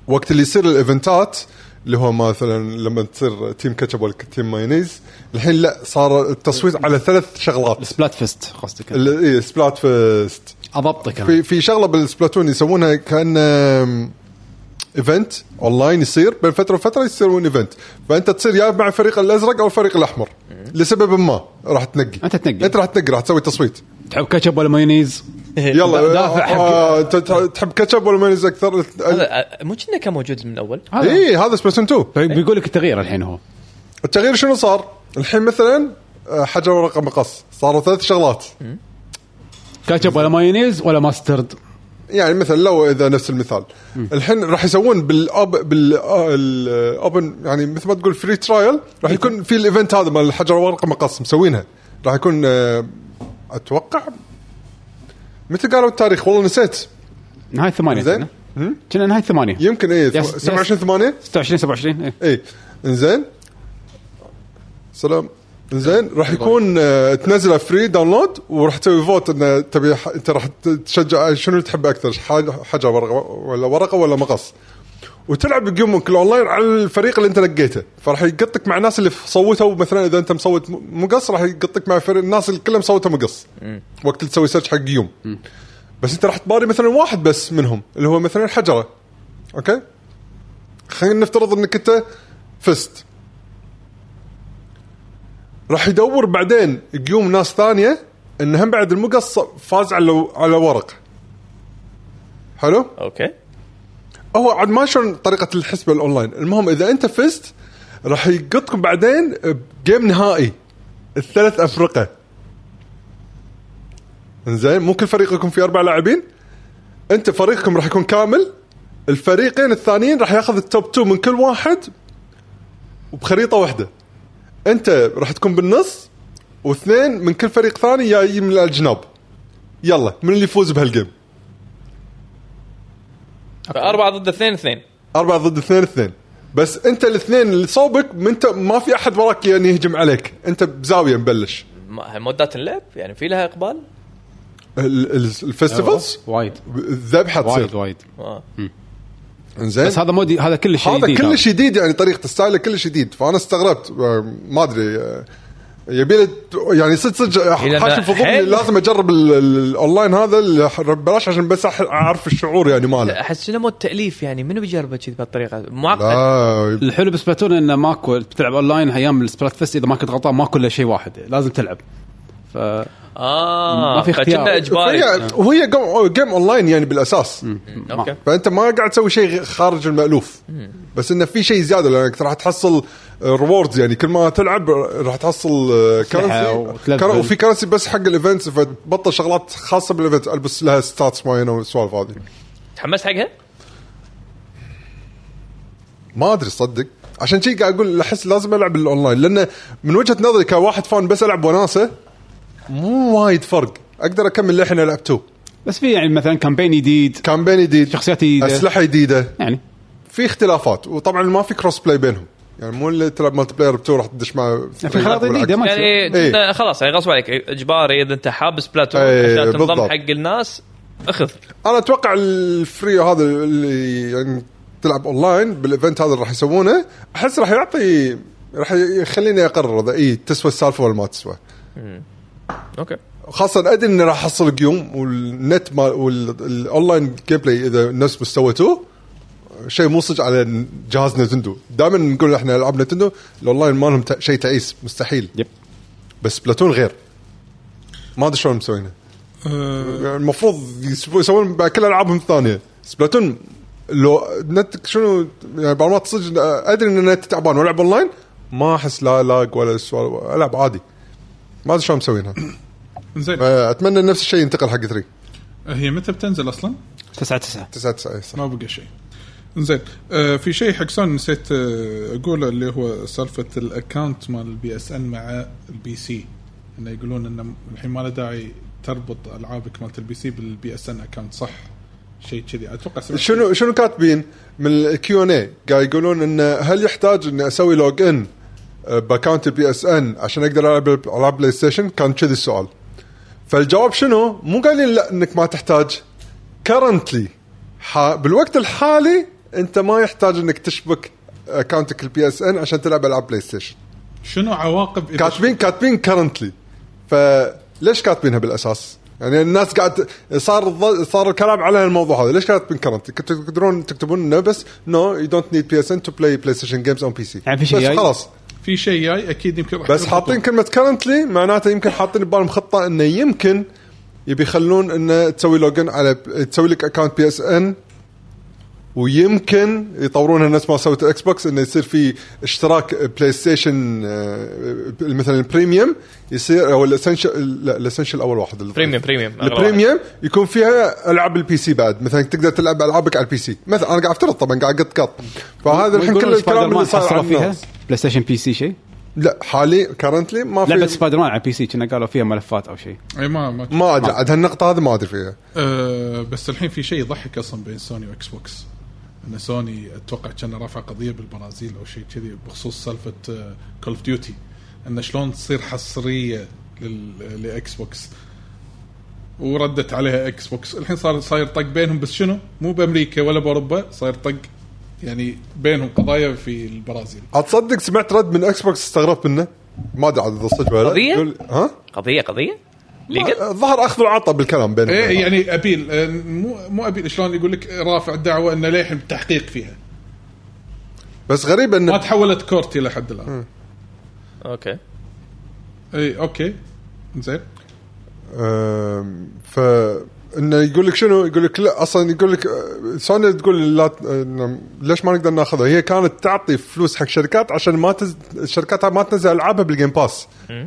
S3: وقت اللي يصير الايفنتات اللي هو مثلا لما تصير تيم كاتشب ولا تيم مايونيز الحين لا صار التصويت على ثلاث شغلات
S1: سبلات فيست قصدك أنت.
S3: ال- إيه، سبلات فيست
S1: اضبطك انا
S3: في في شغله بالسبلاتون يسوونها كان ايفنت اونلاين يصير بين فتره وفتره يسوون ايفنت فانت تصير يا مع الفريق الازرق او الفريق الاحمر لسبب ما راح تنقي
S1: أنت تنقي.
S3: انت راح تنقي راح تسوي تصويت
S1: تحب كاتشب ولا مايونيز؟
S3: يلا
S1: دافع حق-
S3: آه، أنت تح- تحب كاتشب ولا مايونيز اكثر
S2: هذا آه، مو كنا كان موجود من الاول
S3: اي إيه، هذا سبلاتون 2
S1: طيب، بيقول لك التغيير الحين هو
S3: التغيير شنو صار؟ الحين مثلا آه، حجر ورقه مقص صاروا ثلاث شغلات
S1: كاتشب ولا مايونيز ولا ماسترد
S3: يعني مثلا لو اذا نفس المثال الحين راح يسوون بالأب بالاوبن يعني مثل ما تقول فري ترايل راح يكون في الايفنت هذا مال الحجر ورقه مقص مسوينها راح يكون آه، اتوقع متى قالوا التاريخ والله نسيت
S1: نهايه ثمانيه
S3: زين.
S1: زين كنا نهايه ثمانيه
S3: يمكن إيه، اي
S1: يس-
S3: 27
S1: يس.
S3: 8
S1: 26 27 إيه.
S3: اي انزين سلام انزين راح يكون آه، تنزله فري داونلود وراح تسوي فوت انه تبي ح- انت راح تشجع آه، شنو تحب اكثر ح- حجر ورقه ولا ورقه ولا مقص وتلعب جيمك الاونلاين على الفريق اللي انت لقيته فراح يقطك مع الناس اللي صوتوا مثلا اذا انت مصوت م- مقص راح يقطك مع فريق الناس اللي كلهم صوتوا مقص وقت اللي تسوي سيرش حق يوم بس انت راح تباري مثلا واحد بس منهم اللي هو مثلا حجره اوكي خلينا نفترض انك انت فزت راح يدور بعدين قيوم ناس ثانيه ان هم بعد المقص فاز على على ورق حلو
S2: اوكي
S3: هو عاد ما شلون طريقه الحسبه الاونلاين المهم اذا انت فزت راح يقطكم بعدين بجيم نهائي الثلاث افرقه زين مو كل فريق يكون فيه اربع لاعبين انت فريقكم راح يكون كامل الفريقين الثانيين راح ياخذ التوب 2 من كل واحد وبخريطه واحده انت راح تكون بالنص واثنين من كل فريق ثاني جايين من الجناب يلا من اللي يفوز بهالجيم
S2: فاربعه ضد اثنين اثنين
S3: أربعة ضد اثنين اثنين بس أنت الاثنين اللي صوبك ما أنت ما في أحد وراك يعني يهجم عليك أنت بزاوية مبلش
S2: ما- مودات اللعب يعني في لها اقبال
S3: ال- ال- الفستيفالز
S1: وايد
S3: الذبحة
S1: أيوة. وايد
S3: تصير
S1: وايد
S2: آه.
S3: انزين
S1: بس هذا مودي هذا كل شيء
S3: هذا
S1: جديد
S3: كل جديد يعني طريقة ستايله كل جديد فأنا استغربت آه، ما أدري آه، يبي له ت- يعني صدق صدق
S2: إلى ما-
S3: حاشي فضول إني
S2: حيل.
S3: لازم اجرب ال- ال- الاونلاين هذا اللي ح- بلاش عشان بس أح- اعرف الشعور يعني ماله
S2: احس انه مود تاليف يعني منو بيجربه كذي بهالطريقه معقد
S3: لا
S1: الحلو بسبلاتون انه ماكو بتلعب اونلاين ايام السبلات فيست اذا ما كنت غلطان ماكو الا شيء واحد لازم تلعب ف
S2: اه
S1: ما في اختيار.
S2: فكنا اجباري
S3: فهي- وهي جيم- جيم اونلاين يعني بالاساس
S2: اوكي
S3: فانت ما قاعد تسوي شيء غ- خارج المالوف بس انه في شيء زياده لانك راح تحصل ريوردز يعني كل ما تلعب راح تحصل آه،
S1: أسلحة
S3: كرنسي
S1: وتلفل.
S3: كر- وفي كرنسي بس حق الايفنتس فتبطل شغلات خاصه بالايفنتس البس لها ستاتس معينه والسوالف هذه
S2: تحمست حقها؟
S3: ما ادري صدق عشان شي قاعد اقول احس لازم العب الاونلاين لانه من وجهه نظري كواحد فان بس العب وناسه مو وايد فرق اقدر اكمل للحين العب 2
S1: بس في يعني مثلا كامبين جديد
S3: كامبين جديد
S1: شخصيات جديدة.
S3: اسلحه جديده
S1: يعني
S3: في اختلافات وطبعا ما في كروس بلاي بينهم يعني مو اللي تلعب مالتي بلاير بتو راح تدش مع
S1: في خرائط جديده ما يصير.
S2: يعني
S3: إيه.
S2: كنا خلاص يعني غصب عليك اجباري اذا انت حاب سبلاتون
S3: إيه،
S2: عشان تنضم
S3: بالضبط.
S2: حق الناس اخذ
S3: انا اتوقع الفري هذا اللي يعني تلعب اونلاين بالايفنت هذا اللي راح يسوونه احس راح يعطي راح يخليني اقرر اذا اي تسوى السالفه ولا ما تسوى
S2: اوكي
S3: خاصة ادري اني راح احصل قيوم والنت مال والاونلاين جيم بلاي اذا نفس مستوى 2 شيء مو صج على جهاز نتندو دائما نقول احنا العاب نتندو الاونلاين مالهم تا- شيء تعيس مستحيل
S1: يب.
S3: بس بلاتون غير ما ادري شلون مسوينه يعني المفروض يسبو- يسوون بعد كل العابهم الثانيه سبلاتون لو نتك شنو يعني بعض المرات صدق ادري ان النت تعبان والعب اونلاين ما احس لا لاج ولا سوالف العب عادي ما ادري شلون مسوينها
S5: زين
S3: اتمنى نفس الشيء ينتقل حق 3
S5: هي متى بتنزل اصلا؟
S1: 9 9
S3: 9 9
S5: ما بقى شيء زين آه في شيء حق سوني نسيت آه اقوله اللي هو سالفه الاكونت مال البي اس ان مع البي سي انه يقولون انه الحين ما له داعي تربط العابك مالت البي سي بالبي اس ان اكونت صح شيء كذي اتوقع سمعت
S3: شنو شنو كاتبين من الكيو ان اي قاعد يقولون ان هل يحتاج اني اسوي لوج ان باكونت البي اس ان عشان اقدر العب العب بلاي ستيشن كان كذي السؤال فالجواب شنو مو قايلين لا انك ما تحتاج كرنتلي بالوقت الحالي انت ما يحتاج انك تشبك اكونتك البي اس ان عشان تلعب العاب بلاي ستيشن
S5: شنو عواقب اذا
S3: كاتبين كاتبين كرنتلي فليش كاتبينها بالاساس؟ يعني الناس قاعد صار الض- صار الكلام على الموضوع هذا ليش كاتبين كرنتلي؟ كنتوا تقدرون تكتبون انه بس نو يو دونت نيد بي اس ان تو بلاي بلاي ستيشن جيمز اون بي سي
S1: يعني في شيء
S3: بس
S1: جاي؟
S3: خلاص
S5: في شيء جاي اكيد يمكن راح
S3: بس
S5: يربطون.
S3: حاطين كلمه كرنتلي معناته يمكن حاطين ببالهم خطه انه يمكن يبي يخلون انه تسوي لوجن على تسوي لك اكونت بي اس ان ويمكن يطورونها نفس ما سوت الاكس بوكس انه يصير في اشتراك بلاي ستيشن آه، مثلا البريميوم يصير او الاسنشل لا الاسنشل اول واحد
S2: بريميوم بريميوم أغلى واحد.
S3: البريميوم يكون فيها العاب البي سي بعد مثلا تقدر تلعب العابك على البي سي مثلا انا قاعد افترض طبعا قاعد قط قط فهذا الحين كل الكلام اللي صار عن
S1: فيها
S3: الناس.
S1: بلاي ستيشن بي سي شيء
S3: لا حالي كرنتلي ما في
S1: لعبه سبايدر مان على البي سي كنا قالوا فيها ملفات او شيء
S5: اي ما ما
S3: ما ادري عاد هالنقطه هذه ما ادري فيها
S5: آه بس الحين في شيء يضحك اصلا بين سوني واكس بوكس ان سوني اتوقع كان رافع قضيه بالبرازيل او شيء كذي بخصوص آه، سالفه كول اوف ديوتي ان شلون تصير حصريه لل- لاكس بوكس وردت عليها اكس بوكس الحين صار صاير طق بينهم بس شنو مو بامريكا ولا باوروبا صاير طق يعني بينهم قضايا في البرازيل
S3: اتصدق سمعت رد من اكس بوكس استغربت منه ما ادري عاد اذا صدق ولا لا
S2: قضية؟
S3: يقول- ها
S2: قضيه قضيه ليجل
S3: الظهر اخذ وعطى بالكلام بينهم
S5: ايه يعني ابيل آه، مو مو ابيل شلون يقول لك رافع الدعوه انه للحين التحقيق فيها
S3: بس غريب
S5: ما
S3: انه
S5: تحولت كورتي لحد الان
S2: اوكي
S5: اي اوكي زين
S3: آم، ف انه يقول لك شنو يقول لك لا اصلا يقول لك آه، سوني تقول لا ت- إنه ليش ما نقدر ناخذها هي كانت تعطي فلوس حق شركات عشان ما تز... الشركات ما تنزل العابها بالجيم باس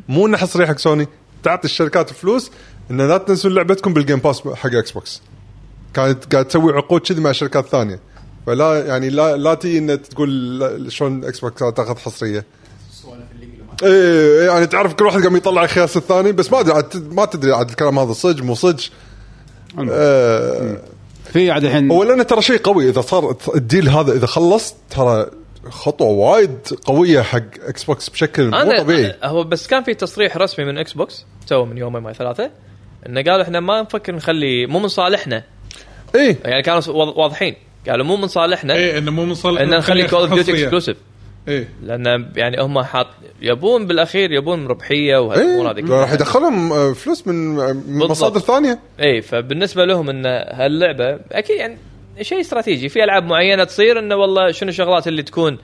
S3: مو انه حصري حق سوني تعطي الشركات فلوس انه لا تنزلون لعبتكم بالجيم باس حق اكس بوكس كانت قاعد تسوي عقود كذي مع شركات ثانيه فلا يعني لا لا تي ان تقول لا- شلون اكس بوكس تاخذ حصريه ايه يعني تعرف كل واحد قام يطلع خياس الثاني بس ما ادري عاد- ما تدري عاد الكلام هذا صدق مو صدق آه،
S1: في عاد الحين
S3: هو لانه ترى شيء قوي اذا صار الديل هذا اذا خلص ترى خطوه وايد قويه حق اكس بوكس بشكل مو طبيعي
S2: انا هو بس كان في تصريح رسمي من اكس بوكس تو من يومين ما ثلاثه انه قالوا احنا ما نفكر نخلي مو من صالحنا
S3: ايه
S2: يعني كانوا وا- واضحين قالوا مو من صالحنا
S5: ايه انه مو من صالح
S2: ان إيه. نخلي كول اوف ديوتي اكسكلوسيف
S5: ايه
S2: لان يعني هم حاط يبون بالاخير يبون ربحيه
S3: ايه
S2: وهالامور هذه
S3: راح
S2: كلها.
S3: يدخلهم آه، فلوس من آه، من
S2: بالضبط.
S3: مصادر ثانيه
S2: اي فبالنسبه لهم ان هاللعبه اكيد يعني شيء استراتيجي في العاب معينه تصير انه والله شنو الشغلات اللي تكون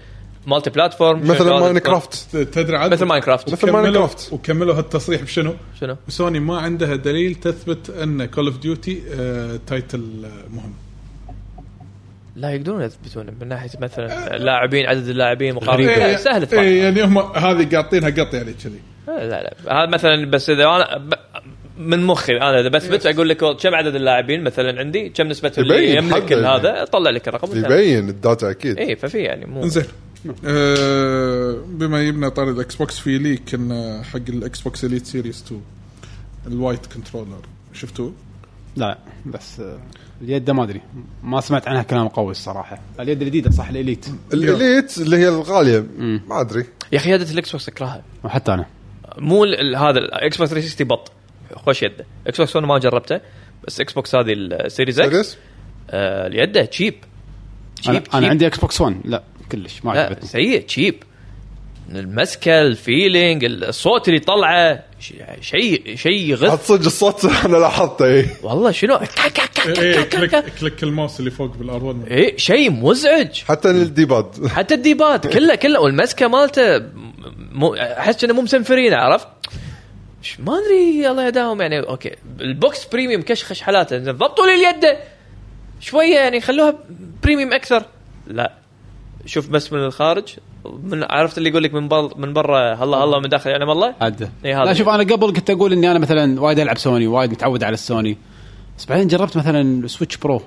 S2: مالتي بلاتفورم شنو
S3: مثل
S2: الشغلات اللي
S3: ماين
S2: تكون-
S3: كرافت
S5: تدري عاد
S2: مثل ماينكرافت
S3: مثل
S5: كملوا-
S3: ماينكرافت.
S5: وكملوا هالتصريح بشنو؟
S2: شنو؟
S5: سوني ما عندها دليل تثبت ان كول اوف ديوتي تايتل آه، مهم
S2: لا يقدرون يثبتونه من ناحيه مثلا لاعبين عدد اللاعبين
S5: إيه،
S2: مقابل طيب. سهل تفاحص.
S5: ايه يعني هم هذه قاطينها قط يعني كذي
S2: لا لا هذا مثلا بس اذا انا ب... من مخي انا اذا بثبت اقول لك كم عدد اللاعبين مثلا عندي كم نسبه اللي
S3: إيه. يبين
S2: يملك
S3: حقه
S2: هذا اطلع لك الرقم
S3: يبين الداتا اكيد
S1: إيه.
S2: اي ففي يعني مو
S5: زين آه، بما يبنى طاري الاكس بوكس في ليك إنه حق الاكس بوكس اليت سيريس 2 الوايت كنترولر شفتوه؟
S1: لا بس آه، اليد ما ادري ما سمعت عنها كلام قوي الصراحه اليد الجديده صح الاليت
S3: الاليت اللي هي الغاليه ما ادري
S2: يا اخي يده الاكس بوكس اكرهها
S1: وحتى انا
S2: مو ال- ال- هذا الاكس بوكس 360 بط خوش يده اكس بوكس 1 ما جربته بس اكس بوكس هذه السيريز اكس
S3: سيريس؟
S2: آه اليده تشيب
S1: انا,
S2: تشيب
S1: أنا
S2: تشيب.
S1: عندي اكس بوكس 1 لا كلش ما
S2: لا
S1: عجبتني
S2: سيء تشيب المسكه الفيلينج الصوت اللي طلعه ش- شيء شيء
S3: عاد
S2: غث
S3: صدق الصوت انا لاحظته ايه
S2: والله شنو كا- كا- كا- كا-
S5: ايه
S2: كا- كا-
S5: كليك كليك الماوس اللي فوق بالار 1
S2: ايه شيء مزعج
S3: حتى الديباد
S2: حتى الديبات كله كله والمسكه مالته م- مو احس انه مو مسنفرين عرفت ش- ما ادري الله يداوم يعني اوكي البوكس بريميوم كشخش حالاته زين ضبطوا لي اليد شويه يعني خلوها بريميوم اكثر لا شوف بس من الخارج من عرفت اللي يقول لك من بر من برا هلا هلا من داخل يعني، يعلم الله
S1: عاد
S2: إي إيه، هذا.
S1: لا شوف انا قبل كنت اقول اني انا مثلا وايد العب سوني وايد متعود على السوني بس بعدين جربت مثلا سويتش برو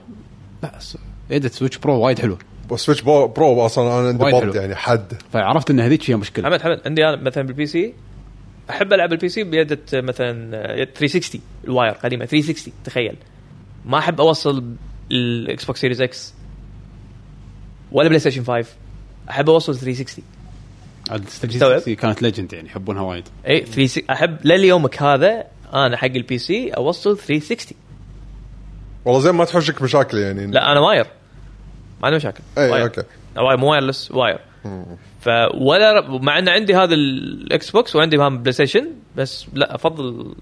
S1: لا س- يدة سويتش برو وايد حلوه
S3: وسويتش برو, برو اصلا انا
S1: وايد
S3: انضبطت
S1: حلو.
S3: يعني حد
S1: فعرفت ان هذيك هي مشكله
S2: حمد حمد عندي انا مثلا بالبي سي احب العب البي سي بيدة مثلا يد 360 الواير قديمه 360 تخيل ما احب اوصل الاكس بوكس سيريز اكس ولا بلاي ستيشن 5 احب اوصل 360
S1: عاد
S2: مستوعب؟
S1: 360 كانت ليجند يعني يحبونها وايد
S2: اي 360 احب لليومك هذا انا حق البي سي اوصل 360
S3: والله زين ما تحوشك مشاكل يعني
S2: لا انا واير ما عندي مشاكل
S3: اي
S2: واير.
S3: اوكي
S2: واير مو وايرلس واير فولا ر- مع ان عندي هذا الاكس بوكس وعندي هم بلاي ستيشن بس لا افضل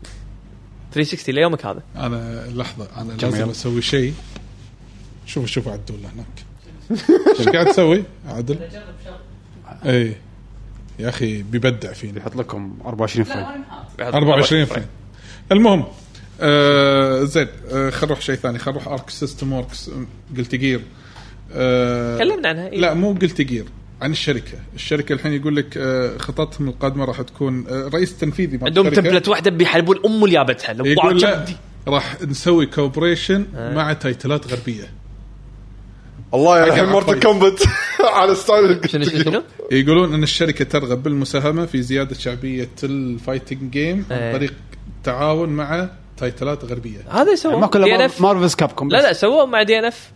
S2: 360 ليومك هذا
S5: انا لحظه انا
S1: جميل.
S5: لازم اسوي شيء شوف شوف عدول هناك ايش قاعد تسوي عادل؟ اي يا اخي بيبدع فينا
S1: يحط لكم 24 فريم
S5: 24 فريم المهم آه زين آه خل نروح شيء ثاني خل نروح ارك سيستم وركس قلت جير آه
S2: تكلمنا عنها إيه.
S5: لا مو قلت جير عن الشركه الشركه الحين يقول لك آه خططهم القادمه راح تكون آه رئيس تنفيذي مال
S2: عندهم
S5: الشركة
S2: تمبلت واحده بيحلبون ام اليابتها لو
S5: يقول
S2: طلعت
S5: لا
S2: جدي.
S5: راح نسوي كوبريشن
S3: آه.
S5: مع تايتلات غربيه
S3: الله يعني الحين
S5: أقل
S3: مورتل
S5: عقلية.
S3: كومبت على ستايل
S2: شنو شنو شنو؟
S5: يقولون ان الشركه ترغب بالمساهمه في زياده شعبيه الفايتنج جيم
S2: إيه.
S3: آه.
S5: عن طريق التعاون مع تايتلات غربيه
S2: هذا سووا
S1: ما
S2: دي ان
S1: كلها
S2: اف
S1: مارفلز كاب كوم
S2: لا لا سووه مع دي ان اف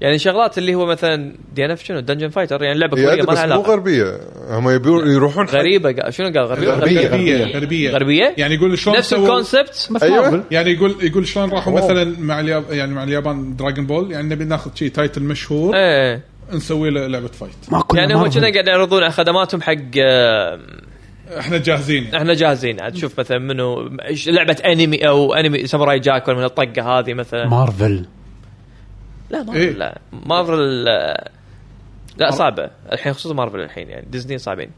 S2: يعني شغلات اللي هو مثلا دي ان اف شنو دنجن فايتر يعني لعبه
S3: هي
S2: كوريه ما
S3: بس
S2: لها
S3: مو
S2: علاقه
S3: غربيه هم يبون يروحون حق-
S2: غريبه قا- شنو قال غربيه
S3: غربية.
S5: غربيه غربيه,
S2: غربيه
S5: يعني يقول شلون
S2: نفس
S5: سووا-
S2: الكونسبت
S1: بس
S3: أيوة.
S1: مارفل
S5: يعني يقول يقول شلون راحوا
S3: أوه.
S5: مثلا مع الياب يعني مع اليابان دراجون بول يعني نبي ناخذ شيء تايتل مشهور
S3: آه.
S2: ايه
S5: نسوي له لعبه فايت
S1: ما كلها
S2: يعني هم كنا
S1: مارفل
S2: قاعد يعرضون على خدماتهم حق آه،
S5: احنا جاهزين
S3: آه.
S5: يعني.
S2: احنا جاهزين عاد شوف مثلا منو إيش لعبه انمي او انمي ساموراي جاك ولا من الطقه هذه مثلا
S1: مارفل
S2: لا مارفل
S5: إيه.
S2: لا مارفل آه، لا صعبه الحين خصوصا مارفل الحين يعني ديزني صعبين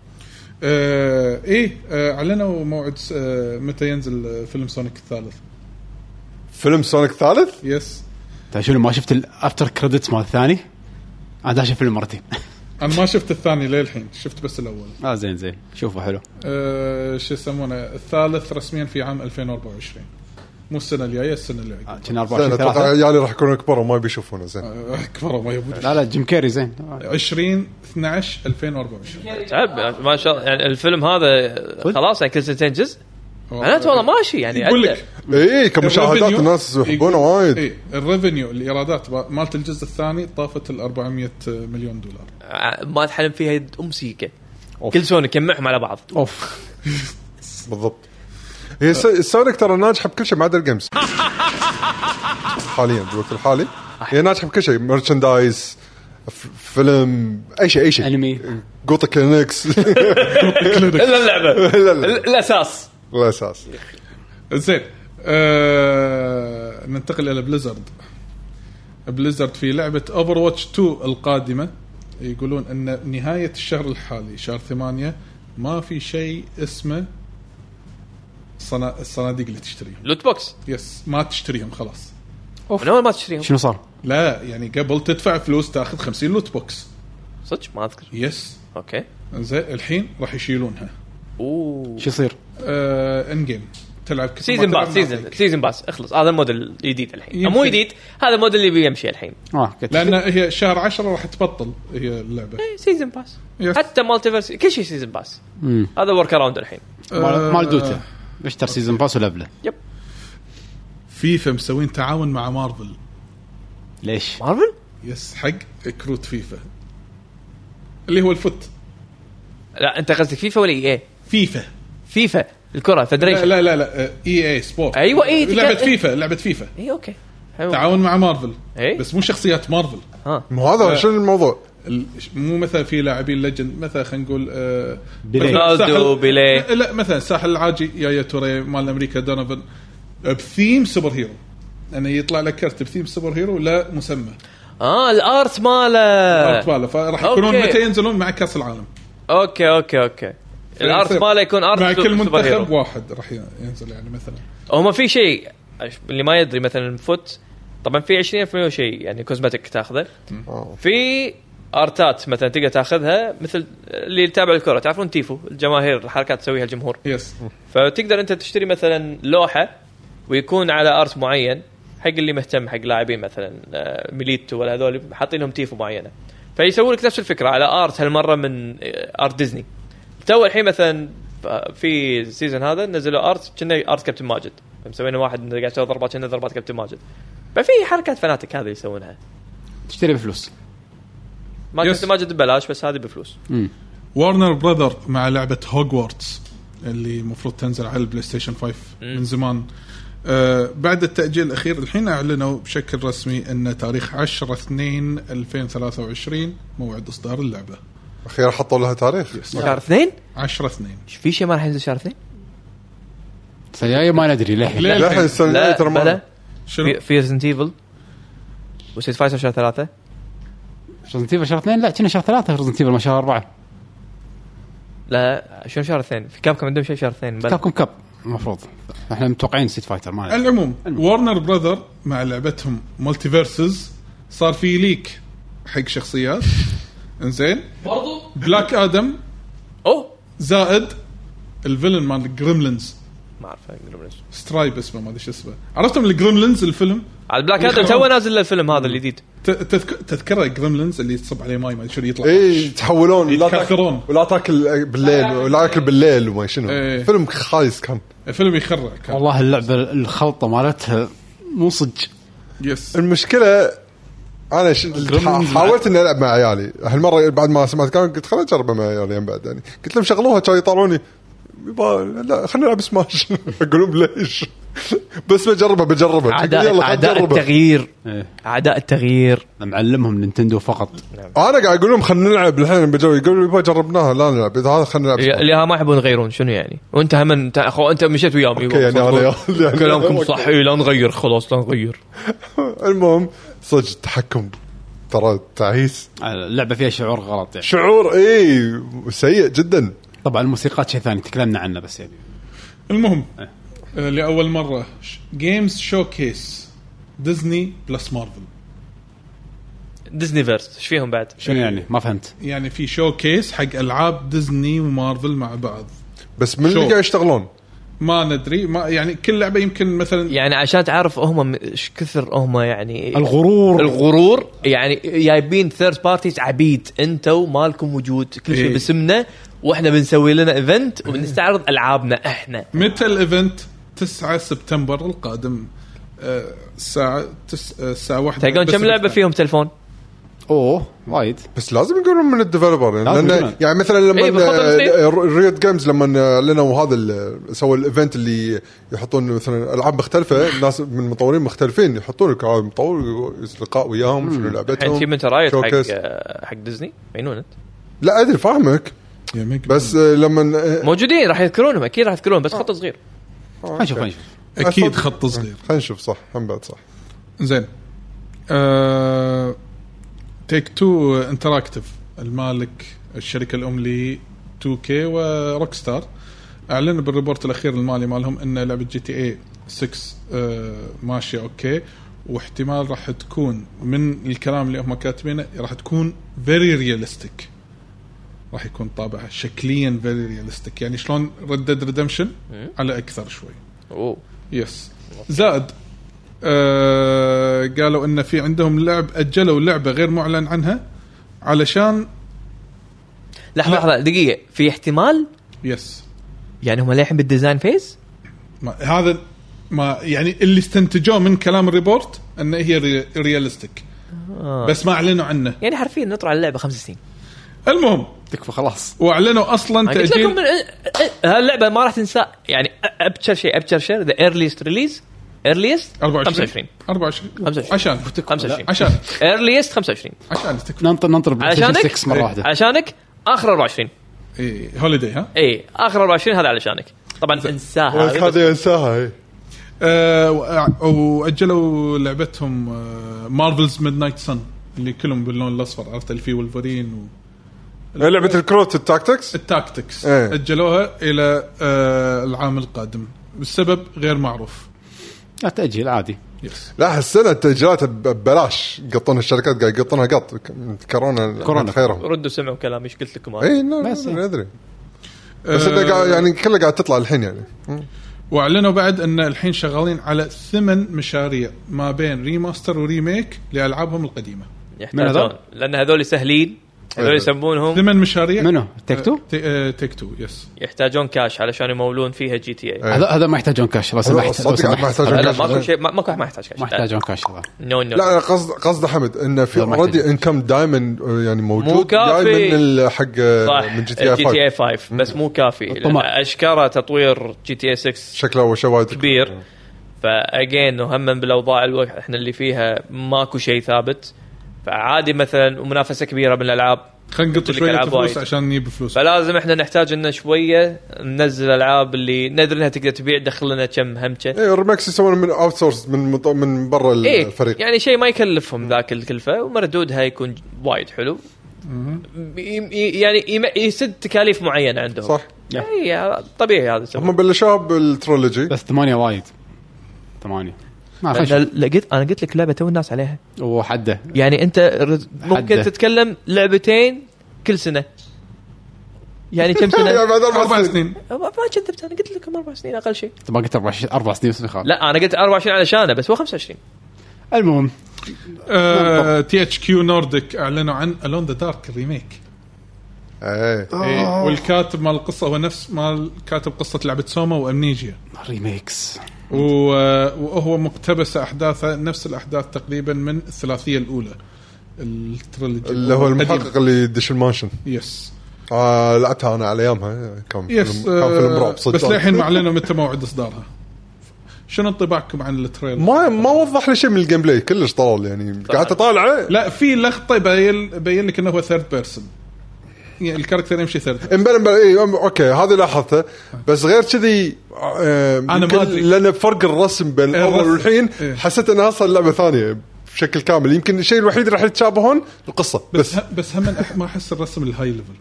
S5: آه ايه آه اعلنوا موعد س- آه متى ينزل آه، فيلم سونيك الثالث
S3: فيلم سونيك ثالث
S5: يس
S1: ترى شنو ما شفت الافتر كريدتس مال الثاني انا داش الفيلم مرتين
S5: انا ما شفت الثاني للحين شفت بس الاول
S1: اه زين زين شوفوا حلو
S5: آه، شو يسمونه الثالث رسميا في عام 2024 مو السنه الجايه السنه اللي عقب
S1: آه، كنا
S3: زين
S1: 24
S3: اتوقع
S1: 3
S3: عيالي راح يكونوا كبار وما بيشوفونه زين
S5: آه، كبروا ما يبون
S1: لا لا جيم كيري زين
S5: 20 12 2024
S2: تعب ما شاء الله يعني الفيلم هذا خلاص يعني كل سنتين جزء معناته والله ماشي يعني
S5: يقول
S2: عدة.
S5: لك
S3: اي إيه، كمشاهدات الناس يحبونه وايد
S5: اي الريفنيو الايرادات با- مالت الجزء الثاني طافت ال 400 مليون دولار
S2: ع- آه، ما تحلم فيها يد ام سيكه كل سونيك يجمعهم على بعض
S1: اوف
S3: بالضبط هي س- سونيك ترى ناجحه بكل شيء ما عدا الجيمز حاليا بالوقت الحالي هي ناجحه بكل شيء مرشندايز فيلم اي شيء اي شيء
S1: انمي
S3: جوتا كلينكس
S2: الا اللعبه
S3: لا لا
S2: ال- الاساس
S3: الاساس
S5: زين آه ننتقل الى بليزرد بليزرد في لعبه اوفر واتش 2 القادمه يقولون ان نهايه الشهر الحالي شهر ثمانية ما في شيء اسمه صنا... الصناديق اللي تشتريهم
S2: لوت بوكس
S5: يس ما تشتريهم خلاص
S2: من اول ما تشتريهم
S1: شنو صار؟
S5: لا يعني قبل تدفع فلوس تاخذ 50 لوت بوكس
S2: صدق ما اذكر
S5: يس
S2: اوكي
S5: زين الحين راح يشيلونها
S2: اوه
S1: شو يصير؟
S5: آه ان جيم تلعب كثر ما
S2: سيزون
S5: تلعب
S2: باس
S5: ما
S2: سيزون
S5: عليك.
S2: سيزون باس اخلص هذا الموديل الجديد الحين
S5: يمكن.
S2: مو جديد هذا الموديل اللي بيمشي الحين
S1: اه كت-
S5: لان هي شهر 10 راح تبطل هي اللعبه
S2: سيزون باس
S5: يس.
S2: إيه، حتى مالتيفيرس كل شيء سيزون باس
S1: مم.
S2: هذا ورك اراوند الحين
S1: مال مال دوتا
S5: آه،
S1: اشتر سيزون باس ولبله
S5: فيفا مسوين تعاون مع مارفل
S1: ليش؟
S2: مارفل
S5: يس حق كروت فيفا اللي هو الفوت
S2: لا انت قصدك فيفا ولا اي اي
S5: فيفا
S2: فيفا الكره
S5: لا
S2: فدريشن
S5: لا لا, لا اي اي سبورت
S2: أيوة، إيه، دي
S5: لعبه
S2: كانت-
S5: فيفا لعبه فيفا
S2: اي اوكي حلو.
S5: تعاون مع مارفل
S2: إيه.
S5: بس مو شخصيات مارفل
S3: مو هذا شنو الموضوع؟
S5: ال- مو مثلا في لاعبين ليجند مثلا خلينا نقول آه
S1: بيليه.
S5: مثلاً
S2: رونالدو،
S5: ساحل-
S2: بيليه.
S5: لا مثلا ساحل العاجي يا يا توري مال امريكا دونوفن بثيم سوبر هيرو انه يطلع لك كرت بثيم سوبر هيرو لا مسمى
S2: اه الارت ماله
S5: عرفت باله فراح يكونون
S2: آه. أوكي.
S5: متى ينزلون مع كاس العالم
S2: اوكي اوكي اوكي الارت يعني ماله يكون ارت
S5: مع
S2: سو-
S5: كل
S2: سوبر هيرو.
S5: منتخب واحد راح ينزل يعني مثلا
S2: هم في شيء اللي ما يدري مثلا فوت طبعا في 20% شيء يعني كوزمتك تاخذه في ارتات مثلا تقدر تاخذها مثل اللي يتابع الكره تعرفون تيفو الجماهير الحركات تسويها الجمهور
S5: يس
S2: فتقدر انت تشتري مثلا لوحه ويكون على ارت معين حق اللي مهتم حق لاعبين مثلا آه، ميليتو ولا هذول حاطين لهم تيفو معينه فيسوون لك نفس الفكره على ارت هالمره من آه، ارت ديزني تو الحين مثلا آه، في السيزون هذا نزلوا ارت كنا ارت كابتن ماجد مسوينا واحد إنه قاعد يسوي ضربات كنا ضربات كابتن ماجد ففي حركات فناتك هذه اللي يسوونها
S1: تشتري بفلوس
S2: ما
S5: يس.
S2: كابتن ماجد ببلاش بس هذه بفلوس
S5: وارنر براذر مع لعبه هوجورتس اللي المفروض تنزل على البلاي ستيشن 5 من زمان آه بعد التاجيل الاخير الحين اعلنوا بشكل رسمي ان تاريخ 10 2 2023 موعد اصدار اللعبه
S3: اخيرا حطوا لها تاريخ
S2: شهر اثنين؟
S5: 10 2
S2: في شيء ما راح ينزل شهر اثنين؟
S1: سيايا ما ندري للحين
S5: ليه
S3: لا الحين
S5: الحين
S3: السنه الجايه ترى ما-
S2: بلى.
S5: شنو
S2: في ريزنت ايفل وسيت فايتر شهر ثلاثة
S1: ريزنت ايفل شهر اثنين لا كنا شهر ثلاثه ريزنت ايفل ما شهر اربعه
S2: لا شنو شهر اثنين في كاب عندهم شيء شهر اثنين بلى.
S1: كابكم كاب المفروض احنا متوقعين سيت فايتر ما
S5: على
S1: ندري.
S5: العموم وارنر براذر مع لعبتهم مالتي فيرسز صار في ليك حق شخصيات انزين
S6: برضو
S5: بلاك ادم
S2: اوه
S5: زائد الفيلن مال الجريملينز
S2: ما اعرف Gremlins.
S5: سترايب اسمه ما ادري شو اسمه عرفتم الجريملينز الفيلم
S2: على البلاك ادم
S5: يخرب.
S2: تو نازل الفيلم هذا الجديد
S5: ت- تذك... تذكره الجريملينز اللي تصب عليه ماي ما ادري شنو يطلع
S3: اي يتحولون لا
S5: يتكاثرون.
S3: تاكل ولا تاكل بالليل ولا اكل بالليل وما شنو
S5: إيه.
S3: فيلم خايس كان
S5: فيلم يخرع كان
S1: والله اللعبه الخلطه مالتها مو صج
S5: يس
S3: المشكله انا ش...
S1: Gremlins
S3: حاولت اني العب مع عيالي هالمره بعد ما سمعت كان قلت خليني اجربه مع عيالي يعني بعد يعني قلت لهم شغلوها كانوا يطالعوني يبا لا خلينا نلعب سماش اقول لهم ليش بس بجربه بجربه
S2: اعداء
S3: خل
S2: اعداء
S3: نجربه.
S2: التغيير
S1: إيه.
S2: اعداء التغيير
S1: معلمهم نينتندو فقط
S3: انا قاعد اقول لهم خلينا نلعب الحين بجو يقولوا يبا جربناها لا نلعب اذا هذا خلينا نلعب سماش.
S2: اللي ها ما يحبون يغيرون شنو يعني؟ وانت هم انت اخو انت مشيت وياهم
S3: أوكي، يعني أنا- يعني
S2: كلامكم
S3: أوكي.
S2: صح إيه، لا نغير خلاص لا نغير
S3: المهم صدق التحكم ترى تعيس
S1: اللعبه فيها شعور غلط يعني
S3: شعور اي سيء جدا
S1: طبعا الموسيقى شيء ثاني تكلمنا عنه بس يعني
S5: المهم آه، لاول مره جيمز شو كيس ديزني بلس مارفل
S2: ديزني فيرس ايش فيهم بعد؟
S1: شنو يعني ما فهمت
S5: يعني في شو كيس حق العاب ديزني ومارفل مع بعض
S3: بس من اللي
S5: شو؟
S3: قاعد يشتغلون؟
S5: ما ندري ما يعني كل لعبه يمكن مثلا
S2: يعني عشان تعرف هم م- ايش كثر هم يعني
S1: الغرور
S2: الغرور يعني جايبين ثيرد بارتيز عبيد انتوا مالكم وجود كل شيء
S5: إيه.
S2: باسمنا واحنا بنسوي لنا ايفنت وبنستعرض العابنا احنا
S5: متى الايفنت 9 سبتمبر القادم آه، الساعه تس... آه، الساعه 1
S2: تلقون كم لعبه فيهم تلفون؟
S1: اوه وايد
S3: بس لازم يقولون من الديفلوبر يعني,
S1: لازم
S3: لأن
S1: يقولون.
S3: يعني مثلا
S2: إيه،
S3: لما
S2: بالخطر الصغير.
S3: ريوت جيمز لما اعلنوا هذا ال- سووا الايفنت اللي يحطون مثلا العاب مختلفه ناس من مطورين مختلفين يحطون لك آه، مطور لقاء وياهم شنو
S2: الحين في
S3: لعبتهم
S2: منت رايت
S3: showcase.
S2: حق آه، حق ديزني مجنون انت
S3: لا ادري فاهمك بس آه، لما آه،
S2: موجودين راح يذكرونهم اكيد راح يذكرونهم بس خط صغير
S1: خلينا نشوف خلينا نشوف
S5: اكيد خط صغير
S3: خلينا نشوف صح هم بعد صح
S5: زين آه... تيك تو انتراكتيف المالك الشركه الام ل 2 كي وروك ستار اعلنوا بالريبورت الاخير المالي مالهم ان لعبه جي تي اي 6 آه ماشيه اوكي واحتمال راح تكون من الكلام اللي هم كاتبينه راح تكون فيري رياليستيك راح يكون طابعها شكليا فيري رياليستيك يعني شلون ردد ريدمشن على اكثر شوي
S2: اوه
S5: يس زائد آه قالوا ان في عندهم لعب اجلوا لعبه غير معلن عنها علشان
S2: لحظه لحظه دقيقه في احتمال
S5: يس
S2: يعني هم للحين بالديزاين فيز
S5: ما هذا ما يعني اللي استنتجوه من كلام الريبورت ان هي ري- رياليستيك
S2: آه.
S5: بس ما اعلنوا عنه
S2: يعني حرفيا نطلع على اللعبه خمس سنين
S5: المهم
S1: تكفى خلاص
S5: واعلنوا اصلا
S2: انا قلت لكم
S5: تاجيل
S2: من... هاللعبه ما راح تنسى يعني أ- ابشر شيء ابشر شيء ذا ايرليست ريليز ايرليست
S5: 24
S2: 25
S5: 24
S2: 25.
S5: عشان
S2: 25
S5: عشان
S2: ايرليست 25
S5: عشان تكفى
S1: ننطر ننطر بلاي ستيشن
S2: علشانك
S1: 6 مره واحده
S2: علشانك اخر 24
S5: إيه، هوليدي ها
S2: اي اخر 24 هذا علشانك طبعا انساها هذه بس-
S3: هذه انساها إيه.
S5: آه، وأع- واجلوا لعبتهم آه، مارفلز ميد نايت سن اللي كلهم باللون الاصفر عرفت اللي فيه ولفرين و...
S3: لعبه الكروت التاكتكس
S5: التاكتكس
S3: إيه.
S5: اجلوها الى آه العام القادم بسبب غير معروف
S1: لا تاجيل عادي
S5: يس
S3: لا هالسنه التاجيلات ب- ببلاش يقطون الشركات قاعد يقطونها قط كورونا
S1: كورونا.
S3: كورونا خيرهم
S2: ردوا سمعوا كلامي ايش قلت لكم
S5: إيه،
S2: انا
S3: اي لا
S1: بس.
S3: لا، ادري بس
S2: أه،
S5: آه،
S3: انت قاعد يعني كلها قاعد تطلع الحين يعني
S5: واعلنوا بعد ان الحين شغالين على ثمان مشاريع ما بين ريماستر وريميك لالعابهم القديمه
S1: من
S2: يحتاجون
S1: هذول؟
S2: لان هذول سهلين هذول
S3: أيوة.
S2: يسمونهم
S5: ثمان مشاريع
S1: منو تيك تو؟
S5: تي- آه، تيك تو يس
S2: يحتاجون كاش علشان يمولون فيها جي تي اي
S3: إيه.
S1: هذا هذا ما يحتاجون كاش لو سمحت لو
S3: صدق ما
S1: سمحت
S3: يحتاجون
S2: لا
S3: كاش.
S2: ماكو شيء ما- ماكو ما يحتاج كاش
S1: ما يحتاجون كاش الله
S2: نو نو
S3: لا انا قصد قصد حمد انه في
S1: لا، ما
S3: اوريدي
S1: يحتاج.
S3: انكم دائما يعني موجود
S2: مو كافي.
S3: جاي من ال- حق
S2: صح
S3: من جي تي اي 5
S2: 5 بس مو كافي لأن
S1: الطمع.
S2: اشكره تطوير جي تي اي 6
S3: شكله اول شيء وايد
S2: كبير فاجين وهم بالاوضاع الوقت احنا اللي فيها ماكو شيء ثابت فعادي مثلا ومنافسه كبيره بالالعاب
S5: خلينا نقط
S2: قلت لك
S5: شويه
S2: ألعاب
S5: فلوس
S2: وايد.
S5: عشان نجيب فلوس
S2: فلازم احنا نحتاج انه شويه ننزل العاب اللي ندري انها تقدر تبيع تدخل لنا كم همشه
S3: اي الريمكس يسوون من اوت سورس من مط- من برا
S2: ايه
S3: الفريق
S2: يعني شيء ما يكلفهم ذاك الكلفه ومردودها يكون وايد حلو ي- ي- يعني يم- يسد تكاليف معينه عندهم
S3: صح
S2: اي طبيعي هذا السبب.
S3: هم بلشوها بالترولوجي
S1: بس ثمانيه وايد ثمانيه ما خش
S2: انا لقيت انا قلت لك لعبه تو الناس عليها
S1: وحده
S2: يعني انت رز- ممكن
S1: حده.
S2: تتكلم لعبتين كل سنه يعني كم سنه؟
S3: يعني بعد
S5: اربع سنين
S2: ما ما كذبت انا قلت لكم اربع سنين اقل شيء
S1: انت ما قلت اربع ش- اربع سنين بس خالد
S2: لا انا قلت 24 علشانه بس هو 25
S1: المهم
S5: تي اتش كيو نورديك اعلنوا عن الون ذا دارك الريميك
S3: ايه
S5: إيه، والكاتب مال القصه هو نفس مال كاتب قصه لعبه سوما وامنيجيا
S1: ريميكس
S5: و- وهو مقتبس احداثه نفس الاحداث تقريبا من الثلاثيه الاولى التريلوجي
S3: اللي هو
S5: القديمة.
S3: المحقق اللي يدش المانشن
S5: يس
S3: آه لعبتها انا على ايامها كان
S5: يس
S3: فيلم كان فيلم
S5: آه،
S3: رعب صدق
S5: بس للحين ما اعلنوا متى موعد اصدارها شنو انطباعكم عن التريلر؟
S3: ما ما وضح لي شيء من الجيم بلاي كلش طلال يعني قعدت اطالعه
S5: لا في لقطه يبين يبين لك انه هو ثيرد بيرسون يعني الكاركتر يمشي ثيرد
S3: امبلا امبلا اي اوكي إيه، هذا لاحظته بس غير كذي انا
S5: ما أدري.
S3: لان فرق الرسم بين
S5: إيه،
S3: الاول
S5: الرسم.
S3: والحين
S5: إيه.
S3: حسيت انها اصلا لعبه ثانيه بشكل كامل يمكن الشيء الوحيد راح يتشابهون القصه
S5: بس
S3: بس
S5: ه- بس هم أح- ما احس الرسم الهاي ليفل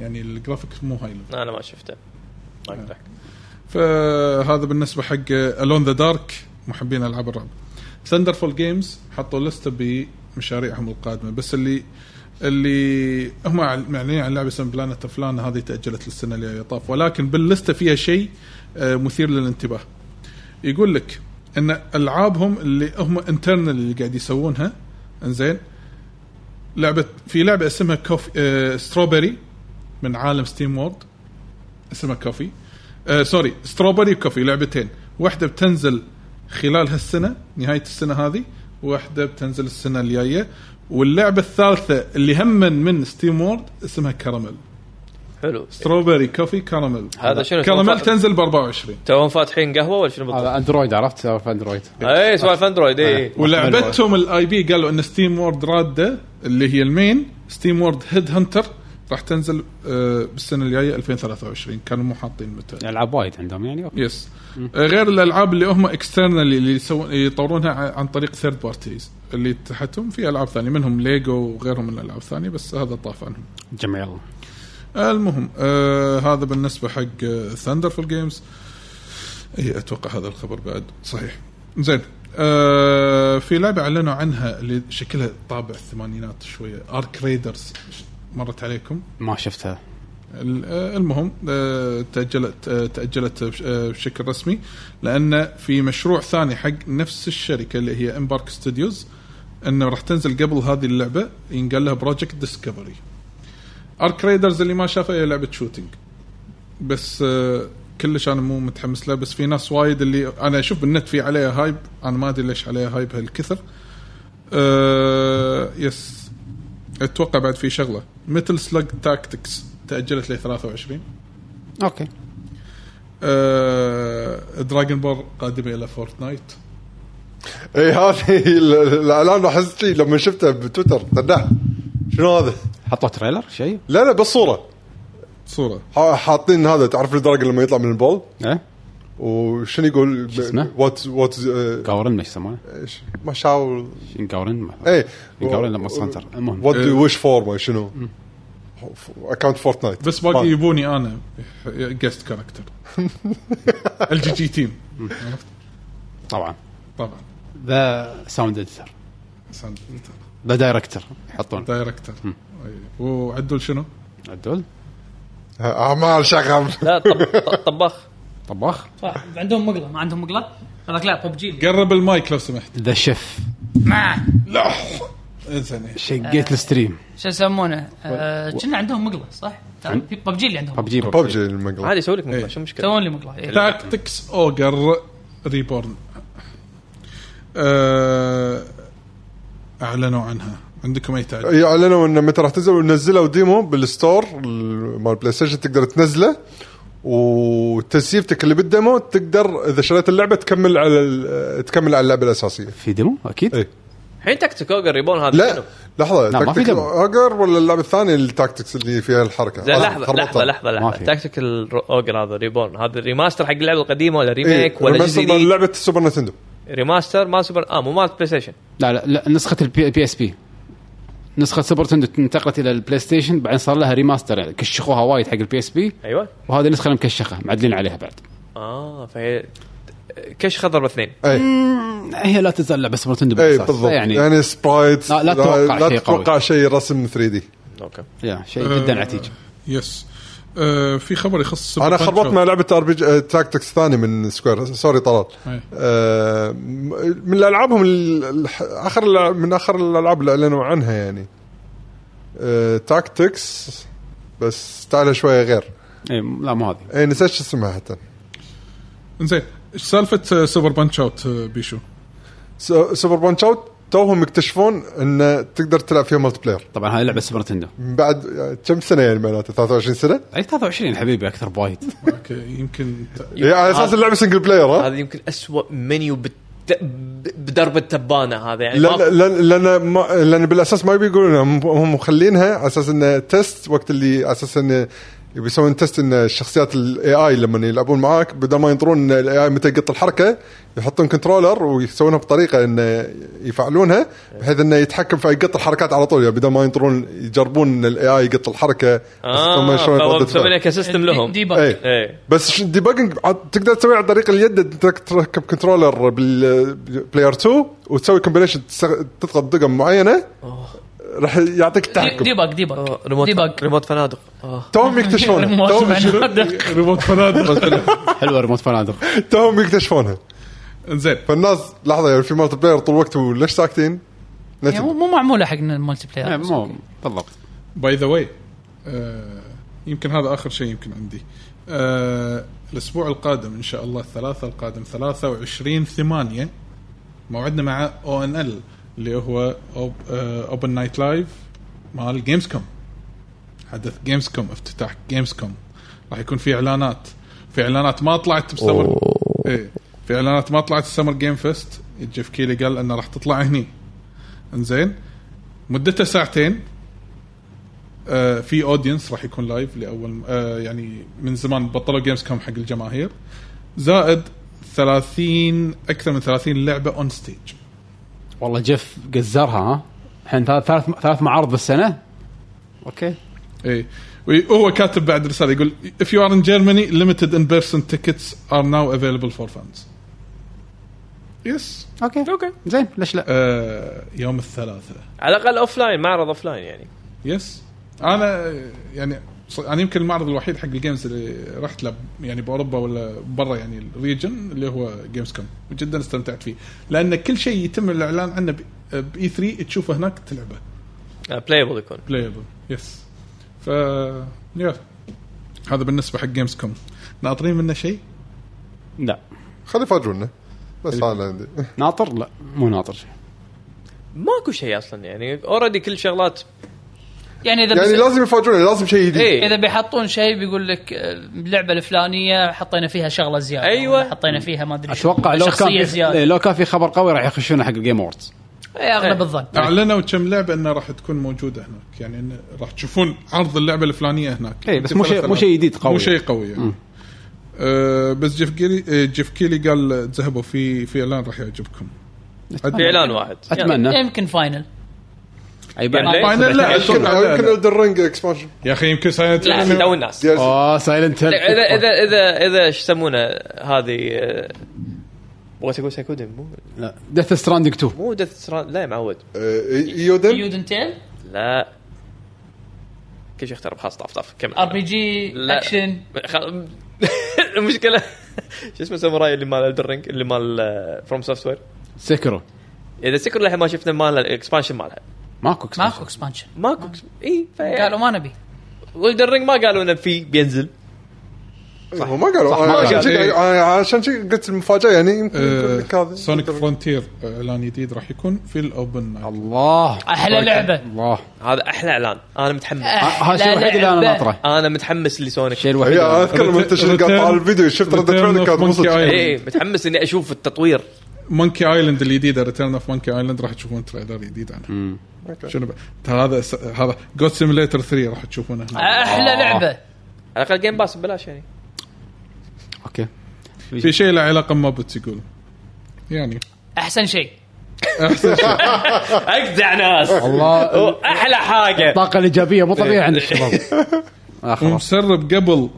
S5: يعني الجرافيكس مو هاي ليفل
S2: انا ما شفته ما
S3: طيب.
S2: أقدر.
S5: فهذا بالنسبه حق الون ذا دارك محبين العاب الرعب ثندرفول جيمز حطوا لسته بمشاريعهم القادمه بس اللي اللي هم معلنين عن لعبه اسمها بلانت فلان هذه تاجلت للسنه اللي طاف ولكن باللسته فيها شيء آه، مثير للانتباه يقول لك ان العابهم اللي هم انترنال اللي قاعد يسوونها انزين لعبه في لعبه اسمها كوفي آه ستروبري من عالم ستيم وورد اسمها كوفي آه سوري ستروبري وكوفي لعبتين واحده بتنزل خلال هالسنه نهايه السنه هذه واحده بتنزل السنه الجايه واللعبه الثالثه اللي هم من ستيم وورد اسمها كراميل
S2: حلو
S5: ستروبري كوفي كراميل
S2: هذا شنو؟
S5: كراميل
S2: فاتح-
S5: تنزل ب 24
S2: توهم فاتحين قهوه ولا شنو بالضبط؟
S1: هذا اندرويد عرفت سوالف اندرويد
S3: آه.
S2: اي سوالف إيه. اندرويد اي
S5: ولعبتهم الاي بي قالوا ان ستيم وورد راده اللي هي المين ستيم وورد هيد هانتر راح تنزل آه، بالسنه الجايه 2023 كانوا مو حاطين متى
S1: العاب وايد عندهم يعني اوكي
S5: يس آه، غير الالعاب اللي هم اكسترنال اللي يسوون يطورونها ع- عن طريق ثيرد بارتيز اللي تحتهم في العاب ثانيه منهم ليجو وغيرهم من الالعاب الثانيه بس هذا طاف عنهم
S1: جميل
S5: المهم آه هذا بالنسبه حق آه، ثاندرفول جيمز اي اتوقع إيه، هذا الخبر بعد صحيح زين آه في لعبه اعلنوا عنها اللي شكلها طابع الثمانينات شويه ارك ريدرز مرت عليكم
S1: ما شفتها
S5: ال- آه، المهم آه، تاجلت آه، تاجلت بش- آه، بشكل رسمي لان في مشروع ثاني حق نفس الشركه اللي هي امبارك ستوديوز انه راح تنزل قبل هذه اللعبه ينقال لها بروجكت ديسكفري ارك ريدرز اللي ما شافها هي لعبه شوتينج بس آه، كلش انا مو متحمس لها بس في ناس وايد اللي انا اشوف بالنت في عليها هايب انا ما ادري ليش عليها هايب هالكثر آه، يس اتوقع بعد في شغله مثل سلاج تاكتكس تاجلت ل 23
S1: اوكي
S5: آه، دراجون بول قادمه الى فورتنايت
S3: اي إيه، هذه ال- ال- الاعلان لاحظت لي لما شفته بتويتر تنحت شنو هذا؟
S1: حطوا تريلر شيء؟
S3: لا لا بالصوره
S5: صوره
S3: ح- حاطين هذا تعرف الدرج لما يطلع من البول
S1: ايه
S3: وشنو يقول
S1: شو اسمه؟
S3: وات وات
S1: قاورن ما يسمونه؟
S3: ما إيه. شاول
S1: شين قاورن ما-
S3: اي
S5: إيه.
S1: شين قاورن لما سنتر المهم
S3: وات دو ويش فور ما شنو اكونت فورتنايت
S5: بس باقي يبوني انا جست كاركتر الجي جي تيم
S1: طبعا
S5: طبعا
S1: ذا ساوند اديتر
S5: ساند
S1: ذا دايركتر يحطون
S5: دايركتر أي. وعدل شنو؟
S1: عدول
S3: اعمال شغب
S2: لا طب- طب- طباخ
S1: طباخ
S4: عندهم مقله ما عندهم مقله هذاك لا ببجي
S5: قرب المايك لو سمحت
S1: ذا شيف
S5: انزين
S1: شقيت الستريم
S4: شو يسمونه؟ آه، كنا عندهم مقله صح؟ ببجي اللي عندهم
S1: ببجي
S3: ببجي المقلب
S2: عادي يسوي لك مقلة،
S5: إيه.
S2: شو المشكله؟
S4: سوون لي مقله إيه.
S5: تاكتكس اوجر ريبورن آه، اعلنوا عنها عندكم اي تعليق؟
S3: اعلنوا انه إيه، متى راح تنزل ونزلوا ديمو بالستور ال- مال بلاي ستيشن تقدر تنزله وتسيفتك اللي بالديمو تقدر اذا شريت اللعبه تكمل على ال- تكمل على اللعبه الاساسيه
S1: في ديمو اكيد
S3: إيه.
S2: الحين تكتيك اوجر ريبون هذا
S3: لا
S2: شنو؟
S3: لحظه
S1: لا، ما في
S3: تكتيك
S1: ديمو.
S3: اوجر ولا اللعبه الثانيه التاكتكس اللي فيها الحركه
S2: زين
S3: آه،
S2: لحظه
S3: خربطها.
S2: لحظه لحظه
S1: ما
S2: لحظه
S1: في.
S2: تاكتيكال اوجر هذا ريبون هذا ريماستر حق اللعبه القديمه ولا
S3: إيه،
S2: ريميك ولا
S3: ريماستر
S2: جزء
S3: مال
S2: جديد؟
S3: لعبه السوبر نتندو
S2: ريماستر مال سوبر اه مو مال بلاي ستيشن
S1: لا لا, لا نسخه البي, البي اس بي نسخه سوبر تندو انتقلت الى البلاي ستيشن بعدين صار لها ريماستر يعني كشخوها وايد حق البي اس بي
S2: ايوه
S1: وهذه النسخه المكشخه معدلين عليها بعد
S2: اه فهي كش خضر باثنين
S3: اي
S1: هي لا تزال لعبه سوبر تندو
S3: اي
S1: بالاساس
S3: بالضبط
S1: يعني,
S3: يعني, يعني سبرايت
S1: لا- لا تتوقع
S3: لا
S1: شيء قوي.
S3: تتوقع شيء رسم 3 دي
S2: اوكي
S1: يا شيء جدا
S5: آه.
S1: عتيج
S5: يس آه، في خبر يخص
S3: انا
S5: Punch-Out.
S3: خربطت مع لعبه ار بي تاكتكس ثاني آه، من سكوير سوري طلال
S5: أي.
S3: آه، م- من الالعابهم ال- ال- اخر الع- من اخر الالعاب اللي اعلنوا عنها يعني تاكتكس بس تعالى شويه غير
S1: إيه، لا مو هذه
S3: اي نسيت شو اسمها حتى
S5: انزين ايش سالفه آه، سوبر بانش اوت آه، بيشو؟
S3: سو- سوبر بانش اوت توهم يكتشفون انه تقدر تلعب فيها ملتي بلاير
S1: طبعا هاي لعبه سوبر تندو
S3: من بعد آه، كم سنه يعني معناته 23 سنه؟
S1: اي 23 حبيبي اكثر بوايد
S5: اوكي يمكن
S3: يعني على اساس اللعبه سنجل بلاير ها؟
S2: هذا يمكن أسوأ منيو بت... ب- بدرب التبانه هذا يعني
S3: لا
S2: ما-
S3: لا لان ما لان بالاساس ما يبي يقولون هم- هم مخلينها على اساس انه تيست وقت اللي على اساس انه يبي يسوون تيست ان الشخصيات الاي اي لما يلعبون معاك بدل ما ينطرون ان الاي اي متى يقط الحركه يحطون كنترولر ويسوونها بطريقه انه يفعلونها بحيث انه يتحكم في يقط الحركات على طول يعني بدل ما ينطرون يجربون ان الاي اي يقط الحركه
S2: اه فهو مسوينها كسيستم لهم
S4: دي- ديبج.
S3: اي
S2: ايه
S3: إيه. بس ديباجنج تقدر تسوي عن طريق اليد انك تركب كنترولر بالبلاير 2 وتسوي كومبينيشن تضغط دقم معينه راح يعطيك التحكم
S4: ديبج ديبج ديبج
S2: ريموت آه، فنادق اه
S3: توهم يكتشفونها توهم-
S5: ريموت فنادق
S1: حلوه ريموت فنادق
S3: توهم يكتشفونها
S5: انزين
S3: فالناس لحظه يعني في مالتي بلاير طول الوقت وليش ساكتين؟
S4: يعني مو مو معموله حق المالتي
S1: إيه،
S4: بلاير بس
S1: مو بالضبط
S5: باي ذا واي آه، يمكن هذا اخر شيء يمكن عندي آه الاسبوع القادم ان شاء الله الثلاثاء القادم 23 8 موعدنا مع او ان ال اللي هو آه، اوبن نايت لايف مال جيمز كوم حدث جيمز كوم افتتاح جيمز كوم راح يكون في اعلانات في اعلانات ما طلعت بسمر ايه في اعلانات ما طلعت السمر جيم فيست جيف كيلي قال انه راح تطلع هني انزين مدتها ساعتين آه، في اودينس راح يكون لايف لاول آه، يعني من زمان بطلوا جيمز كوم حق الجماهير زائد 30 اكثر من 30 لعبه اون ستيج
S1: والله جيف قزرها ها الحين ثلاث ثلاث ثلاث معارض بالسنه اوكي
S5: اي إيه. وهو كاتب بعد رساله يقول if you are in Germany limited in person tickets are now available for fans يس
S1: اوكي اوكي زين ليش لا
S5: آه يوم الثلاثاء
S2: على الاقل اوف لاين معرض اوف لاين يعني
S5: يس انا يعني ص- انا يمكن المعرض الوحيد حق الجيمز اللي رحت له يعني باوروبا ولا برا يعني الريجن اللي هو جيمز كوم وجدا استمتعت فيه لان كل شيء يتم الاعلان عنه باي 3 تشوفه هناك تلعبه
S2: بلايبل آه، يكون
S5: بلايبل يس ف يا هذا بالنسبه حق جيمز كوم ناطرين منه شيء؟
S1: لا
S3: خلي يفاجئونا بس هذا اللي عندي
S1: ناطر لا مو ناطر شيء
S2: ماكو شيء اصلا يعني اوريدي كل شغلات
S4: يعني اذا
S3: يعني
S4: بس- إيه.
S3: لازم يفاجئونا لازم شيء جديد
S2: ايه
S4: اذا بيحطون شيء بيقول لك آه، اللعبه الفلانيه حطينا فيها شغله زياده
S2: أيوة.
S4: ولا حطينا فيها ما ادري شو،
S1: اتوقع لو
S4: شخصيه
S1: كان في إيه،
S4: زياده
S1: لو كان في خبر قوي راح يخشونه حق الجيم اووردز
S4: إيه، اغلب الظن
S5: اعلنوا كم لعبه انها راح تكون موجوده هناك يعني إن راح تشوفون عرض اللعبه الفلانيه هناك
S1: إيه، بس مو شيء- مو شيء جديد قوي.
S5: مو شيء قوي يعني. أه بس جيف كيلي آه، جيف كيلي قال ذهبوا في في اعلان راح يعجبكم
S2: في اعلان واحد
S1: إيه. اتمنى
S4: يمكن فاينل
S2: اي بعد
S5: فاينل لا
S3: يمكن
S5: أتوقع لا،
S3: يمكن
S5: لا.
S3: اولدن رينج اكسبانشن
S5: يا اخي يمكن سايلنت
S2: لا
S5: هيل
S2: تو الناس
S1: اوه سايلنت هيل
S2: اذا اذا اذا اذا ايش يسمونه هذه آه، بغيت اقول سايكودن مو
S1: ديث ستراندنج 2
S2: مو ديث لا يا معود
S3: إيه، يودن
S4: يودن تيل
S2: لا كل شيء اختار بخاص طاف طاف كمل
S4: ار بي جي
S2: لا.
S4: اكشن
S2: خل- المشكله شو اسمه ساموراي اللي مال الدرينج اللي مال آه، فروم سوفت وير
S1: سكرو
S2: اذا سكر للحين ما شفنا مال الاكسبانشن مالها
S1: ماكو
S4: ماكو
S1: expansion.
S4: اكسبانشن
S2: ماكو اي
S4: قالوا ما نبي
S2: والدرينج آه. ما قالوا انه في بينزل
S3: إيه، هو ما قالوا
S1: ما
S3: أنا عشان
S1: قالوا.
S3: شي-
S5: إيه.
S3: أنا عشان شي قلت المفاجاه يعني يمكن يكون لك هذا
S5: سونيك فرونتير اعلان جديد راح يكون في الاوبن نايت
S1: الله
S4: احلى لعبه
S1: الله آه،
S2: هذا احلى اعلان انا متحمس
S1: هذا الشيء الوحيد اللي انا
S4: لعبة.
S1: ناطره
S2: انا متحمس لسونيك
S1: الشيء الوحيد
S3: هي
S1: اللي
S3: أنا
S1: أنا-
S3: اذكر لما انت شفت قاعد طالع الفيدو شفت رده فعلك كانت مصدق
S2: اي متحمس اني اشوف التطوير
S5: مونكي ايلاند الجديده ريتيرن اوف مونكي ايلاند راح تشوفون تريلر جديد عنها شنو بقى؟ ترى هذا س- هذا جود سيميليتر 3 راح تشوفونه هنا
S1: آه.
S4: احلى لعبه
S2: على الاقل جيم باس ببلاش يعني
S1: اوكي
S5: في شيء له علاقه بمابتس يقول يعني
S4: احسن شيء
S2: اجدع ناس
S1: الله
S2: احلى حاجه
S1: الطاقه الايجابيه مو طبيعيه عند الشباب آه، خلاص
S5: ومسرب قبل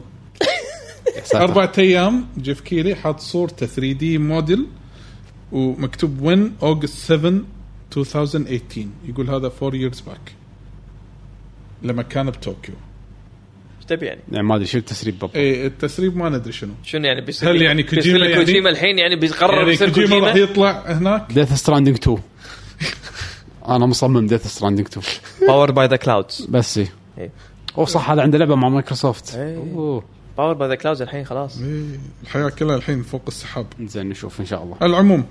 S1: يا ساتر.
S5: أربعة أيام جيف كيلي حاط صورته 3 دي موديل ومكتوب وين أوغست 7 2018 يقول هذا 4 years back لما كان بطوكيو
S2: ايش تبي يعني
S1: يعني ما ادري شو التسريب بالضبط
S5: اي التسريب ما ندري شنو
S2: شنو يعني بيصير
S5: هل يعني
S2: بيصير
S5: كوجيما
S2: لك
S5: يعني-
S2: كوجيما الحين يعني بيقرر
S5: يعني
S2: بيصير
S5: كوجيما راح
S2: كوجيما
S5: يطلع هناك
S1: ديث ستراندنج 2 انا مصمم ديث ستراندنج 2
S2: باور باي ذا كلاودز
S1: بس إيه.
S2: إيه.
S1: اوه صح هذا عنده لعبه مع مايكروسوفت اوه
S2: باور باي ذا كلاودز الحين خلاص
S5: إيه، الحياة كلها الحين فوق السحاب
S1: زين نشوف ان شاء الله
S5: على العموم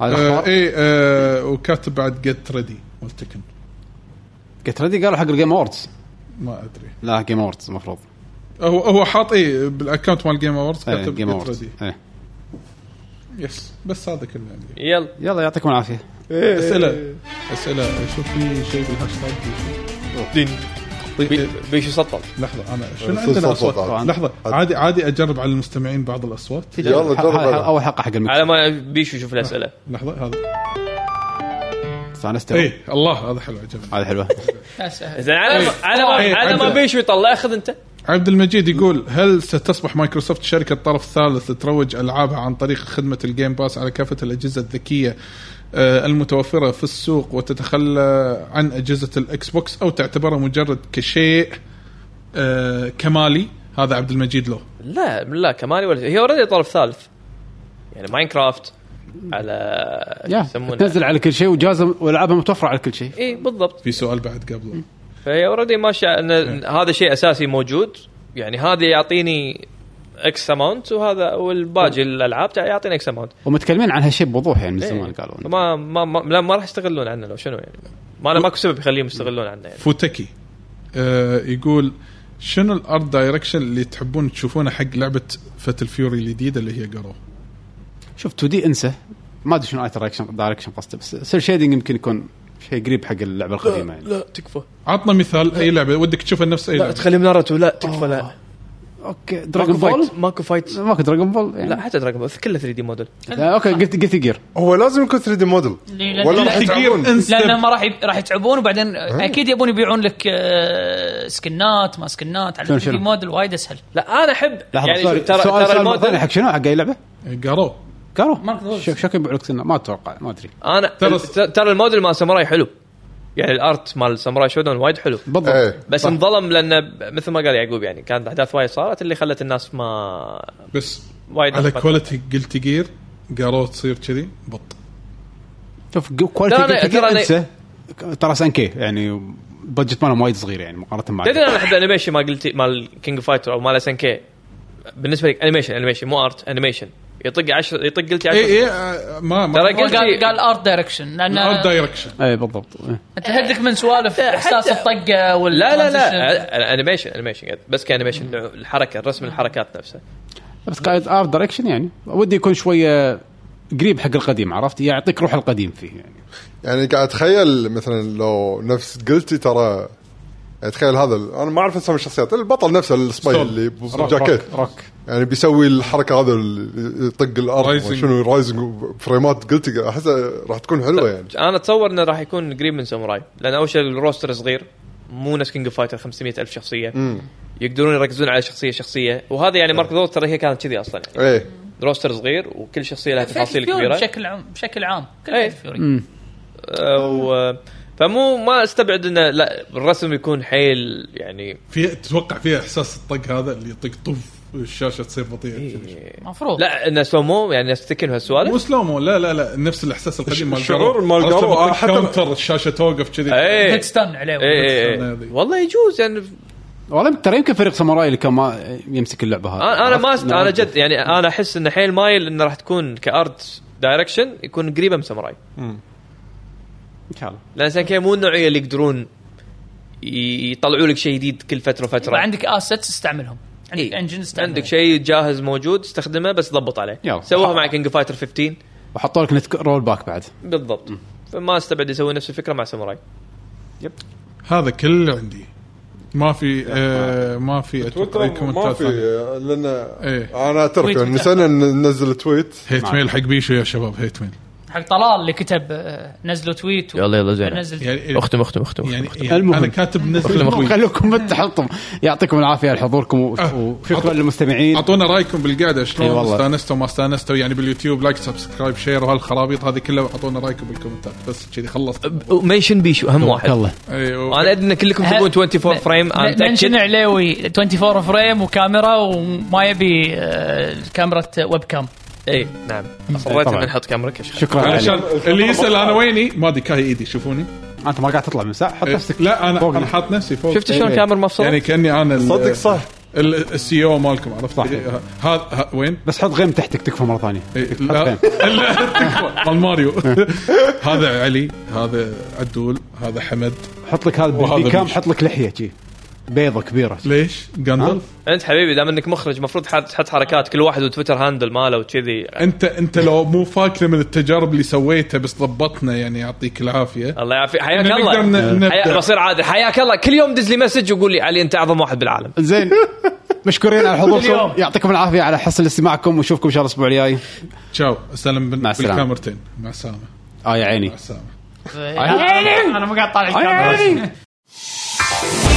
S1: هذا
S5: آه
S1: الاخبار
S5: اي آه وكاتب بعد جيت ريدي والتكن
S1: قلت ردي قالوا حق الجيم اووردز
S5: ما ادري
S1: لا جيم اووردز المفروض
S5: هو هو حاط اي بالاكونت مال جيم اووردز
S1: إيه،
S5: كاتب
S1: جيم
S5: جيت
S1: اووردز
S5: ريدي
S1: إيه.
S5: يس بس هذا كله يعني. عندي
S2: يلا
S1: يلا يعطيكم العافيه
S5: اسئله اسئله إيه. شوف في شيء بالهاشتاج
S2: دين
S5: طيب،
S2: بي- بيشو سطل
S5: لحظه انا شنو
S3: صوت- صوت-
S5: عندنا اصوات
S3: صوت.
S5: لحظه
S3: عاد.
S5: عادي عادي اجرب على المستمعين بعض الاصوات
S3: يلا
S1: ح-
S3: جرب
S1: ح-
S3: هذا.
S1: اول حلقه حق المكس
S2: على ما بيشو يشوف الاسئله
S5: لحظه هذا
S1: استانست
S5: اي الله هذا حلو عجبني
S1: هذه حلوه
S2: زين على ما على ما على ما بيشو يطلع اخذ انت
S5: عبد المجيد يقول هل ستصبح مايكروسوفت شركه طرف ثالث تروج العابها عن طريق خدمه الجيم باس على كافه الاجهزه الذكيه آه، المتوفره في السوق وتتخلى عن اجهزه الاكس بوكس او تعتبره مجرد كشيء آه، كمالي هذا عبد المجيد له
S2: لا لا كمالي ولا شيء. هي اوريدي طرف ثالث يعني ماينكرافت على شو
S1: يا
S2: يسمونه
S1: تنزل على كل شيء وجازم والعابها متوفره على كل شيء
S2: اي بالضبط
S5: في سؤال بعد قبله
S2: فهي اوريدي ماشيه ان إن هذا شيء اساسي موجود يعني هذا يعطيني اكس اماونت وهذا والباقي الالعاب تع- يعطيني اكس اماونت
S1: ومتكلمين عن هالشيء بوضوح يعني من
S2: إيه.
S1: زمان قالوا
S2: ما ما ما, لا ما راح يستغلون عنه لو شنو يعني ما انا ماكو سبب يخليهم يستغلون عنه يعني
S5: فوتكي آه يقول شنو الارت دايركشن اللي تحبون تشوفونه حق لعبه فتل فيوري الجديده اللي هي جارو
S1: شوف 2 دي انسى ما ادري شنو اي دايركشن دايركشن قصده بس سيل شيدنج يمكن يكون شيء قريب حق اللعبه القديمه يعني
S2: لا تكفى
S5: عطنا مثال اي لعبه ودك تشوفها نفس اي لعبه
S2: تخليهم ناروتو لا تكفى لا
S1: اوكي
S2: آه. ماكو
S1: دراجون بول
S2: فايت ماكو فايت
S1: ماكو دراجون بول يعني
S2: أه. لا حتى دراجون بول كله 3 دي موديل
S1: لا اوكي قلت قلت جير
S3: هو لازم يكون 3 دي موديل
S4: لأن-
S3: ولا
S4: لا،
S3: راح يتعبون
S4: لان ما راح يب... راح يتعبون وبعدين
S1: إيه.
S4: اكيد يبون يبيعون لك آه، سكنات ما سكنات على
S1: شنو-
S4: 3
S1: شنو؟
S4: موديل وايد اسهل
S2: لا انا احب
S1: لحظه
S2: يعني
S1: سوري
S2: شوف، ترى
S1: سؤال
S2: ترى
S1: سؤال مرة ثانية
S2: الموديل
S1: حق شنو حق اي لعبه؟
S5: جارو
S1: قالوا
S4: مارك دولز.
S1: شو- شكله بيقول لك ما اتوقع ما ادري
S2: انا
S5: ترى-
S2: ت- ترى الموديل مال ساموراي حلو يعني الارت مال ساموراي شودون وايد حلو
S1: بالضبط
S3: ايه
S2: بس انظلم لان مثل ما قال يعقوب يعني كانت احداث وايد صارت اللي خلت الناس ما
S5: بس
S2: وايد
S5: على
S2: أحبط.
S5: كواليتي قلت جير جارو تصير كذي بط
S1: شوف
S2: ترى أنا-
S1: كواليتي
S2: ترى
S1: جير
S2: أنا-
S1: انسى ترى سان كي يعني بادجت مالهم وايد صغير يعني مقارنه مع
S2: تدري انا احب الانيميشن ما قلت مال كينج فايتر او مال اس ان كي بالنسبه لك انيميشن انيميشن مو ارت انيميشن يطق 10 يطق قلت
S5: اي
S2: 10
S5: اي آه، ما ما
S2: ترى
S5: ترى
S2: قلت-
S4: قال قال ارت دايركشن لان
S5: الارت دايركشن
S1: اي بالضبط إيه.
S4: انت هدك من سوالف احساس الطقه وال
S2: لا لا
S4: transition.
S2: لا انيميشن انيميشن بس كانيميشن الحركه الرسم الحركات نفسها
S1: بس قاعد ارت دايركشن يعني ودي يكون شويه قريب حق القديم عرفت يعطيك روح القديم فيه يعني
S3: يعني قاعد اتخيل مثلا لو نفس قلتي ترى اتخيل هذا ال- انا ما اعرف اسم الشخصيات البطل نفسه السباي
S5: ستون.
S3: اللي بجاكيت
S1: روك
S3: يعني بيسوي الحركه هذا ال- يطق الارض
S5: Rising.
S3: شنو رايزنج فريمات قلت احسها راح تكون حلوه يعني
S2: انا اتصور انه راح يكون قريب من ساموراي لان اول شيء الروستر صغير مو نفس كينج اوف فايتر 500 الف شخصيه يقدرون يركزون على شخصيه شخصيه وهذا يعني مارك ذول ترى هي كانت كذي اصلا يعني
S3: ايه
S2: روستر صغير وكل شخصيه لها تفاصيل
S4: فيوري
S2: كبيره
S4: بشكل عام بشكل عام كل
S2: إيه.
S4: واحد فيوري
S2: آه، و- فمو ما استبعد انه لا الرسم يكون حيل يعني
S5: في تتوقع فيها احساس الطق هذا اللي يطق طف الشاشه تصير بطيئه
S3: إيه.
S4: مفروض
S2: لا انه سومو يعني استكن
S5: مو
S2: هالسوالف
S5: سلومو لا لا لا نفس الاحساس القديم مال
S3: الشعور
S5: جارو.
S3: مال
S5: عرفت
S3: جارو،
S5: لما
S3: آه،
S5: تطق
S3: حتى- إيه.
S5: كاونتر الشاشه توقف كذي
S2: اي
S4: هيد ستان عليه
S2: اي اي إيه، والله يجوز يعني
S1: والله ترى يمكن فريق ساموراي اللي كان ما يمسك اللعبه هذه
S2: انا أنا ما
S1: عرفت؟
S2: است... انا جد يعني انا احس انه حيل مايل انه راح تكون كارت دايركشن يكون قريبه من ساموراي
S1: ان شاء الله
S2: لان سانكي مو النوعيه اللي يقدرون ي- يطلعوا لك شيء جديد كل فتره وفتره
S4: يبقى عندك اسيتس استعملهم عندك
S2: إيه.
S4: انجن استعملهم
S2: عندك شيء جاهز موجود استخدمه بس ضبط عليه
S1: يلا.
S2: سووها مع كينج فايتر 15
S1: وحطوا لك نت رول باك بعد
S2: بالضبط فما استبعد يسوي نفس الفكره مع ساموراي
S5: هذا كله عندي ما في آه ما في اتوقع أي
S3: تويتر ما
S5: كومنتات
S3: في
S5: ثانية.
S3: لان
S5: إيه.
S3: انا اترك
S4: تويت-
S3: نسينا ن- ننزل تويت
S5: هيت ميل حق بيشو يا شباب هيت ميل
S4: حق طلال اللي كتب آه، نزلوا تويت و-
S2: يلا يلا زين.
S4: نزل
S5: يعني
S2: اختم اختم اختم
S5: يعني,
S1: المهم.
S5: يعني انا كاتب نزل
S1: خلوكم تحطم يعطيكم العافيه على حضوركم و-
S5: أه.
S1: وشكرا للمستمعين
S5: اعطونا رايكم بالقعده شلون
S1: إي والله.
S5: استانستوا ما استانستوا يعني باليوتيوب لايك سبسكرايب شير وهالخرابيط هذه كلها اعطونا رايكم بالكومنتات بس كذي خلصت
S2: ومنشن Oh، بيشو اهم واحد
S1: الله
S5: اي و-
S2: انا ادري ان كلكم تبون 24 فريم انا
S4: منشن
S2: متاكد
S4: عليوي 24 فريم وكاميرا وما يبي آه، كاميرا ويب كام
S5: إيه،
S2: اي نعم اصريت
S1: طبعاً.
S2: ان نحط كاميرا كشخ
S1: شكرا
S5: علشان
S1: علي.
S5: اللي يسال انا ويني ما دكاي ايدي شوفوني
S1: انت ما قاعد تطلع من الساعه حط
S5: إيه.
S1: نفسك
S5: لا انا
S1: فوقنا.
S5: انا حاط نفسي فوق
S2: شفت شلون
S5: إيه.
S2: كاميرا مفصلة؟
S5: يعني كاني انا ال-
S3: صدق صح
S5: ال- السي او مالكم عرفت
S1: صح.
S5: ه- هذا ه- وين؟
S1: بس حط غيم تحتك تكفى مره ثانيه
S5: إيه،
S1: حط
S5: لا
S1: غيم.
S5: لا، تكفى. مال ماريو هذا علي هذا عدول هذا حمد
S1: حط لك هذا
S5: وهذا
S1: بيكام
S5: بيش.
S1: حط لك لحيه جي بيضه كبيره
S5: ليش؟ جاندلف
S2: انت حبيبي دام انك مخرج المفروض تحط حركات كل واحد وتويتر هاندل ماله وكذي
S5: انت انت لو مو فاكره من التجارب اللي سويتها بس ضبطنا يعني يعطيك العافيه
S2: الله يعافيك حياك
S5: إحنا نقدر ن-
S2: الله حيا-
S5: نبدأ.
S2: بصير عادل حياك الله كل يوم دز لي مسج وقول لي علي انت اعظم واحد بالعالم
S1: زين مشكورين على حضوركم يعطيكم العافيه على حسن استماعكم ونشوفكم ان شاء الله الاسبوع الجاي
S5: تشاو سلام بال-
S1: مع السلامة.
S5: بالكاميرتين مع السلامه
S1: اه يا عيني
S5: مع السلامه
S2: أيوه.
S4: آه، انا مو قاعد طالع الكاميرا